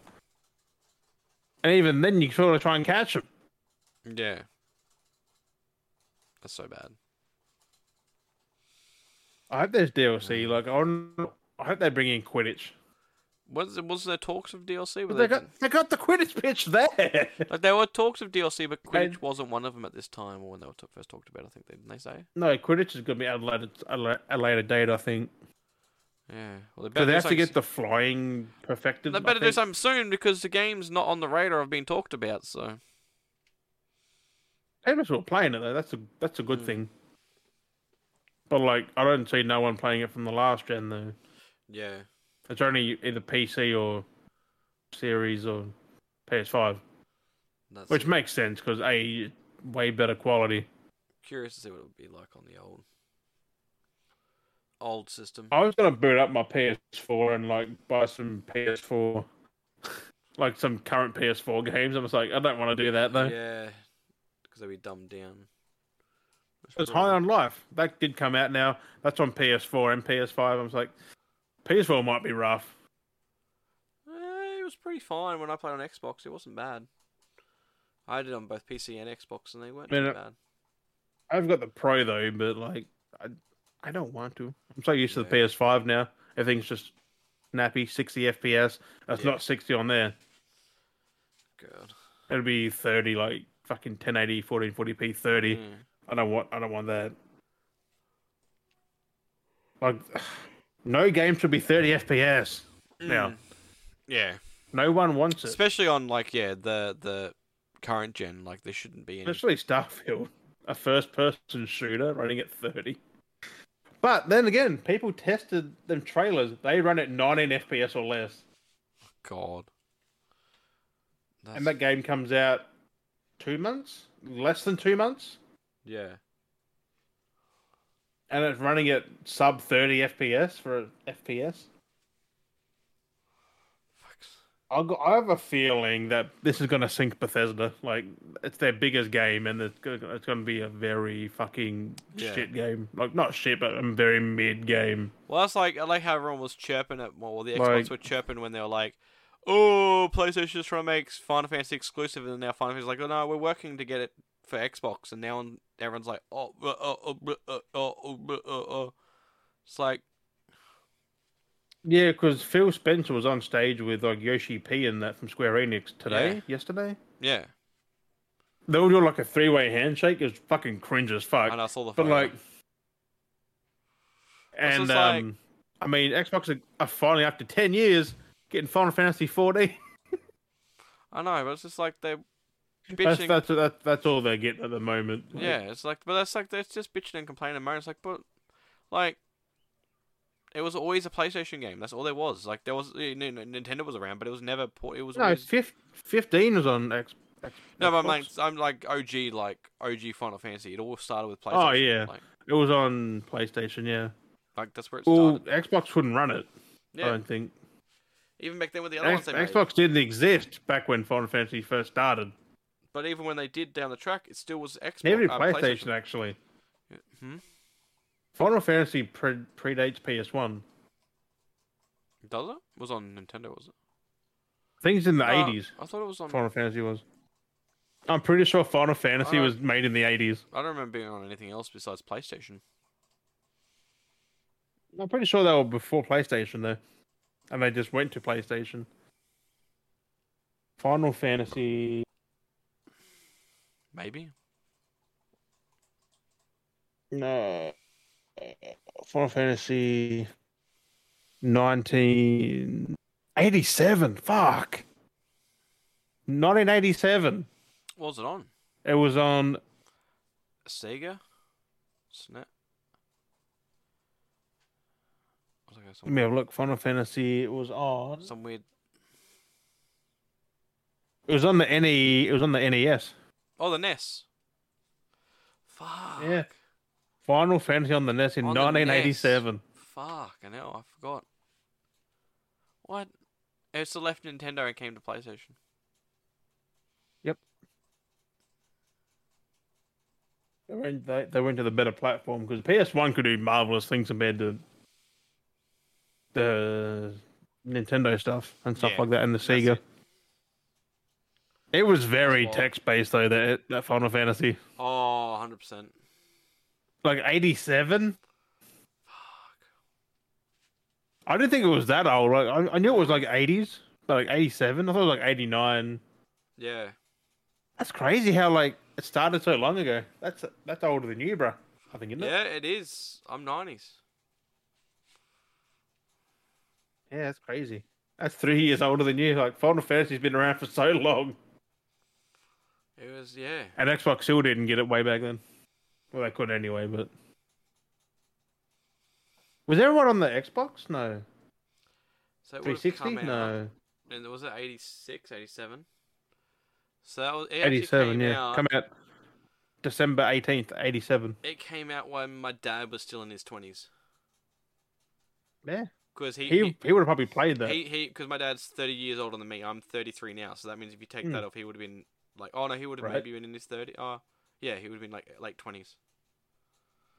Speaker 1: And even then, you sort of try and catch them.
Speaker 2: Yeah. That's so bad.
Speaker 1: I hope there's DLC. Like, I, don't- I hope they bring in Quidditch.
Speaker 2: Was was there talks of DLC? Were
Speaker 1: But they
Speaker 2: they
Speaker 1: got they got the Quidditch pitch there.
Speaker 2: like there were talks of DLC, but
Speaker 1: They-
Speaker 2: Quidditch wasn't one of them at this time, or when they were t- first talked about. I think they didn't they say.
Speaker 1: [laughs] no, Quidditch is going to be at a later, at a la- at a later date, I think.
Speaker 2: Yeah. Well, they
Speaker 1: So
Speaker 2: better
Speaker 1: they
Speaker 2: do
Speaker 1: have to
Speaker 2: something
Speaker 1: get
Speaker 2: s-
Speaker 1: the flying perfected.
Speaker 2: They
Speaker 1: I
Speaker 2: better do
Speaker 1: think.
Speaker 2: something soon because the game's not on the radar of being talked about. So
Speaker 1: Payments were playing it though. That's a that's a good
Speaker 2: Mm.
Speaker 1: thing. But like, I don't see no one playing it from the last gen though.
Speaker 2: yeah,
Speaker 1: It's only either PC or Series or PS5,
Speaker 2: that's
Speaker 1: which
Speaker 2: it.
Speaker 1: makes sense because a way better quality.
Speaker 2: curious to see what it would be like on the old old system.
Speaker 1: I was gonna boot up my PS4 and like buy some PS4, [laughs] like some current PS4 games. I was like, I don't want to do that though.
Speaker 2: Yeah, because they'd be dumbed down. That's
Speaker 1: It's High
Speaker 2: probably-
Speaker 1: on Life. That did come out now. That's on PS4 and PS5. I was like, PS4 might be rough.
Speaker 2: Eh, it was pretty fine when I played on Xbox. It wasn't bad. I did on both PC and Xbox, and they weren't
Speaker 1: Man,
Speaker 2: too
Speaker 1: uh,
Speaker 2: bad.
Speaker 1: I've got the Pro though, but like I, I don't want to. I'm so used to
Speaker 2: Yeah.
Speaker 1: the PS5 now. Everything's just snappy, 60 FPS. That's
Speaker 2: Yeah.
Speaker 1: not 60 on there.
Speaker 2: God.
Speaker 1: It'll be 30, like fucking 1080, 1440p, 30.
Speaker 2: Mm.
Speaker 1: I don't want. I don't want that. Like, [sighs] no game should be 30 FPS. Now,
Speaker 2: Mm. Yeah.
Speaker 1: no one wants it,
Speaker 2: Especially on like yeah the the current gen, like there shouldn't be any.
Speaker 1: especially Starfield, [laughs] a first-person shooter running at 30. But then again, people tested them trailers. They run at 19 FPS or less.
Speaker 2: God. That's-
Speaker 1: and that game comes out two months, less than two months,
Speaker 2: yeah.
Speaker 1: and it's running at sub thirty FPS for a FPS.
Speaker 2: Fucks.
Speaker 1: I got, I have a feeling that this is going to sink Bethesda. Like it's their biggest game, and it's going to, it's going to be a very fucking
Speaker 2: Yeah.
Speaker 1: shit game. Like not shit, but a very mid game.
Speaker 2: Well, that's like I like how everyone was chirping at well, the Xbox
Speaker 1: Like-
Speaker 2: were chirping when they were like, "Oh, PlayStation's trying to make Final Fantasy exclusive," and then now Final Fantasy's like, "Oh no, we're working to get it for Xbox," and now everyone's like, "Oh, uh, uh, uh, blah, uh, uh, uh, blah, uh, uh." it's like,
Speaker 1: Yeah, because Phil Spencer was on stage with like Yoshi P and that from Square Enix today,
Speaker 2: Yeah.
Speaker 1: yesterday.
Speaker 2: yeah,
Speaker 1: They were doing like a three way handshake. It was fucking cringe as fuck.
Speaker 2: and I saw the
Speaker 1: But
Speaker 2: photo.
Speaker 1: like,
Speaker 2: It's
Speaker 1: and
Speaker 2: just like-
Speaker 1: um, I mean, Xbox are, are finally after ten years getting Final Fantasy 4D.
Speaker 2: I know, but it's just like they
Speaker 1: [laughs] That's
Speaker 2: bitching.
Speaker 1: that's, that's that's all they get at the moment. Like,
Speaker 2: yeah, it's like, but that's like that's just bitching and complaining and moaning. It's like, but like. It was always a PlayStation game. That's all there was. Like there was, you know, Nintendo was around, but it was never. Port- it was
Speaker 1: No,
Speaker 2: always
Speaker 1: fif- fifteen was on X. X-
Speaker 2: No, but I'm
Speaker 1: Xbox.
Speaker 2: like, I'm like OG, like OG Final Fantasy. It all started with PlayStation.
Speaker 1: Oh, yeah.
Speaker 2: like,
Speaker 1: it was on PlayStation. Yeah.
Speaker 2: like that's where it started.
Speaker 1: Well, Xbox wouldn't run it. I
Speaker 2: yeah,
Speaker 1: don't think.
Speaker 2: even back then with the other
Speaker 1: X-
Speaker 2: ones they made.
Speaker 1: Xbox didn't exist back when Final Fantasy first started.
Speaker 2: But even when they did down the track, it still was Xbox.
Speaker 1: Neither did
Speaker 2: uh,
Speaker 1: PlayStation, actually.
Speaker 2: Hmm?
Speaker 1: Final Fantasy pre- predates PS One.
Speaker 2: Does it? it? Was on Nintendo, was it?
Speaker 1: Things in the
Speaker 2: Uh,
Speaker 1: eighties.
Speaker 2: I thought it was on.
Speaker 1: Final Fantasy was. I'm pretty sure Final Fantasy
Speaker 2: Uh,
Speaker 1: was made in the 80s.
Speaker 2: I don't remember being on anything else besides PlayStation.
Speaker 1: I'm pretty sure they were before PlayStation though, and they just went to PlayStation. Final Fantasy.
Speaker 2: Maybe.
Speaker 1: No. Final Fantasy. 1987. Fuck. 1987.
Speaker 2: What was it on?
Speaker 1: It was on.
Speaker 2: Sega. Snap. I was like,
Speaker 1: Let
Speaker 2: some,
Speaker 1: me have a look. Final Fantasy. It was on.
Speaker 2: some weird.
Speaker 1: It was on the NE. It was on the E NES.
Speaker 2: Oh, the NES. Fuck.
Speaker 1: Final Fantasy on the NES in
Speaker 2: On the E
Speaker 1: 1987.
Speaker 2: Fuck, I know, I forgot. What? It's the left Nintendo and came to PlayStation.
Speaker 1: Yep. They went, they, they went to the better platform because PS1 could do marvelous things compared to the Nintendo stuff and stuff
Speaker 2: Yeah,
Speaker 1: like that, and the
Speaker 2: that's
Speaker 1: Sega. It.
Speaker 2: it.
Speaker 1: was very
Speaker 2: That's wild.
Speaker 1: text based though. That that Final Fantasy,
Speaker 2: Oh, 100 percent.
Speaker 1: like eighty seven. I didn't think it was that old. Like I, I knew it was like eighties, like eighty seven. I thought it was like eighty nine.
Speaker 2: Yeah.
Speaker 1: That's crazy how like it started so long ago. That's that's older than you, bro. I think isn't it?
Speaker 2: Yeah, it is. I'm 90s.
Speaker 1: Yeah, that's crazy. That's three years older than you. Like Final Fantasy's been around for so long,
Speaker 2: It was yeah.
Speaker 1: and Xbox still didn't get it way back then. Well, they could anyway, but was everyone on the Xbox? No,
Speaker 2: So it would have
Speaker 1: 360.
Speaker 2: come out.
Speaker 1: No,
Speaker 2: And was it 86, 87? So that was it actually
Speaker 1: 87.
Speaker 2: Came
Speaker 1: Yeah,
Speaker 2: Out,
Speaker 1: come out December 18th, 87.
Speaker 2: It came out when my dad was still in his 20s.
Speaker 1: Yeah,
Speaker 2: Because he,
Speaker 1: he he would have probably played that.
Speaker 2: He he because my dad's thirty years older than me. I'm thirty three now, so that means if you take
Speaker 1: Hmm.
Speaker 2: that off, he would have been like, oh no, he would have
Speaker 1: Right.
Speaker 2: maybe been in his thirty. Oh, yeah, he would have been like late twenties.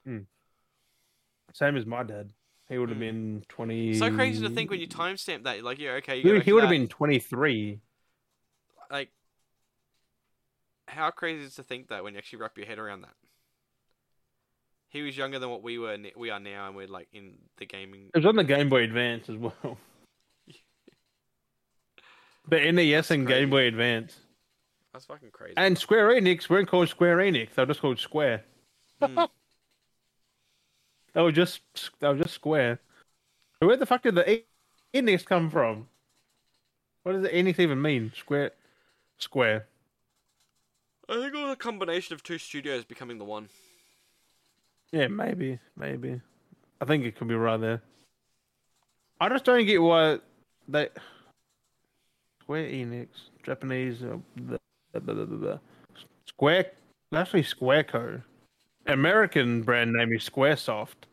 Speaker 1: Same as my dad. He would have
Speaker 2: Mm.
Speaker 1: been 20.
Speaker 2: So crazy to think when you timestamp that, like yeah, okay, you go
Speaker 1: He,
Speaker 2: back to
Speaker 1: would have
Speaker 2: that.
Speaker 1: been 23.
Speaker 2: like, how crazy is to think that when you actually wrap your head around that. He was younger than what we were. n- We are now, and we're like in the gaming.
Speaker 1: It was on the Game Boy Advance as well.
Speaker 2: [laughs]
Speaker 1: the NES and
Speaker 2: crazy.
Speaker 1: Game Boy Advance.
Speaker 2: That's fucking crazy.
Speaker 1: And Square Enix weren't called Square Enix. They were just called Square.
Speaker 2: Hmm.
Speaker 1: They were just they were just Square. So where the fuck did the E- Enix come from? What does the Enix even mean? Square, Square.
Speaker 2: I think it was a combination of two studios becoming the one.
Speaker 1: Yeah, maybe, maybe. I think it could be right there. I just don't get why they Square Enix, Japanese, uh, blah, blah, blah, blah, blah. Square, actually Squareco. American brand name is SquareSoft.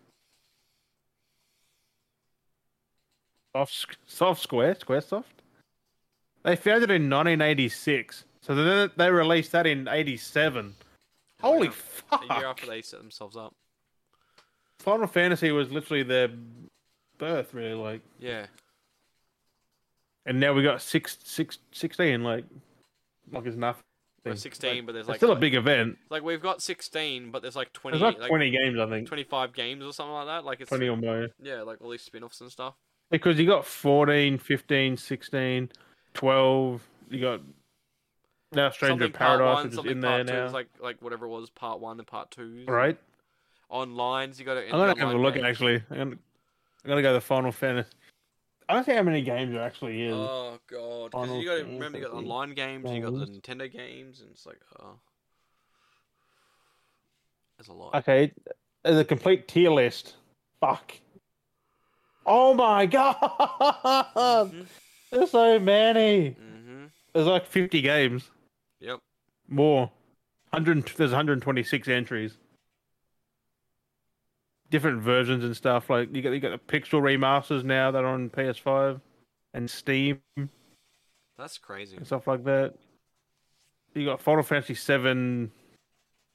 Speaker 1: Soft, soft Square, SquareSoft. They founded in 1986, so then they released that in 87. Holy
Speaker 2: Oh, Yeah.
Speaker 1: fuck!
Speaker 2: A year after they set themselves up.
Speaker 1: Final Fantasy was literally their birth, really. Like,
Speaker 2: Yeah.
Speaker 1: and now we got six, six, 16, Like, like it's nothing.
Speaker 2: We're 16, but there's
Speaker 1: It's
Speaker 2: like
Speaker 1: still a big event.
Speaker 2: Like we've got 16, but there's like 20,
Speaker 1: There's like,
Speaker 2: like
Speaker 1: 20 games, I think.
Speaker 2: 25 games or something like that. Like it's
Speaker 1: 20 or more.
Speaker 2: yeah, like all these spin-offs and stuff.
Speaker 1: Because you got 14, 15, 16, 12. You got now Stranger of
Speaker 2: something part
Speaker 1: Paradise,
Speaker 2: one,
Speaker 1: which is
Speaker 2: something
Speaker 1: in there
Speaker 2: part two,
Speaker 1: now.
Speaker 2: it's like like whatever it was, part one and part two.
Speaker 1: right?
Speaker 2: Online, you got to.
Speaker 1: I'm gonna have a look actually. I'm gonna, I'm gonna go the Final Fantasy. I don't see how many games there actually is.
Speaker 2: Oh god, 'Cause
Speaker 1: Final
Speaker 2: you got to remember you got the
Speaker 1: Fantasy
Speaker 2: online games, you got the Nintendo games, and it's like oh, there's a lot.
Speaker 1: Okay, there's a complete tier list. Fuck. Oh my god! [laughs]
Speaker 2: Mhm.
Speaker 1: There's so many.
Speaker 2: Mhm.
Speaker 1: There's like 50 games.
Speaker 2: Yep.
Speaker 1: More. 100. and- There's 126 entries. Different versions and stuff. Like you got you got the pixel remasters now that are on PS5 and Steam and
Speaker 2: That's crazy.
Speaker 1: stuff like that. You got Final Fantasy 7,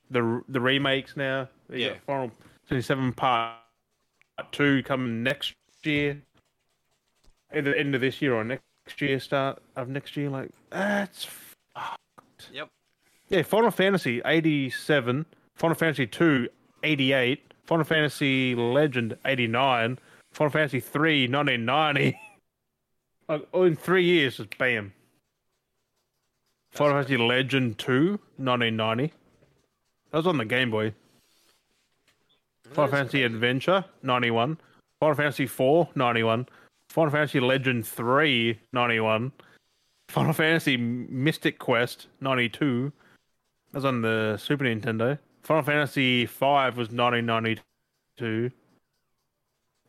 Speaker 1: the the remakes now. You
Speaker 2: Yeah.
Speaker 1: got Final Fantasy 7 Part Two coming next year, either end of this year or next year, start of next year. Like that's
Speaker 2: Yep.
Speaker 1: yeah, Final Fantasy 87, Final Fantasy 2, 88, Final Fantasy Legend 89, Final Fantasy 3, 1990. like, [laughs] oh, in three years, just bam. Final Fantasy Legend 2, 1990. That was on the Game Boy. Final
Speaker 2: That is
Speaker 1: Fantasy
Speaker 2: crazy.
Speaker 1: Adventure, 91. Final Fantasy 4, 91. Final Fantasy Legend 3, 91. Final Fantasy Mystic Quest, 92. That was on the Super Nintendo. Final Fantasy 5 was 1992.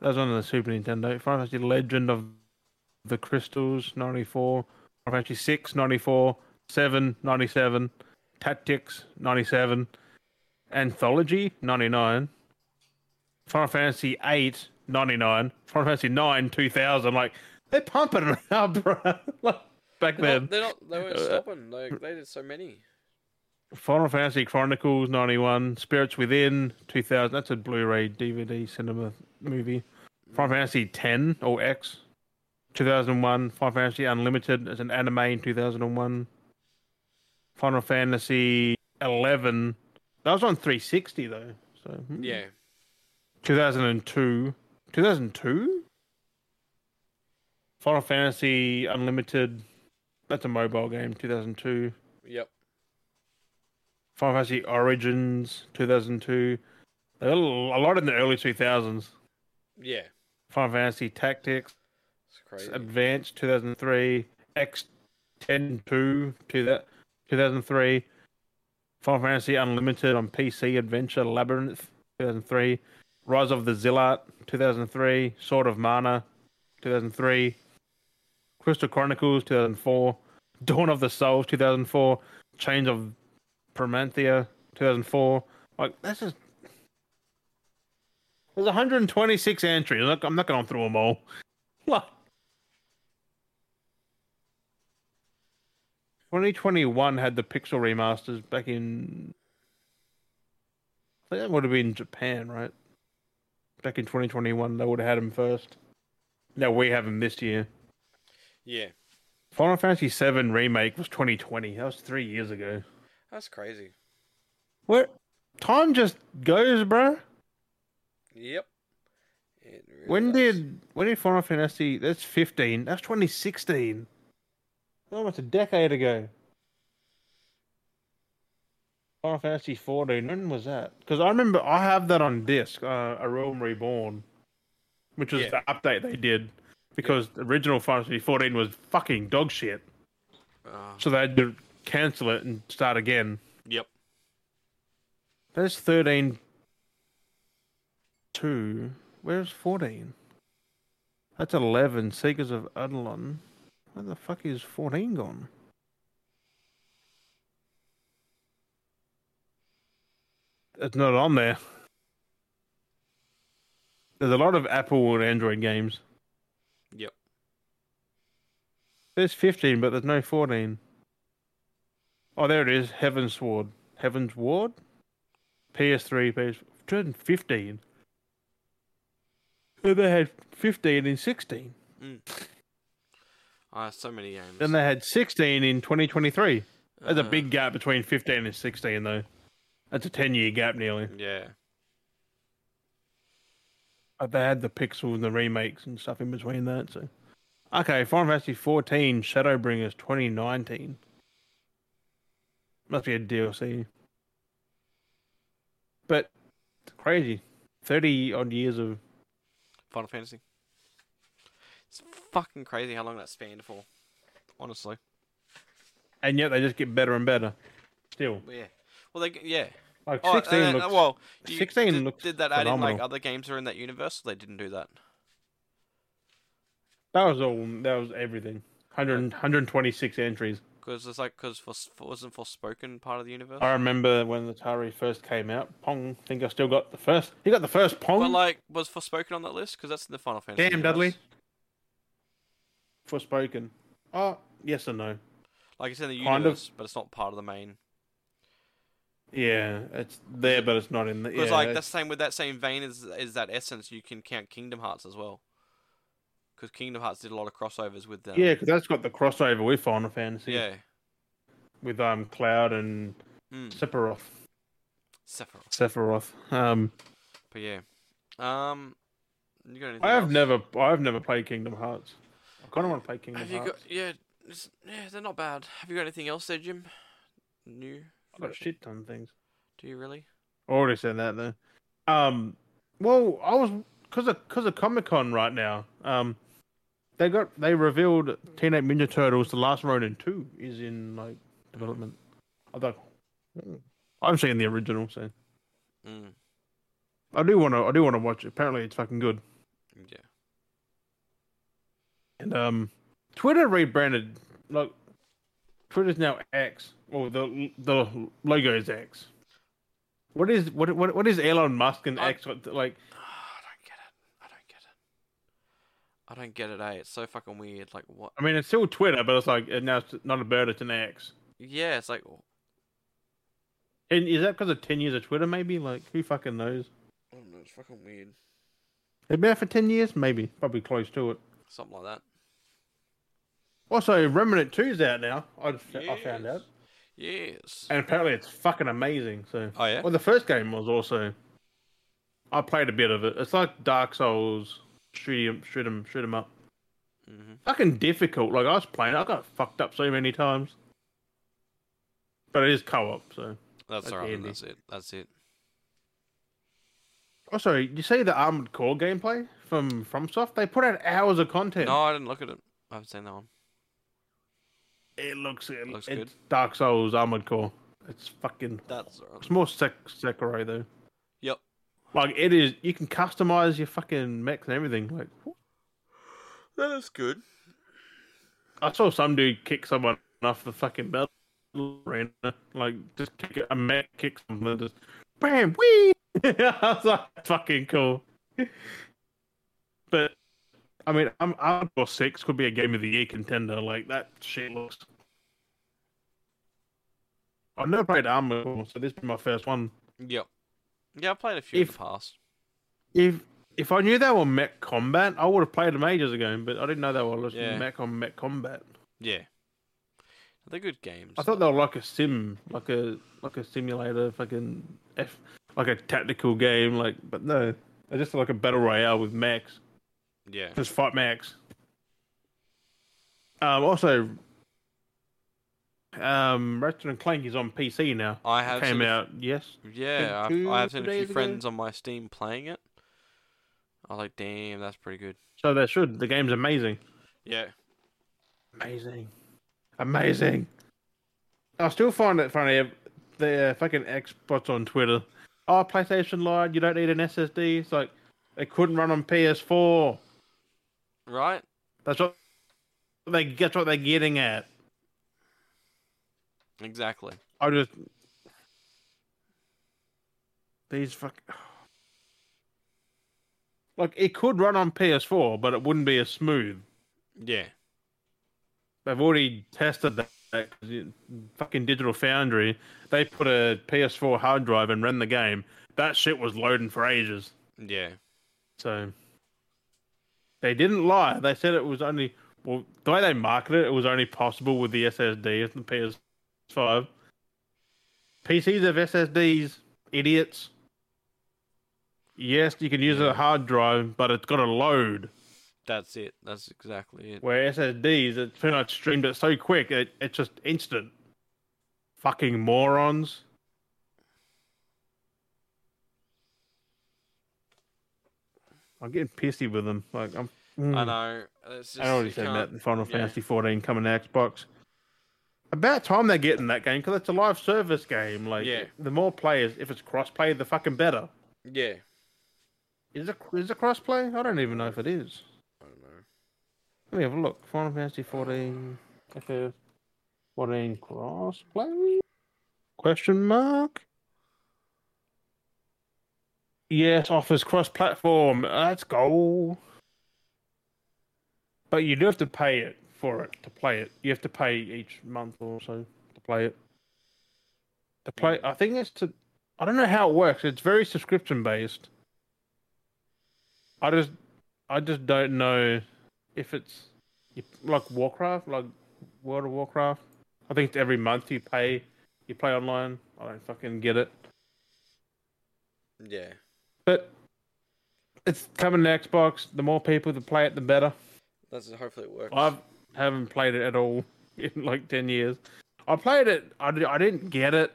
Speaker 1: That was on the Super Nintendo. Final Fantasy Legend of the Crystals, 94. Final Fantasy 6, 94. 7, 97. Tactics, 97. Anthology, 99. Final Fantasy 8, 99. Final Fantasy 9, 2000. Like, they're pumping it out, [laughs] bro. like, back
Speaker 2: Oh,
Speaker 1: then.
Speaker 2: They're
Speaker 1: [laughs]
Speaker 2: not, they're not. They weren't
Speaker 1: Uh,
Speaker 2: stopping. Like they did so many.
Speaker 1: Final Fantasy Chronicles 91, Spirits Within 2000. That's a Blu ray DVD cinema movie. Final Fantasy 10 or X 2001. Final Fantasy Unlimited as an anime in 2001. Final Fantasy 11. That was on 360 though. So hmm.
Speaker 2: Yeah.
Speaker 1: 2002. 2002? Final Fantasy Unlimited. That's a mobile game, 2002.
Speaker 2: Yep.
Speaker 1: Final Fantasy Origins, 2002. They got A l- a lot in the early 2000s.
Speaker 2: Yeah.
Speaker 1: Final Fantasy Tactics,
Speaker 2: It's crazy.
Speaker 1: Advanced, 2003. X 10 2, 2003. Final Fantasy Unlimited on PC, Adventure Labyrinth, 2003. Rise of the Zillart, 2003. Sword of Mana, 2003. Crystal Chronicles, 2004. Dawn of the Souls, 2004. Chains of Promanthea, 2004. Like, that's just. There's 126 entries. I'm not, I'm not going through them all. [laughs] Like, 2021 had the Pixel remasters back in. I think that would have been Japan, right? Back in 2021, they would have had them first. Now we have them this year.
Speaker 2: yeah.
Speaker 1: Final Fantasy VII Remake was 2020. That was three years ago.
Speaker 2: That's crazy.
Speaker 1: Where time just goes, bro.
Speaker 2: Yep. It really
Speaker 1: When
Speaker 2: does.
Speaker 1: did when did Final Fantasy? That's fifteen. That's twenty sixteen. Almost a decade ago. Final Fantasy fourteen. When was that? Because I remember I have that on disc. Uh, a Realm Reborn, which was
Speaker 2: Yeah.
Speaker 1: the update they did. Because the original Final Fantasy fourteen was fucking dog shit,
Speaker 2: Oh,
Speaker 1: so they had to cancel it and start again.
Speaker 2: yep.
Speaker 1: There's 13. 2. Where's 14? That's 11. Seekers of Adelon. Where the fuck is 14 gone? It's not on there. There's a lot of Apple and Android games.
Speaker 2: Yep.
Speaker 1: There's 15, but there's no 14. Oh, there it is. Heaven's Sword. Heaven's Ward? PS3, PS... 2015. Then they had 15 in 16.
Speaker 2: Ah, so many games.
Speaker 1: Then they had 16 in 2023. There's a
Speaker 2: Uh,
Speaker 1: big gap between 15 and 16, though. That's a 10 year gap nearly.
Speaker 2: Uh, Yeah.
Speaker 1: But Uh, they had the pixels and the remakes and stuff in between that. So, okay, Final Fantasy 14 Shadowbringers 2019 must be a DLC. But it's crazy, 30 odd years of
Speaker 2: Final Fantasy. It's fucking crazy how long that spanned for. Honestly.
Speaker 1: and yet they just get better and better. Still,
Speaker 2: But yeah. Well, they yeah.
Speaker 1: like
Speaker 2: Oh,
Speaker 1: 16
Speaker 2: uh, uh,
Speaker 1: looks.
Speaker 2: well, you-
Speaker 1: 16
Speaker 2: did,
Speaker 1: looks
Speaker 2: Did that add in like
Speaker 1: phenomenal.
Speaker 2: other games that are in that universe? Or they didn't do that.
Speaker 1: that was all. That was everything. 100, 126 entries.
Speaker 2: Because it's like because for, for wasn't Forspoken part of the universe.
Speaker 1: I remember when the Atari first came out. Pong. I think I still got the first. You got the first Pong.
Speaker 2: But like, was Forspoken on that list? Because that's in the Final Fantasy.
Speaker 1: Damn,
Speaker 2: universe.
Speaker 1: Dudley. Forspoken. Oh, yes and no.
Speaker 2: Like it's in the
Speaker 1: Kind of.
Speaker 2: universe, but it's not part of the main.
Speaker 1: Yeah, it's there, but it's not in the.
Speaker 2: Because
Speaker 1: Yeah,
Speaker 2: like that's
Speaker 1: that's-
Speaker 2: the same with that same vein is is that essence. You can count Kingdom Hearts as well. Because Kingdom Hearts did a lot of crossovers with them.
Speaker 1: yeah, because that's got the crossover with Final Fantasy.
Speaker 2: Yeah.
Speaker 1: With um Cloud and
Speaker 2: Mm.
Speaker 1: Sephiroth.
Speaker 2: Sephiroth.
Speaker 1: Sephiroth. Um,
Speaker 2: But yeah. Um. You got anything
Speaker 1: I have
Speaker 2: else?
Speaker 1: never, I've never played Kingdom Hearts. I kind of want to play Kingdom
Speaker 2: Have you
Speaker 1: Hearts.
Speaker 2: got? Yeah. it's- yeah, they're not bad. Have you got anything else there, Jim? New?
Speaker 1: I've got a shit ton of things.
Speaker 2: Do you really?
Speaker 1: I already said that though. Um, well, I was because of because of Comic Con right now. Um, they got they revealed Teenage Ninja Turtles: The Last Ronin Two is in like development. I thought I've seen the original, so
Speaker 2: Mm.
Speaker 1: I do want to I do want to watch it. Apparently, it's fucking good.
Speaker 2: Yeah.
Speaker 1: [sighs] And um, Twitter rebranded like Twitter's now X. Well, the the logo is X. What is what what what is Elon Musk and
Speaker 2: I-
Speaker 1: X got to- like?
Speaker 2: Ah, I don't get it. I don't get it. I don't get it. Eh? It's so fucking weird. Like what?
Speaker 1: I
Speaker 2: oh,
Speaker 1: mean, it's still Twitter, but it's like uh, now it's not a bird, it's an X.
Speaker 2: Yeah, it's like
Speaker 1: And is that because of ten years of Twitter? Maybe like who fucking knows?
Speaker 2: I don't know. It's fucking weird.
Speaker 1: It been out for ten years, maybe probably close to it.
Speaker 2: Something like that.
Speaker 1: Also, Remnant 2's out now. I, just, I found
Speaker 2: Yes.
Speaker 1: out,
Speaker 2: Yes.
Speaker 1: and apparently it's fucking amazing. So,
Speaker 2: Oh yeah.
Speaker 1: well, the first game was also. I played a bit of it. It's like Dark Souls, shoot 'em, shoot 'em, shoot 'em up.
Speaker 2: Mhm.
Speaker 1: Fucking difficult. Like I was playing, it, I got fucked up so many times. But it is co-op, so.
Speaker 2: That's
Speaker 1: That's
Speaker 2: alright. man,
Speaker 1: handy.
Speaker 2: That's it. That's it.
Speaker 1: Also, Oh, you see the Armored Core gameplay from FromSoft? They put out hours of content.
Speaker 2: No, I didn't look at it. I haven't seen that one.
Speaker 1: It looks it
Speaker 2: Looks
Speaker 1: it's
Speaker 2: good.
Speaker 1: Dark Souls Armored Core. It's fucking
Speaker 2: That's alright.
Speaker 1: it's more Sek- Sekiro though.
Speaker 2: Yep.
Speaker 1: Like it is you can customize your fucking mechs and everything. Like
Speaker 2: That is good.
Speaker 1: I saw some dude kick someone off the fucking battle arena. Like just kick a mech kick something just bam wee [laughs] I was like fucking cool. but I mean I'm Outdoor Six could be a game of the year contender, like that shit looks I've never played Armor, Core, so this is my first one.
Speaker 2: Yep. Yeah, I played a few in
Speaker 1: If-
Speaker 2: the past.
Speaker 1: If if I knew they were mech combat, I would have played them ages ago, but I didn't know they were
Speaker 2: Yeah.
Speaker 1: mech on mech combat.
Speaker 2: Yeah. They're good games.
Speaker 1: I thought they were like a sim, like a like a simulator, fucking f, like a tactical game, like. But no, they're just like a battle royale with Max,
Speaker 2: Yeah.
Speaker 1: just fight Max. Um. Also, um, Ratchet and Clank is on PC now.
Speaker 2: I have
Speaker 1: Came
Speaker 2: seen a
Speaker 1: out, yes.
Speaker 2: Yeah, I've,
Speaker 1: two
Speaker 2: I have seen a few
Speaker 1: days ago.
Speaker 2: friends on my Steam playing it. I was like, damn, that's pretty good.
Speaker 1: So they should. The game's amazing.
Speaker 2: Yeah.
Speaker 1: Amazing. Amazing. I still find it funny the uh, fucking Xbox on Twitter. Oh, PlayStation lied. You don't need an SSD. It's like it couldn't run on PS4.
Speaker 2: Right?
Speaker 1: That's what they. That's what they're getting at.
Speaker 2: Exactly.
Speaker 1: I just these fuck. [sighs] Like it could run on PS4, but it wouldn't be as smooth.
Speaker 2: Yeah.
Speaker 1: they've already tested that. 'cause it- Fucking Digital Foundry, they put a PS4 hard drive and ran the game. That shit was loading for ages.
Speaker 2: Yeah.
Speaker 1: So they didn't lie. They said it was only well the way they marketed it, it was only possible with the SSD and the PS5. PCs have SSDs, idiots. Yes, you can use a hard drive, but it's got to load.
Speaker 2: That's it. That's exactly it.
Speaker 1: Where SSDs, it's pretty much streamed it so quick, it, it's just instant. Fucking morons. I'm getting pissy with them. Like I'm.
Speaker 2: I
Speaker 1: Mm.
Speaker 2: know. It's just,
Speaker 1: I already
Speaker 2: you
Speaker 1: said
Speaker 2: can't-
Speaker 1: that. Final
Speaker 2: yeah.
Speaker 1: Fantasy 14 coming to Xbox. About time they're getting that game because it's a live service game. Like,
Speaker 2: Yeah.
Speaker 1: the more players, if it's cross-play, the fucking better.
Speaker 2: Yeah.
Speaker 1: Is it is it cross-play? I don't even know if it is.
Speaker 2: I don't know.
Speaker 1: Let me have a look. Final Fantasy 14. FF 14 crossplay? Question mark? Yes, offers cross platform. Let's go. But you do have to pay it for it to play it. You have to pay each month or so to play it. To play, I think it's to. I don't know how it works. It's very subscription based. I just, I just don't know if it's you- like Warcraft, like World of Warcraft. I think it's every month you pay, you play online. I don't fucking get it,
Speaker 2: Yeah.
Speaker 1: but it's coming to Xbox. The more people that play it, the better.
Speaker 2: That's hopefully it works.
Speaker 1: I haven't played it at all [laughs] in like ten years. I played it. I, di- I didn't get it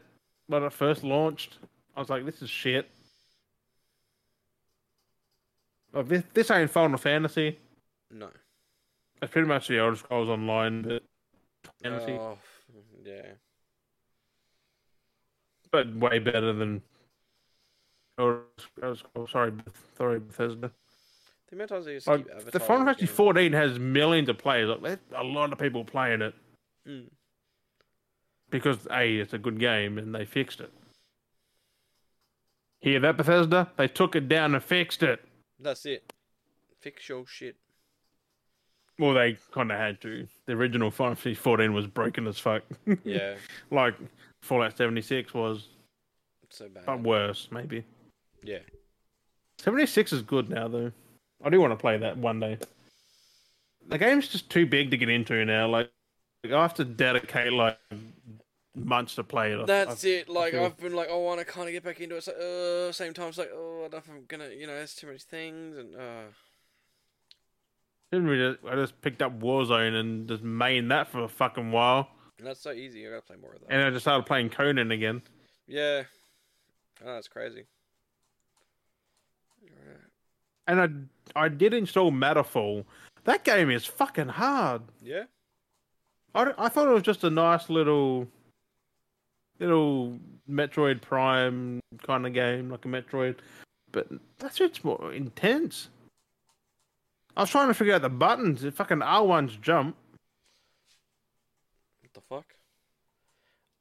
Speaker 1: when it first launched. I was like, this is shit. Like, this this ain't Final Fantasy.
Speaker 2: No.
Speaker 1: It's pretty much the Elder Scrolls Online, but Fantasy.
Speaker 2: Oh, yeah.
Speaker 1: but way better than. Or, I was- oh, sorry, Beth- sorry Bethesda.
Speaker 2: The amount of times they used to
Speaker 1: Like,
Speaker 2: keep
Speaker 1: the
Speaker 2: advertising
Speaker 1: Final
Speaker 2: the
Speaker 1: Fantasy
Speaker 2: game.
Speaker 1: 14 has millions of players. Like, there's a lot of people playing it
Speaker 2: Mm.
Speaker 1: because a it's a good game and they fixed it. Hear that, Bethesda? They took it down and fixed it.
Speaker 2: That's it. Fix your shit.
Speaker 1: [laughs] Well, they kind of had to. The original [laughs] Final Fantasy 14 was broken as fuck.
Speaker 2: Yeah.
Speaker 1: like Fallout 76 was.
Speaker 2: so bad.
Speaker 1: but worse maybe.
Speaker 2: yeah.
Speaker 1: Seventy six is good now though. I do want to play that one day. The game's just too big to get into now. Like, like, I have to dedicate like months to play it. I-
Speaker 2: That's
Speaker 1: I-
Speaker 2: it. Like
Speaker 1: feel-
Speaker 2: I've been like, oh, I want to kind of get back into it. It's like, uh, same time, it's like, oh, I don't know if I'm gonna, you know, there's too many things, and uh,
Speaker 1: Didn't really, I just picked up Warzone and just mained that for a fucking while,
Speaker 2: and that's so easy. I gotta play more of that.
Speaker 1: and I just started playing Conan again.
Speaker 2: yeah, oh, that's crazy. Alright.
Speaker 1: And I I did install Matterfall. That game is fucking hard.
Speaker 2: Yeah,
Speaker 1: I, don't- I thought it was just a nice little little Metroid Prime kind of game, like a Metroid, but that shit's more intense. I was trying to figure out the buttons. The fucking R one's jump.
Speaker 2: what the fuck?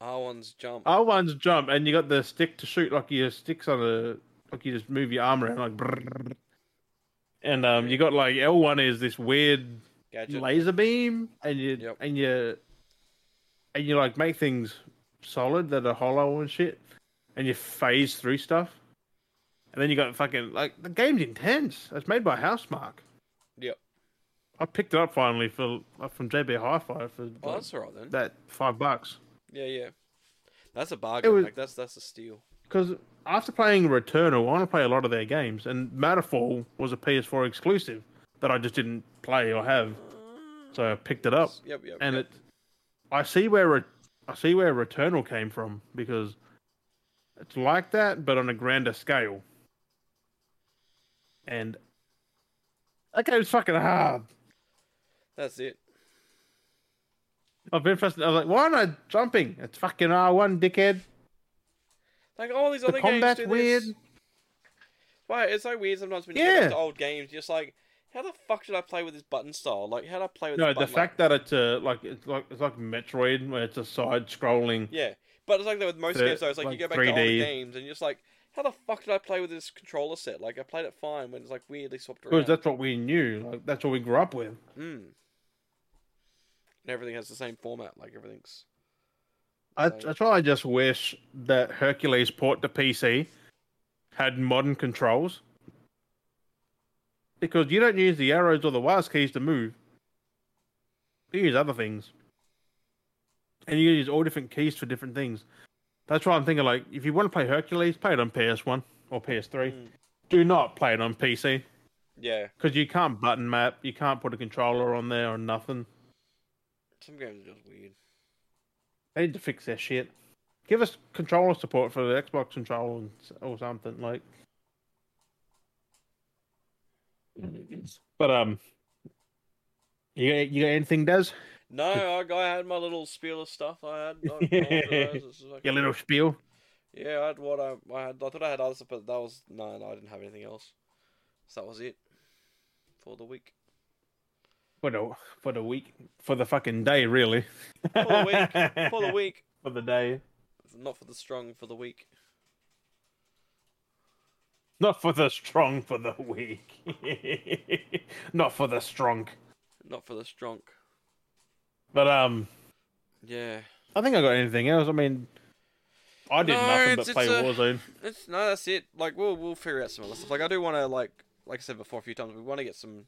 Speaker 2: R one's jump.
Speaker 1: R one's jump, and you got the stick to shoot like your sticks on the like you just move your arm around like. brrrr. And um, you got like L one is this weird
Speaker 2: Gadget.
Speaker 1: laser beam, and you
Speaker 2: Yep.
Speaker 1: and you and you like make things solid that are hollow and shit, and you phase through stuff, and then you got fucking like the game's intense. It's made by Housemark.
Speaker 2: Yep.
Speaker 1: I picked it up finally for like, from JB Hi-Fi for
Speaker 2: Oh,
Speaker 1: like,
Speaker 2: that's alright then.
Speaker 1: that five bucks.
Speaker 2: Yeah, yeah. That's a bargain.
Speaker 1: was-
Speaker 2: Like that's that's a steal.
Speaker 1: Because after playing Returnal, I want to play a lot of their games, and Matterfall was a PS4 exclusive that I just didn't play or have, so I picked it up.
Speaker 2: Yep, yep.
Speaker 1: and
Speaker 2: yep.
Speaker 1: it I see where Re- I see where Returnal came from because it's like that but on a grander scale. And that game's fucking hard.
Speaker 2: that's it.
Speaker 1: I've been frustrated. I was like, why am I jumping? It's fucking R one, dickhead.
Speaker 2: Like all these
Speaker 1: The
Speaker 2: other games
Speaker 1: combat's
Speaker 2: do
Speaker 1: weird.
Speaker 2: this. Why it's so weird sometimes when you get
Speaker 1: Yeah.
Speaker 2: into old games, you're just like, how the fuck should I play with this button style? Like, how do I play with
Speaker 1: No,
Speaker 2: this
Speaker 1: the
Speaker 2: button?
Speaker 1: fact that it's a like it's like it's like Metroid where it's a side scrolling.
Speaker 2: like, yeah, but it's like that with most
Speaker 1: The-
Speaker 2: games though. It's like,
Speaker 1: like
Speaker 2: you go back to older
Speaker 1: 3D.
Speaker 2: games and you're just like, how the fuck did I play with this controller set? Like, I played it fine when it's like weirdly swapped
Speaker 1: Because
Speaker 2: around.
Speaker 1: that's what we knew. Like that's what we grew up with.
Speaker 2: Mm. And everything has the same format. Like everything's.
Speaker 1: I,
Speaker 2: So-
Speaker 1: that's why I just wish that Hercules port to PC had modern controls. Because you don't use the arrows or the WASD keys to move. You use other things. And you use all different keys for different things. That's why I'm thinking like if you want to play Hercules, play it on PS1 or PS3.
Speaker 2: Mm.
Speaker 1: Do not play it on PC.
Speaker 2: Yeah,
Speaker 1: Because you can't button map, you can't put a controller on there or nothing.
Speaker 2: some games are just weird.
Speaker 1: They need to fix their shit. Give us controller support for the Xbox controller and s- or something like. But um, you got- you got anything, Des?
Speaker 2: No, I, I had my little spiel of stuff. I had. I
Speaker 1: [laughs] Your little spiel.
Speaker 2: Yeah, I had what I, I had. I thought I had other stuff, but that was no, no, I didn't have anything else. So that was it for the week.
Speaker 1: For the for the week, for the fucking day, really.
Speaker 2: For the
Speaker 1: [laughs]
Speaker 2: week, For the week,
Speaker 1: for the day,
Speaker 2: not for the strong, for the week.
Speaker 1: not for the strong, for the week, [laughs] not for the strong.
Speaker 2: Not for the strong.
Speaker 1: But um,
Speaker 2: Yeah,
Speaker 1: I think I got anything else. I mean, I did
Speaker 2: No,
Speaker 1: nothing
Speaker 2: it's-
Speaker 1: but play
Speaker 2: it's a-
Speaker 1: Warzone.
Speaker 2: it's, no, that's it. Like we'll we'll figure out some other stuff. Like I do want to like like I said before a few times, we want to get some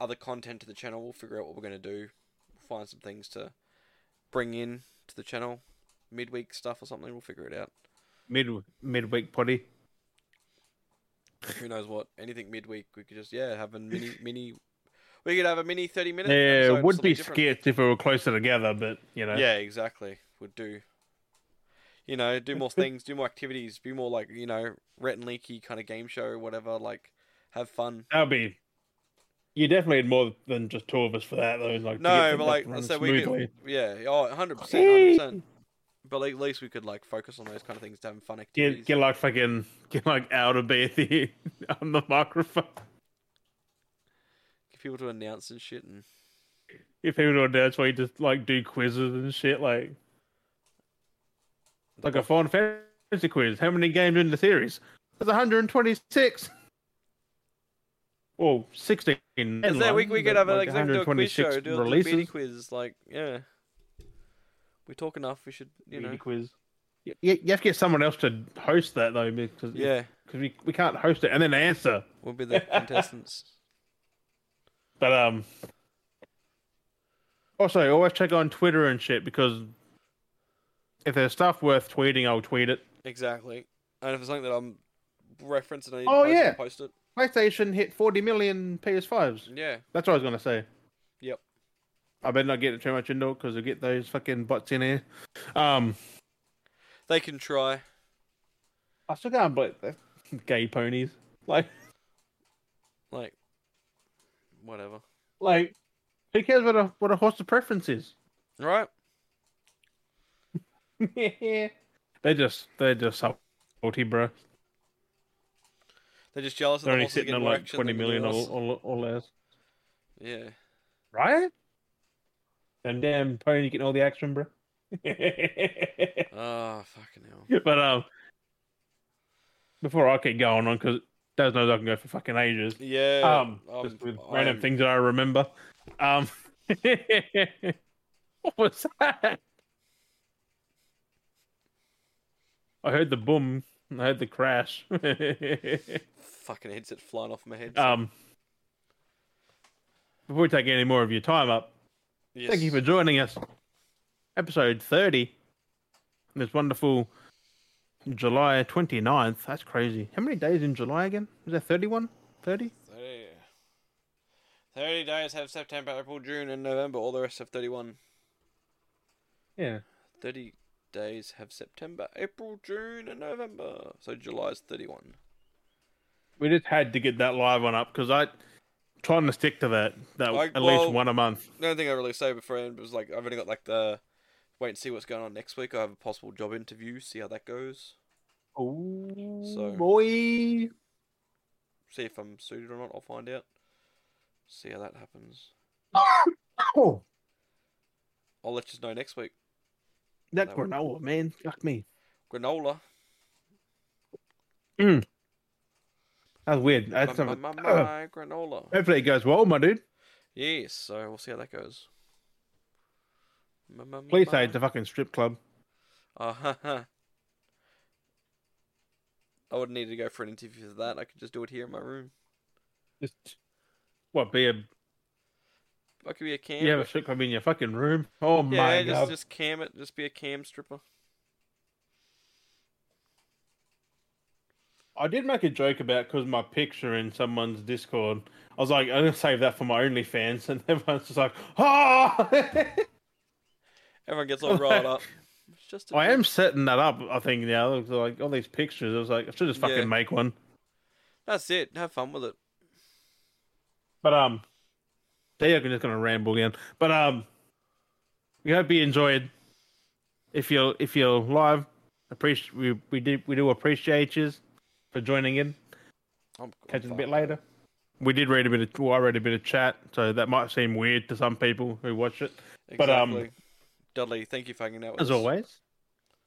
Speaker 2: other content to the channel. We'll figure out what we're gonna do. We'll find some things to bring in to the channel, midweek stuff or something. We'll figure it out.
Speaker 1: Mid midweek potty.
Speaker 2: who knows what anything midweek we could just yeah have a mini mini we could have a mini 30 minute
Speaker 1: Yeah,
Speaker 2: episode,
Speaker 1: it would be
Speaker 2: something different.
Speaker 1: skits if we were closer together, but you know.
Speaker 2: yeah exactly would do you know do
Speaker 1: [laughs]
Speaker 2: more things do more activities be more like you know Rhett and leaky kind of game show whatever like have fun
Speaker 1: That'd be. You definitely need more than just two of us for that, though. Like, to
Speaker 2: no
Speaker 1: get
Speaker 2: but
Speaker 1: that
Speaker 2: like
Speaker 1: to run
Speaker 2: so we could
Speaker 1: smoothly.
Speaker 2: yeah oh 100% 100% but like, at least we could like focus on those kind of things to have fun activities
Speaker 1: get get like fucking get like out of bed [laughs] here on the microphone.
Speaker 2: get people to announce and shit and
Speaker 1: If people don't dance, we just like do quizzes and shit, like like a Final Fantasy quiz. How many games in the series? There's 126. Well, 16.
Speaker 2: Is there a week we could have a, like, do a quiz show,
Speaker 1: 126
Speaker 2: do a little mini quiz, like yeah. We talk enough. We should, you know,
Speaker 1: quiz. You, you you have to get someone else to host that though, because
Speaker 2: Yeah,
Speaker 1: because we, we can't host it and then answer. [laughs]
Speaker 2: we'll be the contestants.
Speaker 1: But um, also always check on Twitter and shit because if there's stuff worth tweeting, I'll tweet it.
Speaker 2: Exactly. And if it's something that I'm referencing, I need
Speaker 1: Oh,
Speaker 2: to post,
Speaker 1: yeah.
Speaker 2: I'll post it.
Speaker 1: PlayStation hit 40 million PS5s.
Speaker 2: Yeah.
Speaker 1: That's what I was gonna say.
Speaker 2: Yep.
Speaker 1: I better not get too much into it because we get those fucking bots in here. Um,
Speaker 2: They can try.
Speaker 1: I still can't believe that. [laughs] gay ponies. Like,
Speaker 2: Like, whatever.
Speaker 1: like, who cares what a what a horse's preference is? [laughs]
Speaker 2: Right?
Speaker 1: yeah, they're just they're just salty, bro.
Speaker 2: They're just jealous of
Speaker 1: They're
Speaker 2: the
Speaker 1: only
Speaker 2: horses
Speaker 1: sitting
Speaker 2: getting
Speaker 1: on like
Speaker 2: erection
Speaker 1: twenty
Speaker 2: than anyone
Speaker 1: million or, or,
Speaker 2: else.
Speaker 1: or less,
Speaker 2: Yeah.
Speaker 1: right? Them damn pony getting all the action, [laughs] bro.
Speaker 2: Oh, fucking hell.
Speaker 1: [laughs] but um, before I keep going on because Daz knows I can go for fucking ages.
Speaker 2: Yeah.
Speaker 1: um,
Speaker 2: I'm-
Speaker 1: just with
Speaker 2: I'm-
Speaker 1: random things that I remember. Um, [laughs] what was that? I heard the boom. and I heard the crash. [laughs]
Speaker 2: Fucking headset flying off my head.
Speaker 1: um, before we take any more of your time up,
Speaker 2: yes.
Speaker 1: thank you for joining us. Episode 30. This wonderful July 29th. That's crazy. How many days in July again? Is there 31? 30?
Speaker 2: 30, 30 days have September, April, June, and November. All the rest have 31.
Speaker 1: Yeah.
Speaker 2: 30 days have September, April, June, and November. So July's 31.
Speaker 1: We just had to get that live one up because I trying to stick to that that
Speaker 2: Like,
Speaker 1: at
Speaker 2: well-
Speaker 1: least one a month.
Speaker 2: The only thing I really say before I end was like, I've only got like the wait and see what's going on next week. I have a possible job interview, see how that goes,
Speaker 1: Oh
Speaker 2: So-
Speaker 1: boy!
Speaker 2: see if I'm suited or not. I'll find out. See how that happens.
Speaker 1: [coughs] Oh,
Speaker 2: I'll let you know next week.
Speaker 1: that
Speaker 2: That one.
Speaker 1: granola, man, fuck me.
Speaker 2: Granola.
Speaker 1: That's weird.
Speaker 2: My,
Speaker 1: That's
Speaker 2: my,
Speaker 1: something.
Speaker 2: my,
Speaker 1: Ugh.
Speaker 2: my granola.
Speaker 1: [coughs] Hopefully it goes well, my dude.
Speaker 2: Yes, so we'll see how that goes. My, my,
Speaker 1: Please
Speaker 2: my-
Speaker 1: say it's a fucking strip club.
Speaker 2: Oh, I wouldn't need to go for an interview for that. I could just do it here in my room.
Speaker 1: Just what? Be a
Speaker 2: I could be a cam.
Speaker 1: you have a strip club in your fucking room? Oh
Speaker 2: yeah,
Speaker 1: my
Speaker 2: just
Speaker 1: god!
Speaker 2: just cam it. Just be a cam stripper.
Speaker 1: I did make a joke about because my picture in someone's Discord. I was like, I'm gonna save that for my OnlyFans, [laughs] and everyone's just like, ah.
Speaker 2: Everyone gets all riled up. It's just.
Speaker 1: [laughs]
Speaker 2: a
Speaker 1: I am
Speaker 2: joke.
Speaker 1: setting that up. I think now, It's like all these pictures. I was like, I should just fucking
Speaker 2: Yeah.
Speaker 1: make one.
Speaker 2: That's it. Have fun with it.
Speaker 1: But um, there I'm just gonna ramble again. But um, we hope you enjoyed. If you're if you're live, appreciate we we do we do appreciate you for joining in.
Speaker 2: I'm I'm
Speaker 1: Catch us a
Speaker 2: fine
Speaker 1: bit
Speaker 2: with
Speaker 1: later.
Speaker 2: it.
Speaker 1: We did read a bit of well, I read a bit of chat, so that might seem weird to some people who watch it. But, um,
Speaker 2: Exactly. Dudley, thank you for hanging out with
Speaker 1: As
Speaker 2: us.
Speaker 1: always,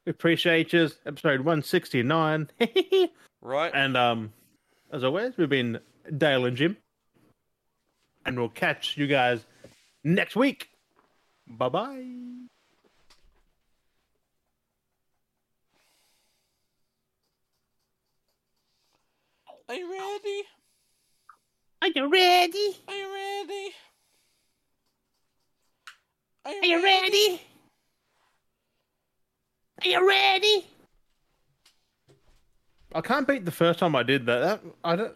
Speaker 1: we appreciate you. Episode one sixty nine,
Speaker 2: Right.
Speaker 1: [laughs] and um, as always, we've been Dale and Jim, and we'll catch you guys next week. Bye bye.
Speaker 2: Are you ready?
Speaker 3: Are you ready?
Speaker 2: Are you ready? Are
Speaker 3: Are you ready? Are you ready?
Speaker 1: I can't beat the first time I did that. that I don't.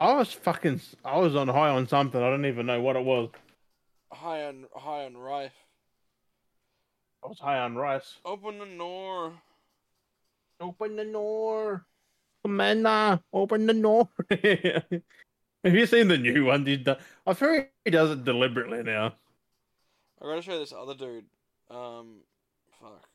Speaker 1: I was fucking. I was on high on something. I don't even know what it was.
Speaker 2: High on high on rife.
Speaker 1: I was high on rice.
Speaker 2: Open the door.
Speaker 1: Open the door, Amanda. Open the door. [laughs] Have you seen the new one? Did the- I feel he does it deliberately now.
Speaker 2: I gotta show this other dude. Um, fuck.